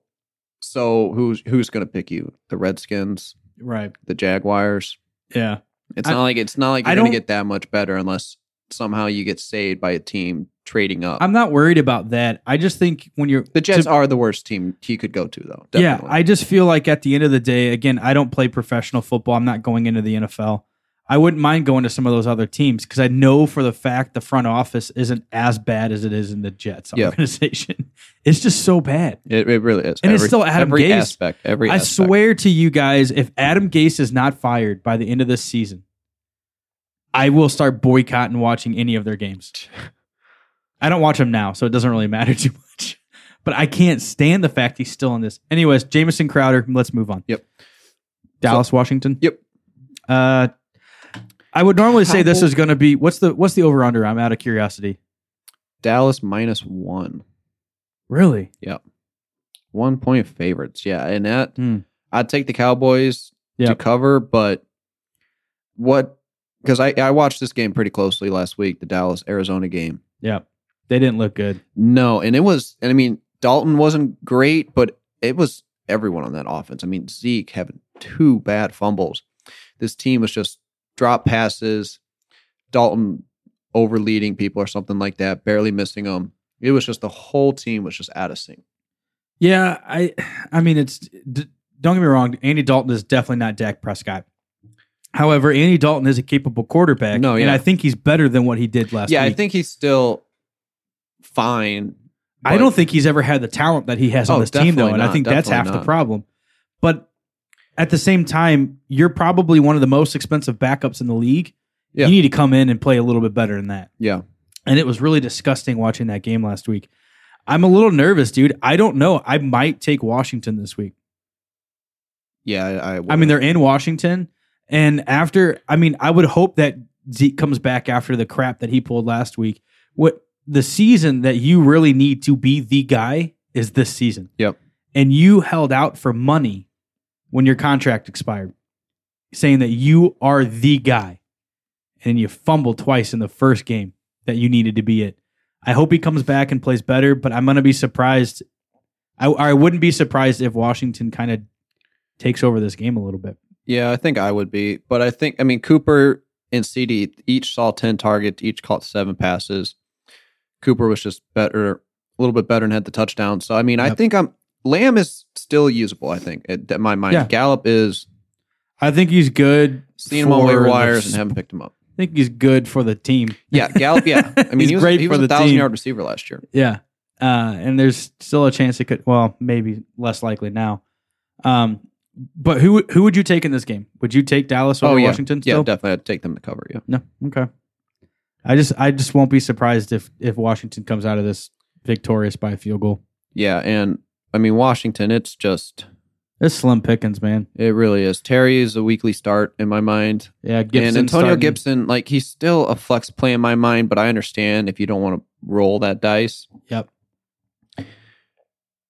Speaker 3: so who's who's going to pick you? The Redskins,
Speaker 2: right.
Speaker 3: the Jaguars.
Speaker 2: Yeah.
Speaker 3: It's
Speaker 2: I-
Speaker 3: not like it's not like
Speaker 2: I
Speaker 3: you're going
Speaker 2: don't-
Speaker 3: to get that much better unless somehow you get saved by a team trading up.
Speaker 2: I'm not worried about that. I just think when you're
Speaker 3: the Jets
Speaker 2: to-
Speaker 3: are the worst team he could go to though.
Speaker 2: Yeah, I just feel like at the end of the day, again, I don't play professional football. I'm not going into the NFL. I wouldn't mind going to some of those other teams because I know for the fact the front office isn't as bad as it is in the Jets
Speaker 3: Yeah.
Speaker 2: organization. It's just so bad.
Speaker 3: it, it really is.
Speaker 2: And it's still Adam
Speaker 3: every
Speaker 2: Gase.
Speaker 3: aspect. Every
Speaker 2: I
Speaker 3: aspect.
Speaker 2: swear to you guys, if Adam Gase is not fired by the end of this season, I will start boycotting watching any of their games. I don't watch them now, so it doesn't really matter too much. But I can't stand the fact he's still in this. Anyways, Jamison Crowder, let's move on.
Speaker 3: Yep.
Speaker 2: Dallas, Washington.
Speaker 3: Yep.
Speaker 2: Uh, I would normally say this
Speaker 3: Cowboy-
Speaker 2: is going to be what's the what's the over under? I'm out of curiosity.
Speaker 3: Dallas minus one.
Speaker 2: Really?
Speaker 3: One point favorites. Yeah. And that
Speaker 2: Hmm.
Speaker 3: I'd take the Cowboys to
Speaker 2: Yep.
Speaker 3: cover, but what because I, I watched this game pretty closely last week, the Dallas Arizona game.
Speaker 2: Yeah. They didn't look good.
Speaker 3: No, and it was and I mean Dalton wasn't great, but it was everyone on that offense. I mean, Zeke having two bad fumbles. This team was just drop passes, Dalton overleading people or something like that, barely missing them. It was just the whole team was just out of sync.
Speaker 2: Yeah, I I mean it's d- don't get me wrong, Andy Dalton is definitely not Dak Prescott. However, Andy Dalton is a capable quarterback
Speaker 3: No,
Speaker 2: and
Speaker 3: yeah.
Speaker 2: I think he's better than what he did last
Speaker 3: yeah,
Speaker 2: week.
Speaker 3: I think he's still fine.
Speaker 2: I don't
Speaker 3: but
Speaker 2: think he's ever had the talent that he has on
Speaker 3: Oh,
Speaker 2: this team though,
Speaker 3: definitely
Speaker 2: and I
Speaker 3: not,
Speaker 2: think that's half
Speaker 3: definitely
Speaker 2: the
Speaker 3: not.
Speaker 2: problem. But at the same time, you're probably one of the most expensive backups in the league.
Speaker 3: Yeah.
Speaker 2: You need to come in and play a little bit better than that.
Speaker 3: Yeah,
Speaker 2: and it was really disgusting watching that game last week. I'm a little nervous, dude. I don't know. I might take Washington this week.
Speaker 3: yeah. I, I,
Speaker 2: I mean, they're in Washington, and after, I mean, I would hope that Zeke comes back after the crap that he pulled last week. What the season that you really need to be the guy is this season.
Speaker 3: Yep.
Speaker 2: And you held out for money when your contract expired, saying that you are the guy, and you fumbled twice in the first game that you needed to be it. I hope he comes back and plays better, but I'm gonna be surprised. I, I wouldn't be surprised if Washington kind of takes over this game a little bit.
Speaker 3: yeah. I think I would be, but I think I mean Cooper and CD each saw ten targets, each caught seven passes. Cooper was just better, a little bit better, and had the touchdown. So I mean, I
Speaker 2: Yep.
Speaker 3: think I'm Lamb is still usable. I think at, at my mind,
Speaker 2: Yeah.
Speaker 3: Gallup is
Speaker 2: I think he's good.
Speaker 3: seeing him on
Speaker 2: for
Speaker 3: waiver
Speaker 2: the-
Speaker 3: wires and haven't picked him up.
Speaker 2: I think he's good for the team.
Speaker 3: Yeah, Gallup. Yeah, I mean
Speaker 2: He's
Speaker 3: he was
Speaker 2: great
Speaker 3: he was
Speaker 2: for
Speaker 3: a
Speaker 2: the
Speaker 3: thousand
Speaker 2: team.
Speaker 3: yard receiver last year.
Speaker 2: Yeah. Uh, and there's still a chance it could, well, maybe less likely now. Um, but who who would you take in this game? Would you take Dallas over
Speaker 3: Oh, yeah.
Speaker 2: Washington
Speaker 3: Yeah,
Speaker 2: still?
Speaker 3: definitely. I'd take them to cover. Yeah,
Speaker 2: no. Okay. I just I just won't be surprised if if Washington comes out of this victorious by a field goal.
Speaker 3: yeah, and I mean Washington. It's just
Speaker 2: It's slim pickings, man.
Speaker 3: It really is. Terry is a weekly start in my mind.
Speaker 2: Yeah, Gibson.
Speaker 3: and Antonio
Speaker 2: starting-
Speaker 3: Gibson, like he's still a flex play in my mind, but I understand if you don't want to roll that dice.
Speaker 2: Yep.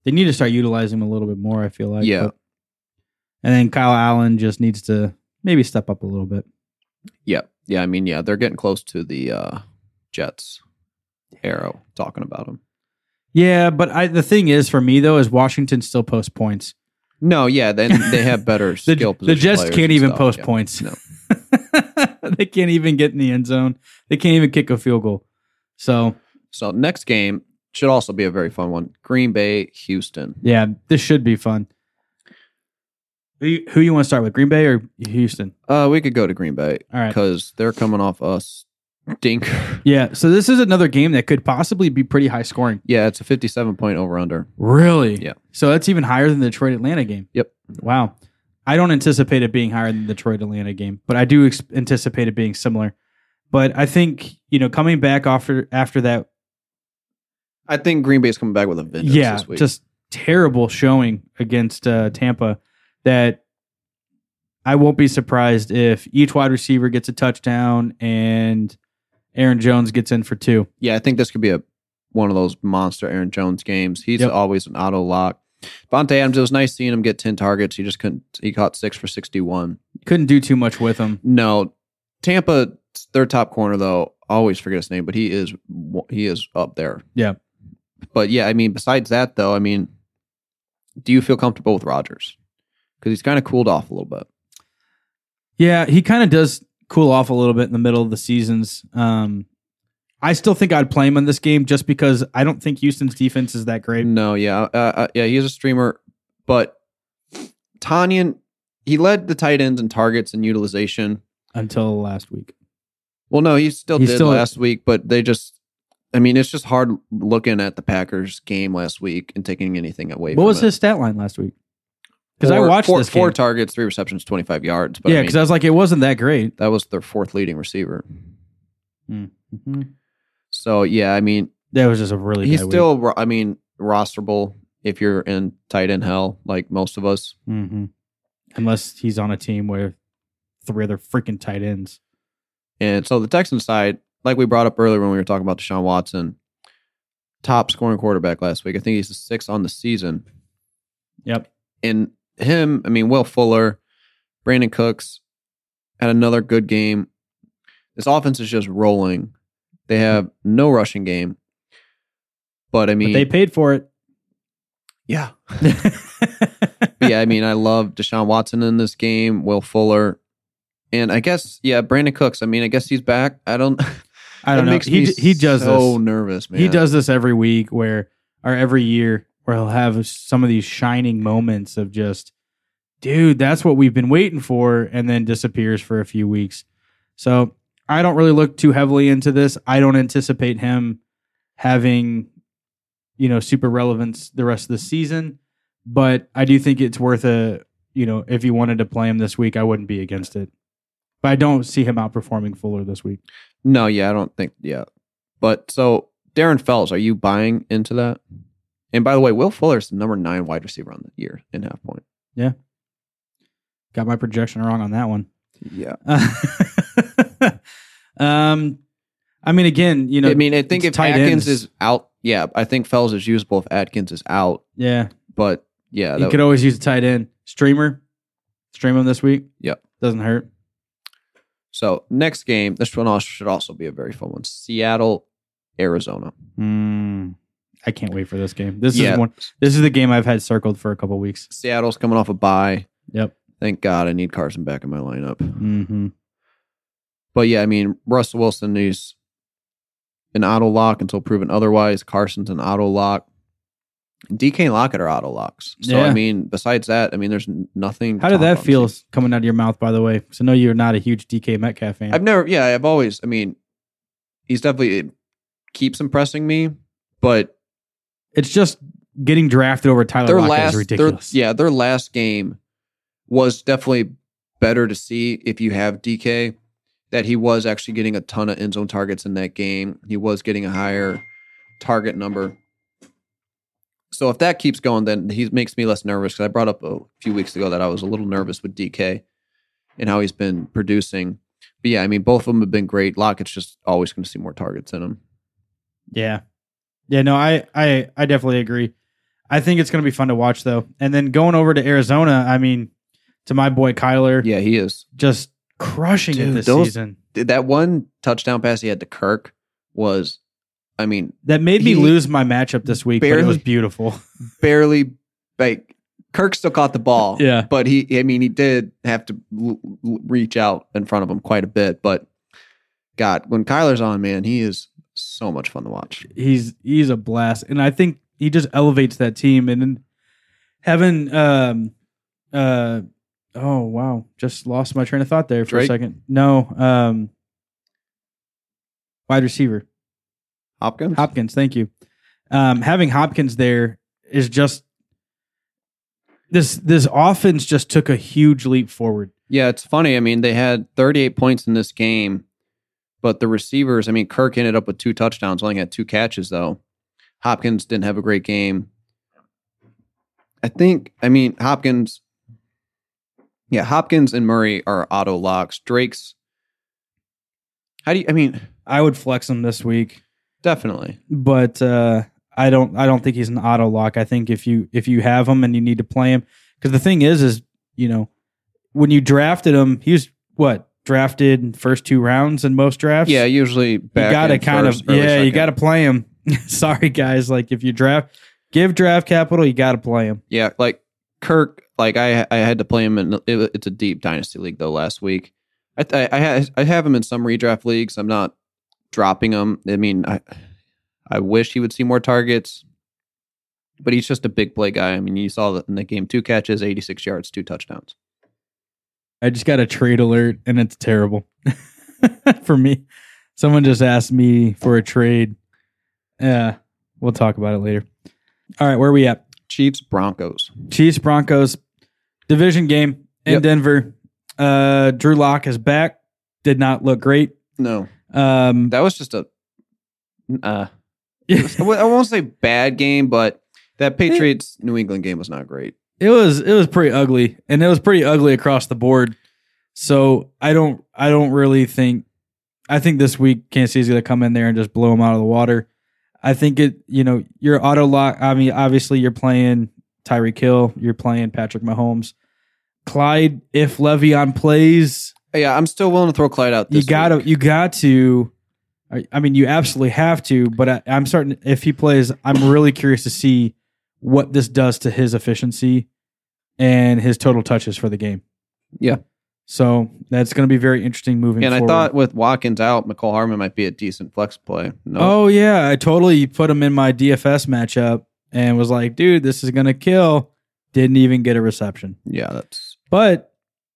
Speaker 2: They need to start utilizing him a little bit more, I feel like.
Speaker 3: Yeah.
Speaker 2: but- and then Kyle Allen just needs to maybe step up a little bit.
Speaker 3: Yeah. Yeah. I mean, yeah, they're getting close to the uh Jets arrow talking about him.
Speaker 2: Yeah, but I the thing is for me though is Washington still posts points.
Speaker 3: No, yeah, then they have better
Speaker 2: The,
Speaker 3: skill
Speaker 2: the
Speaker 3: position.
Speaker 2: Jets
Speaker 3: players
Speaker 2: can't
Speaker 3: and
Speaker 2: even
Speaker 3: stuff,
Speaker 2: post
Speaker 3: yeah.
Speaker 2: points.
Speaker 3: No.
Speaker 2: they can't even get in the end zone. They can't even kick a field goal. So
Speaker 3: So next game should also be a very fun one. Green Bay, Houston.
Speaker 2: yeah, this should be fun. Who you, who you want to start with, Green Bay or Houston?
Speaker 3: Uh, we could go to Green Bay
Speaker 2: All right.
Speaker 3: because they're coming off us stinker.
Speaker 2: Yeah. So this is another game that could possibly be pretty high scoring.
Speaker 3: Yeah, it's a 57 point over under.
Speaker 2: Really?
Speaker 3: Yeah.
Speaker 2: So that's even higher than the Detroit Atlanta game.
Speaker 3: Yep.
Speaker 2: Wow. I don't anticipate it being higher than the Detroit Atlanta game, but I do ex- anticipate it being similar. But I think, you know, coming back after after that,
Speaker 3: I think Green Bay's coming back with a vengeance
Speaker 2: yeah,
Speaker 3: this week.
Speaker 2: just terrible showing against uh, Tampa that I won't be surprised if each wide receiver gets a touchdown and Aaron Jones gets in for two.
Speaker 3: yeah, I think this could be a one of those monster Aaron Jones games. He's
Speaker 2: Yep.
Speaker 3: always an auto lock. Bonte Adams, it was nice seeing him get 10 targets. He just couldn't, he caught six for 61.
Speaker 2: Couldn't do too much with him.
Speaker 3: No, Tampa, their top corner, though, always forget his name, but he is, he is up there.
Speaker 2: Yeah.
Speaker 3: But yeah, I mean, besides that, though, I mean, do you feel comfortable with Rodgers? Because he's kind of cooled off a little bit.
Speaker 2: Yeah, he kind of does cool off a little bit in the middle of the seasons. Um, I still think I'd play him in this game just because I don't think Houston's defense is that great.
Speaker 3: No, yeah, uh, uh, yeah, he's a streamer, but Tanyan, he led the tight ends in targets and utilization.
Speaker 2: until last week.
Speaker 3: Well, no, he still
Speaker 2: He's
Speaker 3: did
Speaker 2: still-
Speaker 3: last week, but they just, I mean, it's just hard looking at the Packers game last week and taking anything away.
Speaker 2: What
Speaker 3: from
Speaker 2: was
Speaker 3: it.
Speaker 2: his stat line last week? Because I
Speaker 3: Four-
Speaker 2: watched
Speaker 3: four,
Speaker 2: this
Speaker 3: four
Speaker 2: game.
Speaker 3: targets, three receptions, twenty five yards. But
Speaker 2: yeah,
Speaker 3: I
Speaker 2: because
Speaker 3: mean,
Speaker 2: I was like, it wasn't that great.
Speaker 3: that was their fourth leading receiver. So yeah, I mean,
Speaker 2: That was just a really
Speaker 3: Mm-hmm. he's
Speaker 2: bad
Speaker 3: still, ro- I mean, rosterable if you're in tight end hell, like most of us.
Speaker 2: Week. hmm Unless he's on a team where three other freaking tight ends.
Speaker 3: And so the Texans side, like we brought up earlier when we were talking about Deshaun Watson, top scoring quarterback last week. I think he's the sixth on the season.
Speaker 2: Yep.
Speaker 3: And him, I mean, Will Fuller, Brandon Cooks had another good game. This offense is just rolling. They have no rushing game. But I mean,
Speaker 2: Mm-hmm. but they paid for it.
Speaker 3: yeah. But yeah, I mean, I love Deshaun Watson in this game, Will Fuller. And I guess, yeah, Brandon Cooks. I mean, I guess he's back. I don't.
Speaker 2: I don't
Speaker 3: That
Speaker 2: know.
Speaker 3: makes
Speaker 2: He
Speaker 3: me
Speaker 2: he does
Speaker 3: so
Speaker 2: this.
Speaker 3: nervous, man.
Speaker 2: He does this every week, where or every year, where he'll have some of these shining moments of just, dude, that's what we've been waiting for, and then disappears for a few weeks. So I don't really look too heavily into this. I don't anticipate him having, you know, super relevance the rest of the season, but I do think it's worth a, you know, if you wanted to play him this week, I wouldn't be against it. But I don't see him outperforming Fuller this week.
Speaker 3: No, yeah, I don't think yeah. But so Darren Fells, are you buying into that? And by the way, Will Fuller's the number nine wide receiver on the year in half point.
Speaker 2: Got my projection wrong on that one.
Speaker 3: Yeah,
Speaker 2: um, I mean, again, you know,
Speaker 3: I mean, I think
Speaker 2: it's
Speaker 3: if
Speaker 2: tight ends.
Speaker 3: Atkins is out, yeah, I think Fells is usable if Atkins is out.
Speaker 2: yeah,
Speaker 3: But yeah,
Speaker 2: you
Speaker 3: that-
Speaker 2: could always use a tight end streamer. Stream him this week.
Speaker 3: Yep.
Speaker 2: doesn't hurt.
Speaker 3: so next game, this one also should also be a very fun one. Seattle, Arizona.
Speaker 2: Mm, I can't wait for this game. This
Speaker 3: Yeah.
Speaker 2: is one. This is the game I've had circled for a couple weeks.
Speaker 3: Seattle's coming off a bye.
Speaker 2: Yep.
Speaker 3: Thank God I need Carson back in my lineup.
Speaker 2: Mm-hmm.
Speaker 3: But yeah, I mean, Russell Wilson is an auto lock until proven otherwise. Carson's an auto lock. DK and Lockett are auto locks. So
Speaker 2: Yeah.
Speaker 3: I mean, besides that, I mean, there's n- nothing. to
Speaker 2: How did
Speaker 3: talk
Speaker 2: that
Speaker 3: about.
Speaker 2: feel coming out of your mouth? By the way, because I know you're not a huge DK Metcalf fan.
Speaker 3: I've never. Yeah, I've always. I mean, he's definitely it keeps impressing me. But
Speaker 2: it's just getting drafted over Tyler
Speaker 3: their
Speaker 2: Lockett
Speaker 3: last,
Speaker 2: is
Speaker 3: their-
Speaker 2: ridiculous.
Speaker 3: yeah, their last game was definitely better to see if you have DK. That he was actually getting a ton of end zone targets in that game. He was getting a higher target number. So if that keeps going, then he makes me less nervous because I brought up a few weeks ago that I was a little nervous with DK and how he's been producing. But yeah, I mean, both of them have been great. Lockett's just always going to see more targets in him.
Speaker 2: Yeah. Yeah, no, I I I definitely agree. I think it's going to be fun to watch though. And then going over to Arizona, I mean, to my boy Kyler,
Speaker 3: Yeah, he is.
Speaker 2: just crushing it
Speaker 3: Dude,
Speaker 2: this
Speaker 3: those-
Speaker 2: season.
Speaker 3: That one touchdown pass he had to Kirk was, I mean,
Speaker 2: That made me
Speaker 3: he
Speaker 2: lose my matchup this week, but it was
Speaker 3: barely-
Speaker 2: beautiful.
Speaker 3: barely like Kirk still caught the ball.
Speaker 2: Yeah.
Speaker 3: But he, I mean, he did have to l- l- reach out in front of him quite a bit. But God, when Kyler's on, man, he is so much fun to watch.
Speaker 2: He's he's a blast, and I think he just elevates that team. And then having um uh Oh wow, just lost my train of thought there for a
Speaker 3: Drake?
Speaker 2: second. No, um, wide receiver
Speaker 3: Hopkins.
Speaker 2: Hopkins. Thank you. Um, having Hopkins there is just this. This offense just took a huge leap forward.
Speaker 3: Yeah, it's funny. I mean, they had 38 points in this game, but the receivers, I mean, Kirk ended up with two touchdowns, only had two catches, though. Hopkins didn't have a great game. I think, I mean, Hopkins, yeah, Hopkins and Murray are auto locks. Drake's, how do you, I mean,
Speaker 2: I would flex him this week,
Speaker 3: definitely.
Speaker 2: but uh, I don't. I don't think he's an auto lock. I think if you if you have him and you need to play him, because the thing is, is you know when you drafted him, he was what drafted first two rounds in most drafts.
Speaker 3: Yeah, usually back
Speaker 2: you gotta
Speaker 3: end
Speaker 2: kind
Speaker 3: first,
Speaker 2: of
Speaker 3: early
Speaker 2: yeah you
Speaker 3: second.
Speaker 2: gotta play him sorry guys like if you draft give draft capital you gotta play him
Speaker 3: Yeah, like Kirk, like I I had to play him in it, it's a deep dynasty league though last week. I th- I ha- I have him in some redraft leagues. I'm not dropping him. I mean, I I wish he would see more targets, but he's just a big play guy. I mean, you saw that in the game: two catches, 86 yards, two touchdowns.
Speaker 2: i just got a trade alert and it's terrible for me someone just asked me for a trade yeah we'll talk about it later all right where are we at
Speaker 3: Chiefs, Broncos.
Speaker 2: chiefs broncos division game in
Speaker 3: Yep.
Speaker 2: denver uh drew Lock is back did not look great
Speaker 3: No,
Speaker 2: um
Speaker 3: that was just a uh, I won't say bad game, but that Patriots New England game was not great.
Speaker 2: it was it was pretty ugly and it was pretty ugly across the board so i don't i don't really think i think this week kansas city's going to come in there and just blow them out of the water i think it you know your auto lock i mean obviously you're playing tyree kill you're playing patrick mahomes clyde if le'Veon plays
Speaker 3: Yeah, I'm still willing to throw Clyde out. This
Speaker 2: you gotta
Speaker 3: week.
Speaker 2: you got to I- I mean, you absolutely have to, but I, I'm starting. If he plays, I'm really curious to see what this does to his efficiency and his total touches for the game.
Speaker 3: Yeah.
Speaker 2: So that's going to be very interesting moving.
Speaker 3: And I
Speaker 2: forward.
Speaker 3: thought with Watkins out, McCall Harmon might be a decent flex play. No,
Speaker 2: oh yeah, I totally put him in my DFS matchup and was like, dude, this is going to kill. Didn't even get a reception.
Speaker 3: yeah, that's
Speaker 2: But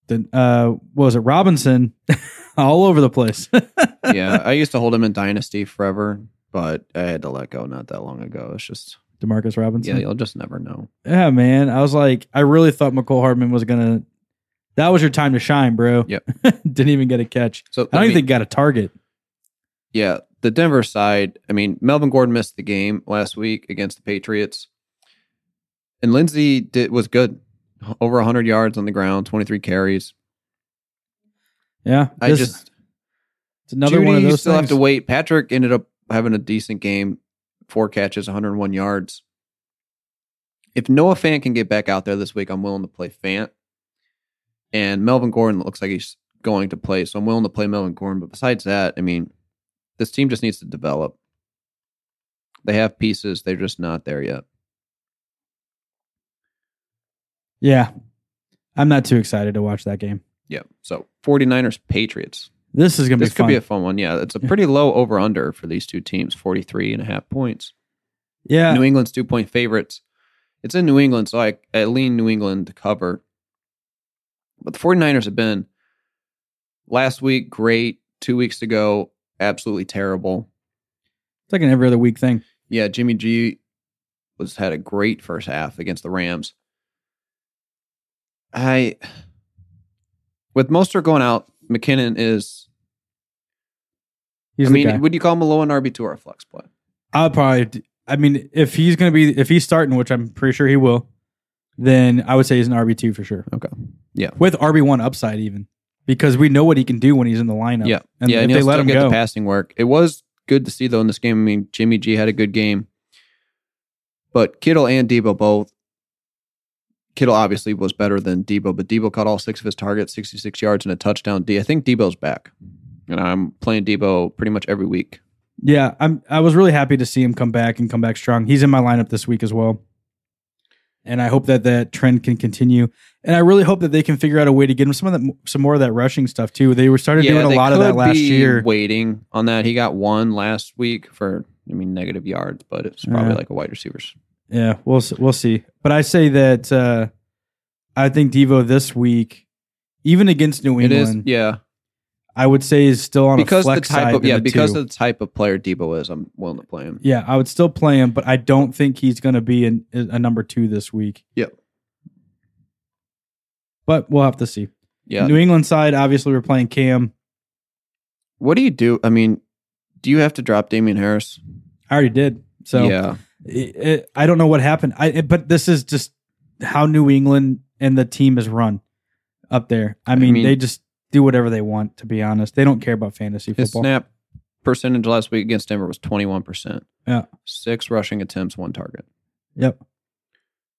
Speaker 2: the uh, what was it Robinson all over the place?
Speaker 3: yeah. I used to hold him in Dynasty forever, but I had to let go not that long ago. It's just
Speaker 2: Demarcus Robinson.
Speaker 3: yeah, you'll just never know.
Speaker 2: Yeah, man. I was like, I really thought McCole Hardman was gonna. That was your time to shine, bro.
Speaker 3: Yep.
Speaker 2: Didn't even get a catch.
Speaker 3: So
Speaker 2: I don't even
Speaker 3: mean,
Speaker 2: think got a target.
Speaker 3: yeah, the Denver side. I mean, Melvin Gordon missed the game last week against the Patriots, and Lindsey did was good, over 100 yards on the ground, 23 carries.
Speaker 2: Yeah.
Speaker 3: I
Speaker 2: this-
Speaker 3: just
Speaker 2: it's another
Speaker 3: Judy,
Speaker 2: one of
Speaker 3: you
Speaker 2: those.
Speaker 3: still have
Speaker 2: things.
Speaker 3: to wait. Patrick ended up having a decent game, four catches, 101 yards. If Noah Fant can get back out there this week, I'm willing to play Fant. And Melvin Gordon looks like he's going to play, so I'm willing to play Melvin Gordon. But besides that, I mean, this team just needs to develop. They have pieces, they're just not there yet.
Speaker 2: Yeah. I'm not too excited to watch that game.
Speaker 3: Yeah. So 49ers, Patriots.
Speaker 2: This is gonna
Speaker 3: This
Speaker 2: be
Speaker 3: could
Speaker 2: fun.
Speaker 3: be a fun one. Yeah. It's a pretty low over under for these two teams, 43 and a half points.
Speaker 2: yeah.
Speaker 3: New England's two point favorites. It's in New England, so I, I lean New England to cover. But the 49ers have been last week great, two weeks ago, absolutely terrible.
Speaker 2: It's like an every other week thing.
Speaker 3: Yeah, Jimmy G was had a great first half against the Rams. I with Mostert going out, McKinnon is
Speaker 2: He's
Speaker 3: I
Speaker 2: the
Speaker 3: mean,
Speaker 2: guy.
Speaker 3: would you call him a low and RB two or a flex play?
Speaker 2: I'll probably. d- I mean, if he's gonna be, if he's starting, which I'm pretty sure he will, then I would say he's an RB two for sure.
Speaker 3: Okay. Yeah.
Speaker 2: With RB one upside even, because we know what he can do when he's in the lineup.
Speaker 3: Yeah,
Speaker 2: And
Speaker 3: yeah,
Speaker 2: if
Speaker 3: and
Speaker 2: they
Speaker 3: he'll
Speaker 2: let
Speaker 3: still
Speaker 2: him
Speaker 3: get
Speaker 2: go,
Speaker 3: the passing work. It was good to see though in this game. I mean, Jimmy G had a good game, but Kittle and Debo both. Kittle obviously was better than Debo, but Debo caught all six of his targets, sixty-six yards and a touchdown. D. I think Debo's back, and I'm playing Debo pretty much every week.
Speaker 2: Yeah, I'm. I was really happy to see him come back and come back strong. He's in my lineup this week as well, and I hope that that trend can continue. And I really hope that they can figure out a way to get him some of that, some more of that rushing stuff too. They were started doing a
Speaker 3: they
Speaker 2: lot of that
Speaker 3: could
Speaker 2: last
Speaker 3: be
Speaker 2: year.
Speaker 3: Waiting on that, he got one last week for I mean negative yards, but it's probably
Speaker 2: Yeah.
Speaker 3: like a wide receivers.
Speaker 2: Yeah, we'll s- we'll see. But I say that uh, I think Devo this week even against New
Speaker 3: It is,
Speaker 2: England,
Speaker 3: yeah,
Speaker 2: I would say is still on
Speaker 3: because
Speaker 2: a
Speaker 3: the
Speaker 2: flex
Speaker 3: type
Speaker 2: side
Speaker 3: of yeah
Speaker 2: the
Speaker 3: because
Speaker 2: two.
Speaker 3: of the type of player Debo is. I'm willing to play him.
Speaker 2: Yeah, I would still play him, but I don't think he's going to be an, a number two this week.
Speaker 3: Yep.
Speaker 2: But we'll have to see.
Speaker 3: Yeah.
Speaker 2: New England side, obviously, we're playing Cam.
Speaker 3: What do you do? I mean, do you have to drop Damian Harris?
Speaker 2: I already did. So
Speaker 3: yeah,
Speaker 2: it, it, I don't know what happened. I it- but this is just how New England and the team is run up there. I mean,
Speaker 3: mean-
Speaker 2: they just do whatever they want. To be honest, they don't care about fantasy
Speaker 3: his
Speaker 2: football.
Speaker 3: snap percentage last week against Denver was 21 percent.
Speaker 2: Yeah.
Speaker 3: six rushing attempts, one target.
Speaker 2: Yep.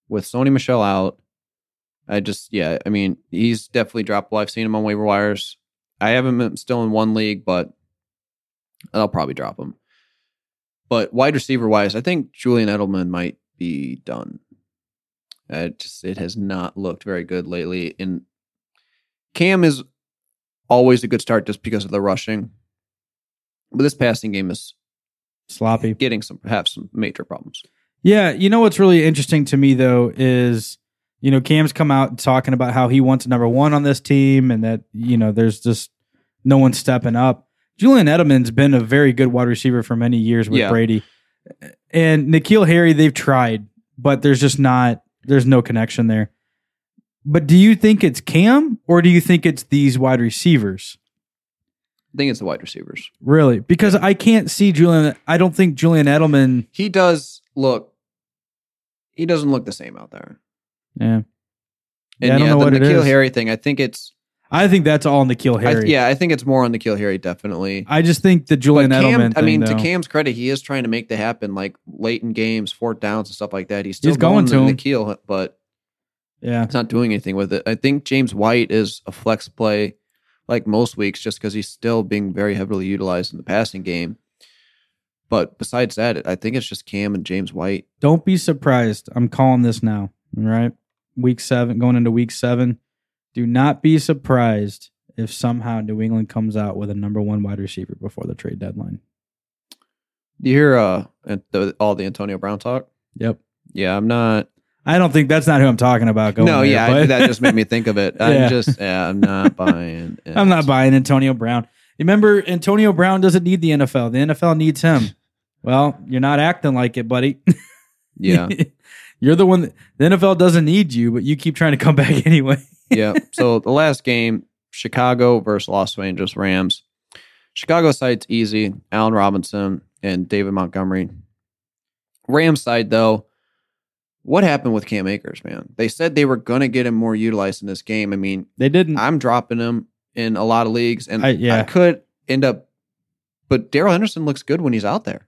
Speaker 3: With Sony Michelle out, I just yeah. I mean, he's definitely droppable. I've seen him on waiver wires. I haven't been still in one league, but I'll probably drop him. But wide receiver wise, I think Julian Edelman might be done. I just it has not looked very good lately. And Cam is always a good start just because of the rushing. But this passing game is
Speaker 2: Sloppy.
Speaker 3: getting some have some major problems.
Speaker 2: Yeah, you know what's really interesting to me though is you know Cam's come out talking about how he wants number one on this team and that you know there's just no one stepping up. Julian Edelman's been a very good wide receiver for many years with
Speaker 3: Yeah.
Speaker 2: Brady, and Nikhil Harry they've tried, but there's just not there's no connection there. But do you think it's Cam or do you think it's these wide receivers?
Speaker 3: I think it's the wide receivers.
Speaker 2: Really, because I can't see Julian. I don't think Julian Edelman.
Speaker 3: He does look he doesn't look the same out there.
Speaker 2: Yeah,
Speaker 3: And
Speaker 2: Yeah, I don't know
Speaker 3: the
Speaker 2: what it
Speaker 3: Nikhil
Speaker 2: is.
Speaker 3: Harry thing, I think it's
Speaker 2: I think that's all Nikhil
Speaker 3: I,
Speaker 2: Harry.
Speaker 3: yeah, I think it's more on Nikhil Harry definitely.
Speaker 2: I just think the Julian
Speaker 3: But Cam,
Speaker 2: Edelman.
Speaker 3: I mean,
Speaker 2: thing,
Speaker 3: to
Speaker 2: though.
Speaker 3: Cam's credit, he is trying to make that happen, like late in games, fourth downs and stuff like that. He's still
Speaker 2: He's going to
Speaker 3: the
Speaker 2: him.
Speaker 3: Nikhil, but
Speaker 2: yeah,
Speaker 3: it's not doing anything with it. I think James White is a flex play, like most weeks, just because he's still being very heavily utilized in the passing game. But besides that, I think it's just Cam and James White.
Speaker 2: don't be surprised. I'm calling this now. All right, week seven, going into week seven. Do not be surprised if somehow New England comes out with a number one wide receiver before the trade deadline.
Speaker 3: You hear uh, at the, all the Antonio Brown talk?
Speaker 2: Yep.
Speaker 3: Yeah, I'm not.
Speaker 2: I don't think that's not who I'm talking about. Going
Speaker 3: no,
Speaker 2: there,
Speaker 3: yeah, I,
Speaker 2: but-
Speaker 3: that just made me think of it.
Speaker 2: Yeah.
Speaker 3: I'm just, yeah, I'm not buying. It.
Speaker 2: I'm not buying Antonio Brown. Remember, Antonio Brown doesn't need the NFL. The NFL needs him. Well, you're not acting like it, buddy.
Speaker 3: Yeah,
Speaker 2: you're the one. That, the NFL doesn't need you, but you keep trying to come back anyway.
Speaker 3: yeah. So the last game, Chicago versus Los Angeles Rams. Chicago side's easy. Allen Robinson and David Montgomery. Rams side though, what happened with Cam Akers, man? They said they were gonna get him more utilized in this game. I mean,
Speaker 2: They didn't.
Speaker 3: I'm dropping him in a lot of leagues, and
Speaker 2: Mm. I-
Speaker 3: I,
Speaker 2: yeah.
Speaker 3: could end up. But Daryl Henderson looks good when he's out there.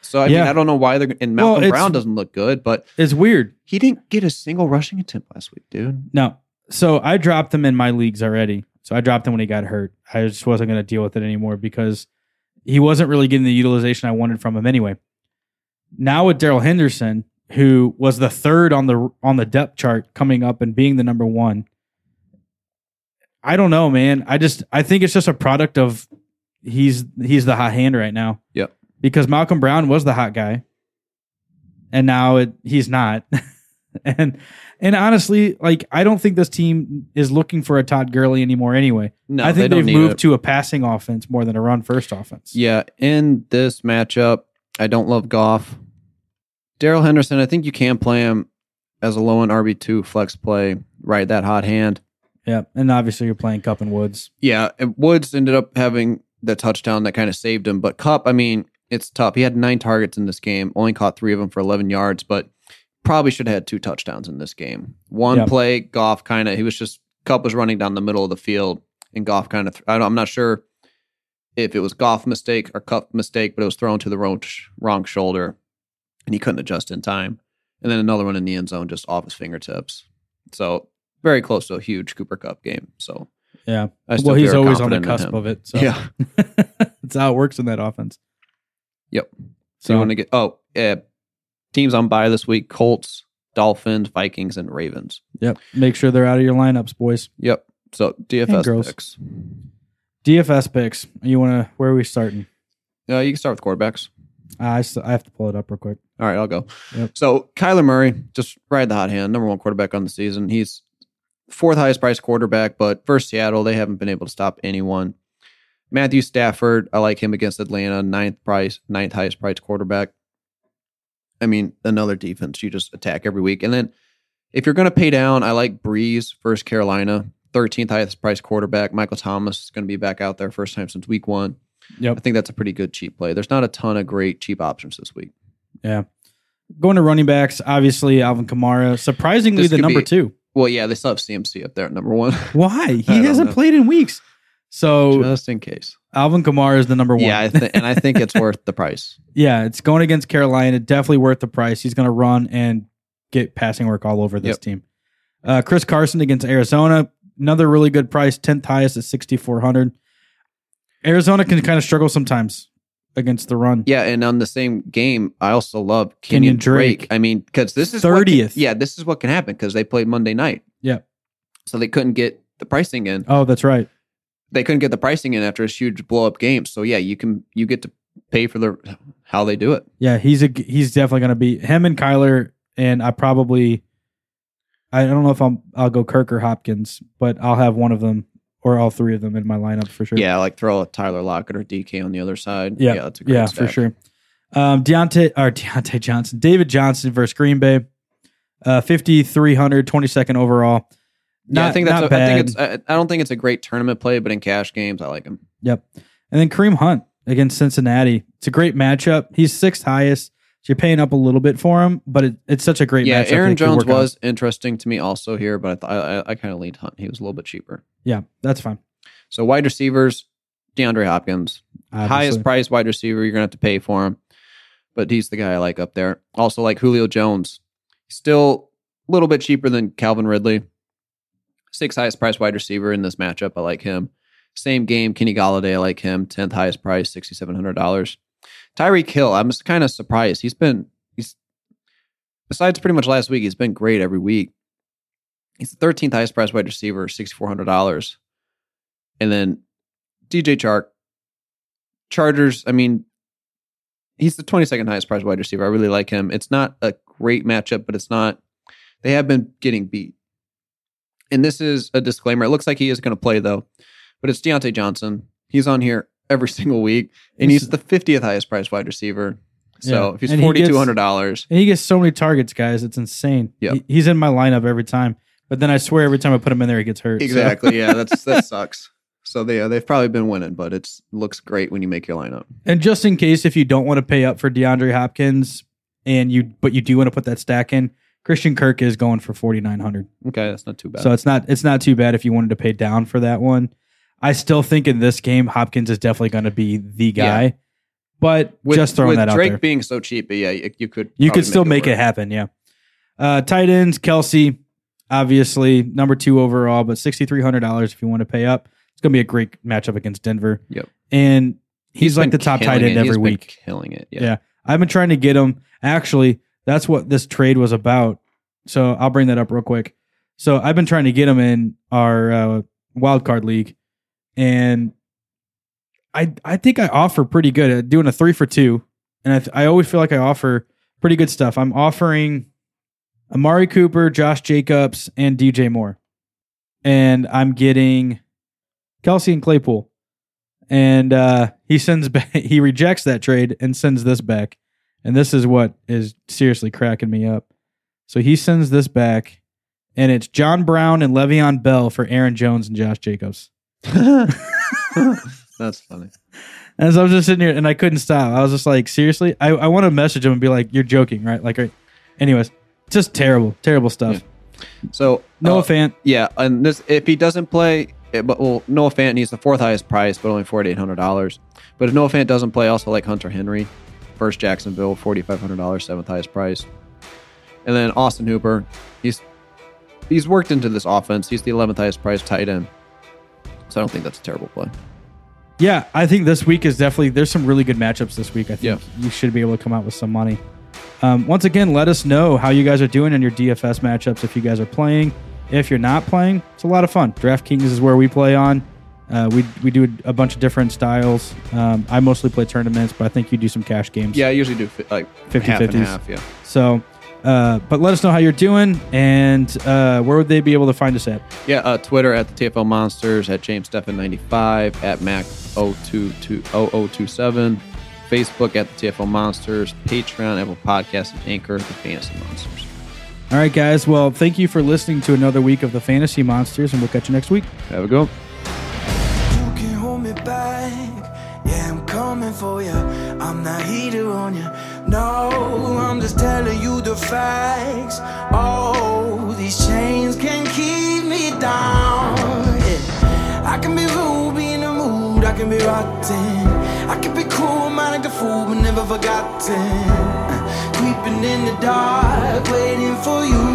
Speaker 3: So I mean,
Speaker 2: Yeah.
Speaker 3: I don't know why they're and
Speaker 2: Well,
Speaker 3: Malcolm
Speaker 2: it's-
Speaker 3: Brown doesn't look good, but
Speaker 2: It's weird.
Speaker 3: he didn't get a single rushing attempt last week, dude.
Speaker 2: No. So I dropped him in my leagues already. So I dropped him when he got hurt. I just wasn't going to deal with it anymore because he wasn't really getting the utilization I wanted from him anyway. Now with Daryl Henderson, who was the third on the on the depth chart coming up and being the number one. I don't know, man. I just I think it's just a product of he's he's the hot hand right now.
Speaker 3: Yep.
Speaker 2: Because Malcolm Brown was the hot guy. And now it, he's not. and and honestly, like I don't think this team is looking for a Todd Gurley anymore. Anyway,
Speaker 3: No,
Speaker 2: I think
Speaker 3: they
Speaker 2: they
Speaker 3: don't
Speaker 2: have
Speaker 3: need
Speaker 2: moved
Speaker 3: it.
Speaker 2: to a passing offense more than a run first offense.
Speaker 3: Yeah, in this matchup, I don't love Goff. Daryl Henderson, I think you can play him as a low end RB two flex play, ride that hot hand.
Speaker 2: yeah, and obviously you're playing Cup and Woods.
Speaker 3: Yeah, and Woods ended up having the touchdown that kind of saved him. But Cup, I mean, it's tough. He had nine targets in this game, only caught three of them for 11 yards, but probably should have had two touchdowns in this game. One
Speaker 2: Yeah.
Speaker 3: play, Goff kind of, he was just, Cup was running down the middle of the field, and Goff kind of, th- I don't, I'm not sure if it was Goff mistake or Cup mistake, but it was thrown to the wrong, sh- wrong shoulder, and he couldn't adjust in time. And then another one in the end zone just off his fingertips. So very close to a huge Cooper Cup game. So
Speaker 2: Yeah,
Speaker 3: I still
Speaker 2: well, he's
Speaker 3: feel
Speaker 2: always on the
Speaker 3: confident in
Speaker 2: cusp
Speaker 3: him.
Speaker 2: of it. So.
Speaker 3: Yeah.
Speaker 2: that's how it works in that offense.
Speaker 3: Yep. So
Speaker 2: So
Speaker 3: you want to get oh yeah, teams on bye this week: Colts, Dolphins, Vikings, and Ravens.
Speaker 2: yep, make sure they're out of your lineups, boys.
Speaker 3: Yep. So DFS
Speaker 2: girls.
Speaker 3: picks.
Speaker 2: DFS picks. You want to? Where are we starting?
Speaker 3: Uh, you can start with quarterbacks.
Speaker 2: Uh, I s- I have to pull it up real quick.
Speaker 3: All right, I'll go.
Speaker 2: Yep.
Speaker 3: So Kyler Murray, just ride the hot hand, number one quarterback on the season. He's fourth highest priced quarterback, but versus Seattle, they haven't been able to stop anyone. Matthew Stafford, I like him against Atlanta, ninth price, ninth highest priced quarterback. I mean, another defense you just attack every week. And then if you're going to pay down, I like Breeze versus Carolina, 13th highest priced quarterback. Michael Thomas is going to be back out there first time since week one. I
Speaker 2: Yep.
Speaker 3: think that's a pretty good cheap play. There's not a ton of great cheap options this week.
Speaker 2: Yeah. Going to running backs, obviously Alvin Kamara. Surprisingly,
Speaker 3: This
Speaker 2: the
Speaker 3: could
Speaker 2: number
Speaker 3: be-
Speaker 2: two.
Speaker 3: Well, yeah, they still have CMC up there at number one,
Speaker 2: Why?
Speaker 3: I
Speaker 2: He
Speaker 3: don't
Speaker 2: hasn't
Speaker 3: know.
Speaker 2: played in weeks. So
Speaker 3: just in case.
Speaker 2: Alvin Kamara is the number Oh. one.
Speaker 3: Yeah, I th- and I think it's worth the price.
Speaker 2: Yeah, it's going against Carolina. Definitely worth the price. He's going to run and get passing work all over this
Speaker 3: Yep.
Speaker 2: team. Uh, Chris Carson against Arizona. Another really good price, 10th highest at 6,400. Arizona can kind of struggle sometimes against the run.
Speaker 3: Yeah, and on the same game, I also love
Speaker 2: Kenyon
Speaker 3: Kenyon Drake.
Speaker 2: Drake.
Speaker 3: I mean, because this is what can-
Speaker 2: 30th.
Speaker 3: yeah, this is what can happen because they played Monday night.
Speaker 2: Yeah.
Speaker 3: so they couldn't get the pricing in.
Speaker 2: Oh, that's right.
Speaker 3: They couldn't get the pricing in after this huge blow up game. So yeah, you can you get to pay for the how they do it.
Speaker 2: Yeah, he's a he's definitely going to be him and Kyler and I probably I don't know if I'm I'll go Kirk or Hopkins, but I'll have one of them or all three of them in my lineup for sure.
Speaker 3: Yeah, like throw a Tyler Lockett or DK on the other side.
Speaker 2: Yeah.
Speaker 3: that's a great
Speaker 2: Yeah, for
Speaker 3: stack.
Speaker 2: sure. Um, Deontay or Deontay Johnson, David Johnson versus Green Bay, uh, 5,300, 22nd overall.
Speaker 3: Yeah,
Speaker 2: Not-
Speaker 3: I think that's.
Speaker 2: not
Speaker 3: a- I
Speaker 2: bad.
Speaker 3: think it's. I, I don't think it's a great tournament play, but in cash games, I like him.
Speaker 2: Yep. And then Kareem Hunt against Cincinnati. It's a great matchup. He's sixth highest. So you're paying up a little bit for him, but it, it's such a great
Speaker 3: yeah,
Speaker 2: matchup. that
Speaker 3: Aaron
Speaker 2: could
Speaker 3: Jones
Speaker 2: work out.
Speaker 3: was interesting to me also here, but I th- I, I, I kind of leaned Hunt. He was a little bit cheaper.
Speaker 2: Yeah, that's fine.
Speaker 3: So wide receivers, DeAndre Hopkins,
Speaker 2: obviously.
Speaker 3: highest priced wide receiver. You're gonna have to pay for him, but he's the guy I like up there. Also like Julio Jones, still a little bit cheaper than Calvin Ridley. Sixth highest priced wide receiver in this matchup. I like him. Same game, Kenny Galladay. I like him. Tenth highest price, sixty seven hundred dollars. Tyreek Hill. I'm just kind of surprised. He's been he's besides pretty much last week. He's been great every week. He's the thirteenth highest priced wide receiver, sixty four hundred dollars. And then DJ Chark, Chargers, I mean, he's the 22nd highest priced wide receiver. I really like him. It's not a great matchup, but it's not. They have been getting beat. And this is a disclaimer. It looks like he is going to play, though, but it's Deontay Johnson. He's on here every single week, and he's the 50th highest priced wide receiver. So
Speaker 2: Yeah.
Speaker 3: if he's
Speaker 2: And he gets-
Speaker 3: $4,200,
Speaker 2: And he gets so many targets, guys. It's insane.
Speaker 3: Yep.
Speaker 2: He- he's in my lineup every time. But then I swear every time I put him in there, he gets hurt. So-
Speaker 3: exactly. Yeah, that's that sucks. So they, uh, they've probably been winning, but it's looks great when you make your lineup.
Speaker 2: And just in case, if you don't want to pay up for DeAndre Hopkins, and you but you do want to put that stack in, Christian Kirk is going for forty nine hundred.
Speaker 3: Okay, that's not too bad.
Speaker 2: So it's not it's not too bad if you wanted to pay down for that one. I still think in this game Hopkins is definitely going to be the guy, but
Speaker 3: with,
Speaker 2: just throwing
Speaker 3: with
Speaker 2: that out
Speaker 3: Drake
Speaker 2: there,
Speaker 3: being so cheap, but yeah, you, you could
Speaker 2: you
Speaker 3: probably
Speaker 2: could still make it,
Speaker 3: work.
Speaker 2: happen. Yeah, uh, tight ends Kelsey, obviously number two overall, but sixty three hundred dollars if you want to pay up. It's going to be a great matchup against Denver.
Speaker 3: Yep.
Speaker 2: and he's, like the
Speaker 3: been
Speaker 2: top tight end
Speaker 3: killing it.
Speaker 2: every
Speaker 3: He's been
Speaker 2: week.
Speaker 3: killing it. Yeah.
Speaker 2: Yeah. I've been trying to get him. Actually, that's what this trade was about. So I'll bring that up real quick. So I've been trying to get him in our uh, wild card league, and I I think I offer pretty good at doing a three for two, and I, th- I always feel like I offer pretty good stuff. I'm offering Amari Cooper, Josh Jacobs, and DJ Moore, and I'm getting Kelsey and Claypool and uh, he sends back, he rejects that trade and sends this back, and this is what is seriously cracking me up. So he sends this back, and it's John Brown and Le'Veon Bell for Aaron Jones and Josh Jacobs.
Speaker 3: That's funny.
Speaker 2: And so I was just sitting here, and I couldn't stop. I was just like, seriously, I, I want to message him and be like, you're joking, right? Like, right. anyways, just terrible, terrible stuff.
Speaker 3: So
Speaker 2: No
Speaker 3: uh,
Speaker 2: offense.
Speaker 3: Yeah, and this if he doesn't play, it, but well, Noah Fant he's the fourth highest price, but only forty eight hundred dollars. But if Noah Fant doesn't play, I also like Hunter Henry, first Jacksonville, forty five hundred dollars, seventh highest price, and then Austin Hooper, he's he's worked into this offense. He's the eleventh highest priced tight end. So I don't think that's a terrible play.
Speaker 2: Yeah, I think this week is definitely there's some really good matchups this week. I think
Speaker 3: Yeah.
Speaker 2: you should be able to come out with some money. Um, once again, let us know how you guys are doing in your DFS matchups. If you guys are playing, if you're not playing, it's a lot of fun. DraftKings is where we play on. Uh, we we do a bunch of different styles. Um, I mostly play tournaments, but I think you do some cash games.
Speaker 3: Yeah, I usually do fi- like 50 half
Speaker 2: 50-50s.
Speaker 3: and half. Yeah.
Speaker 2: So Uh, but let us know how you're doing and uh, where would they be able to find us at?
Speaker 3: Yeah, uh, Twitter at the TFL Monsters, at James Stefan 95, at Mac 0027, Facebook at the TFL Monsters, Patreon, Apple Podcasts, and Anchor, the Fantasy Monsters.
Speaker 2: All right, guys. Well, thank you for listening to another week of the Fantasy Monsters, and we'll catch you next week.
Speaker 3: Have a go.
Speaker 1: You can hold me back. Yeah, I'm coming for you. I'm not heater on you. No, I'm just telling you the facts. Oh, these chains can keep me down. Yeah. I can be ruby in the mood. I can be rotten. I can be cool, man, like a fool, but never forgotten. Creeping in the dark, waiting for you.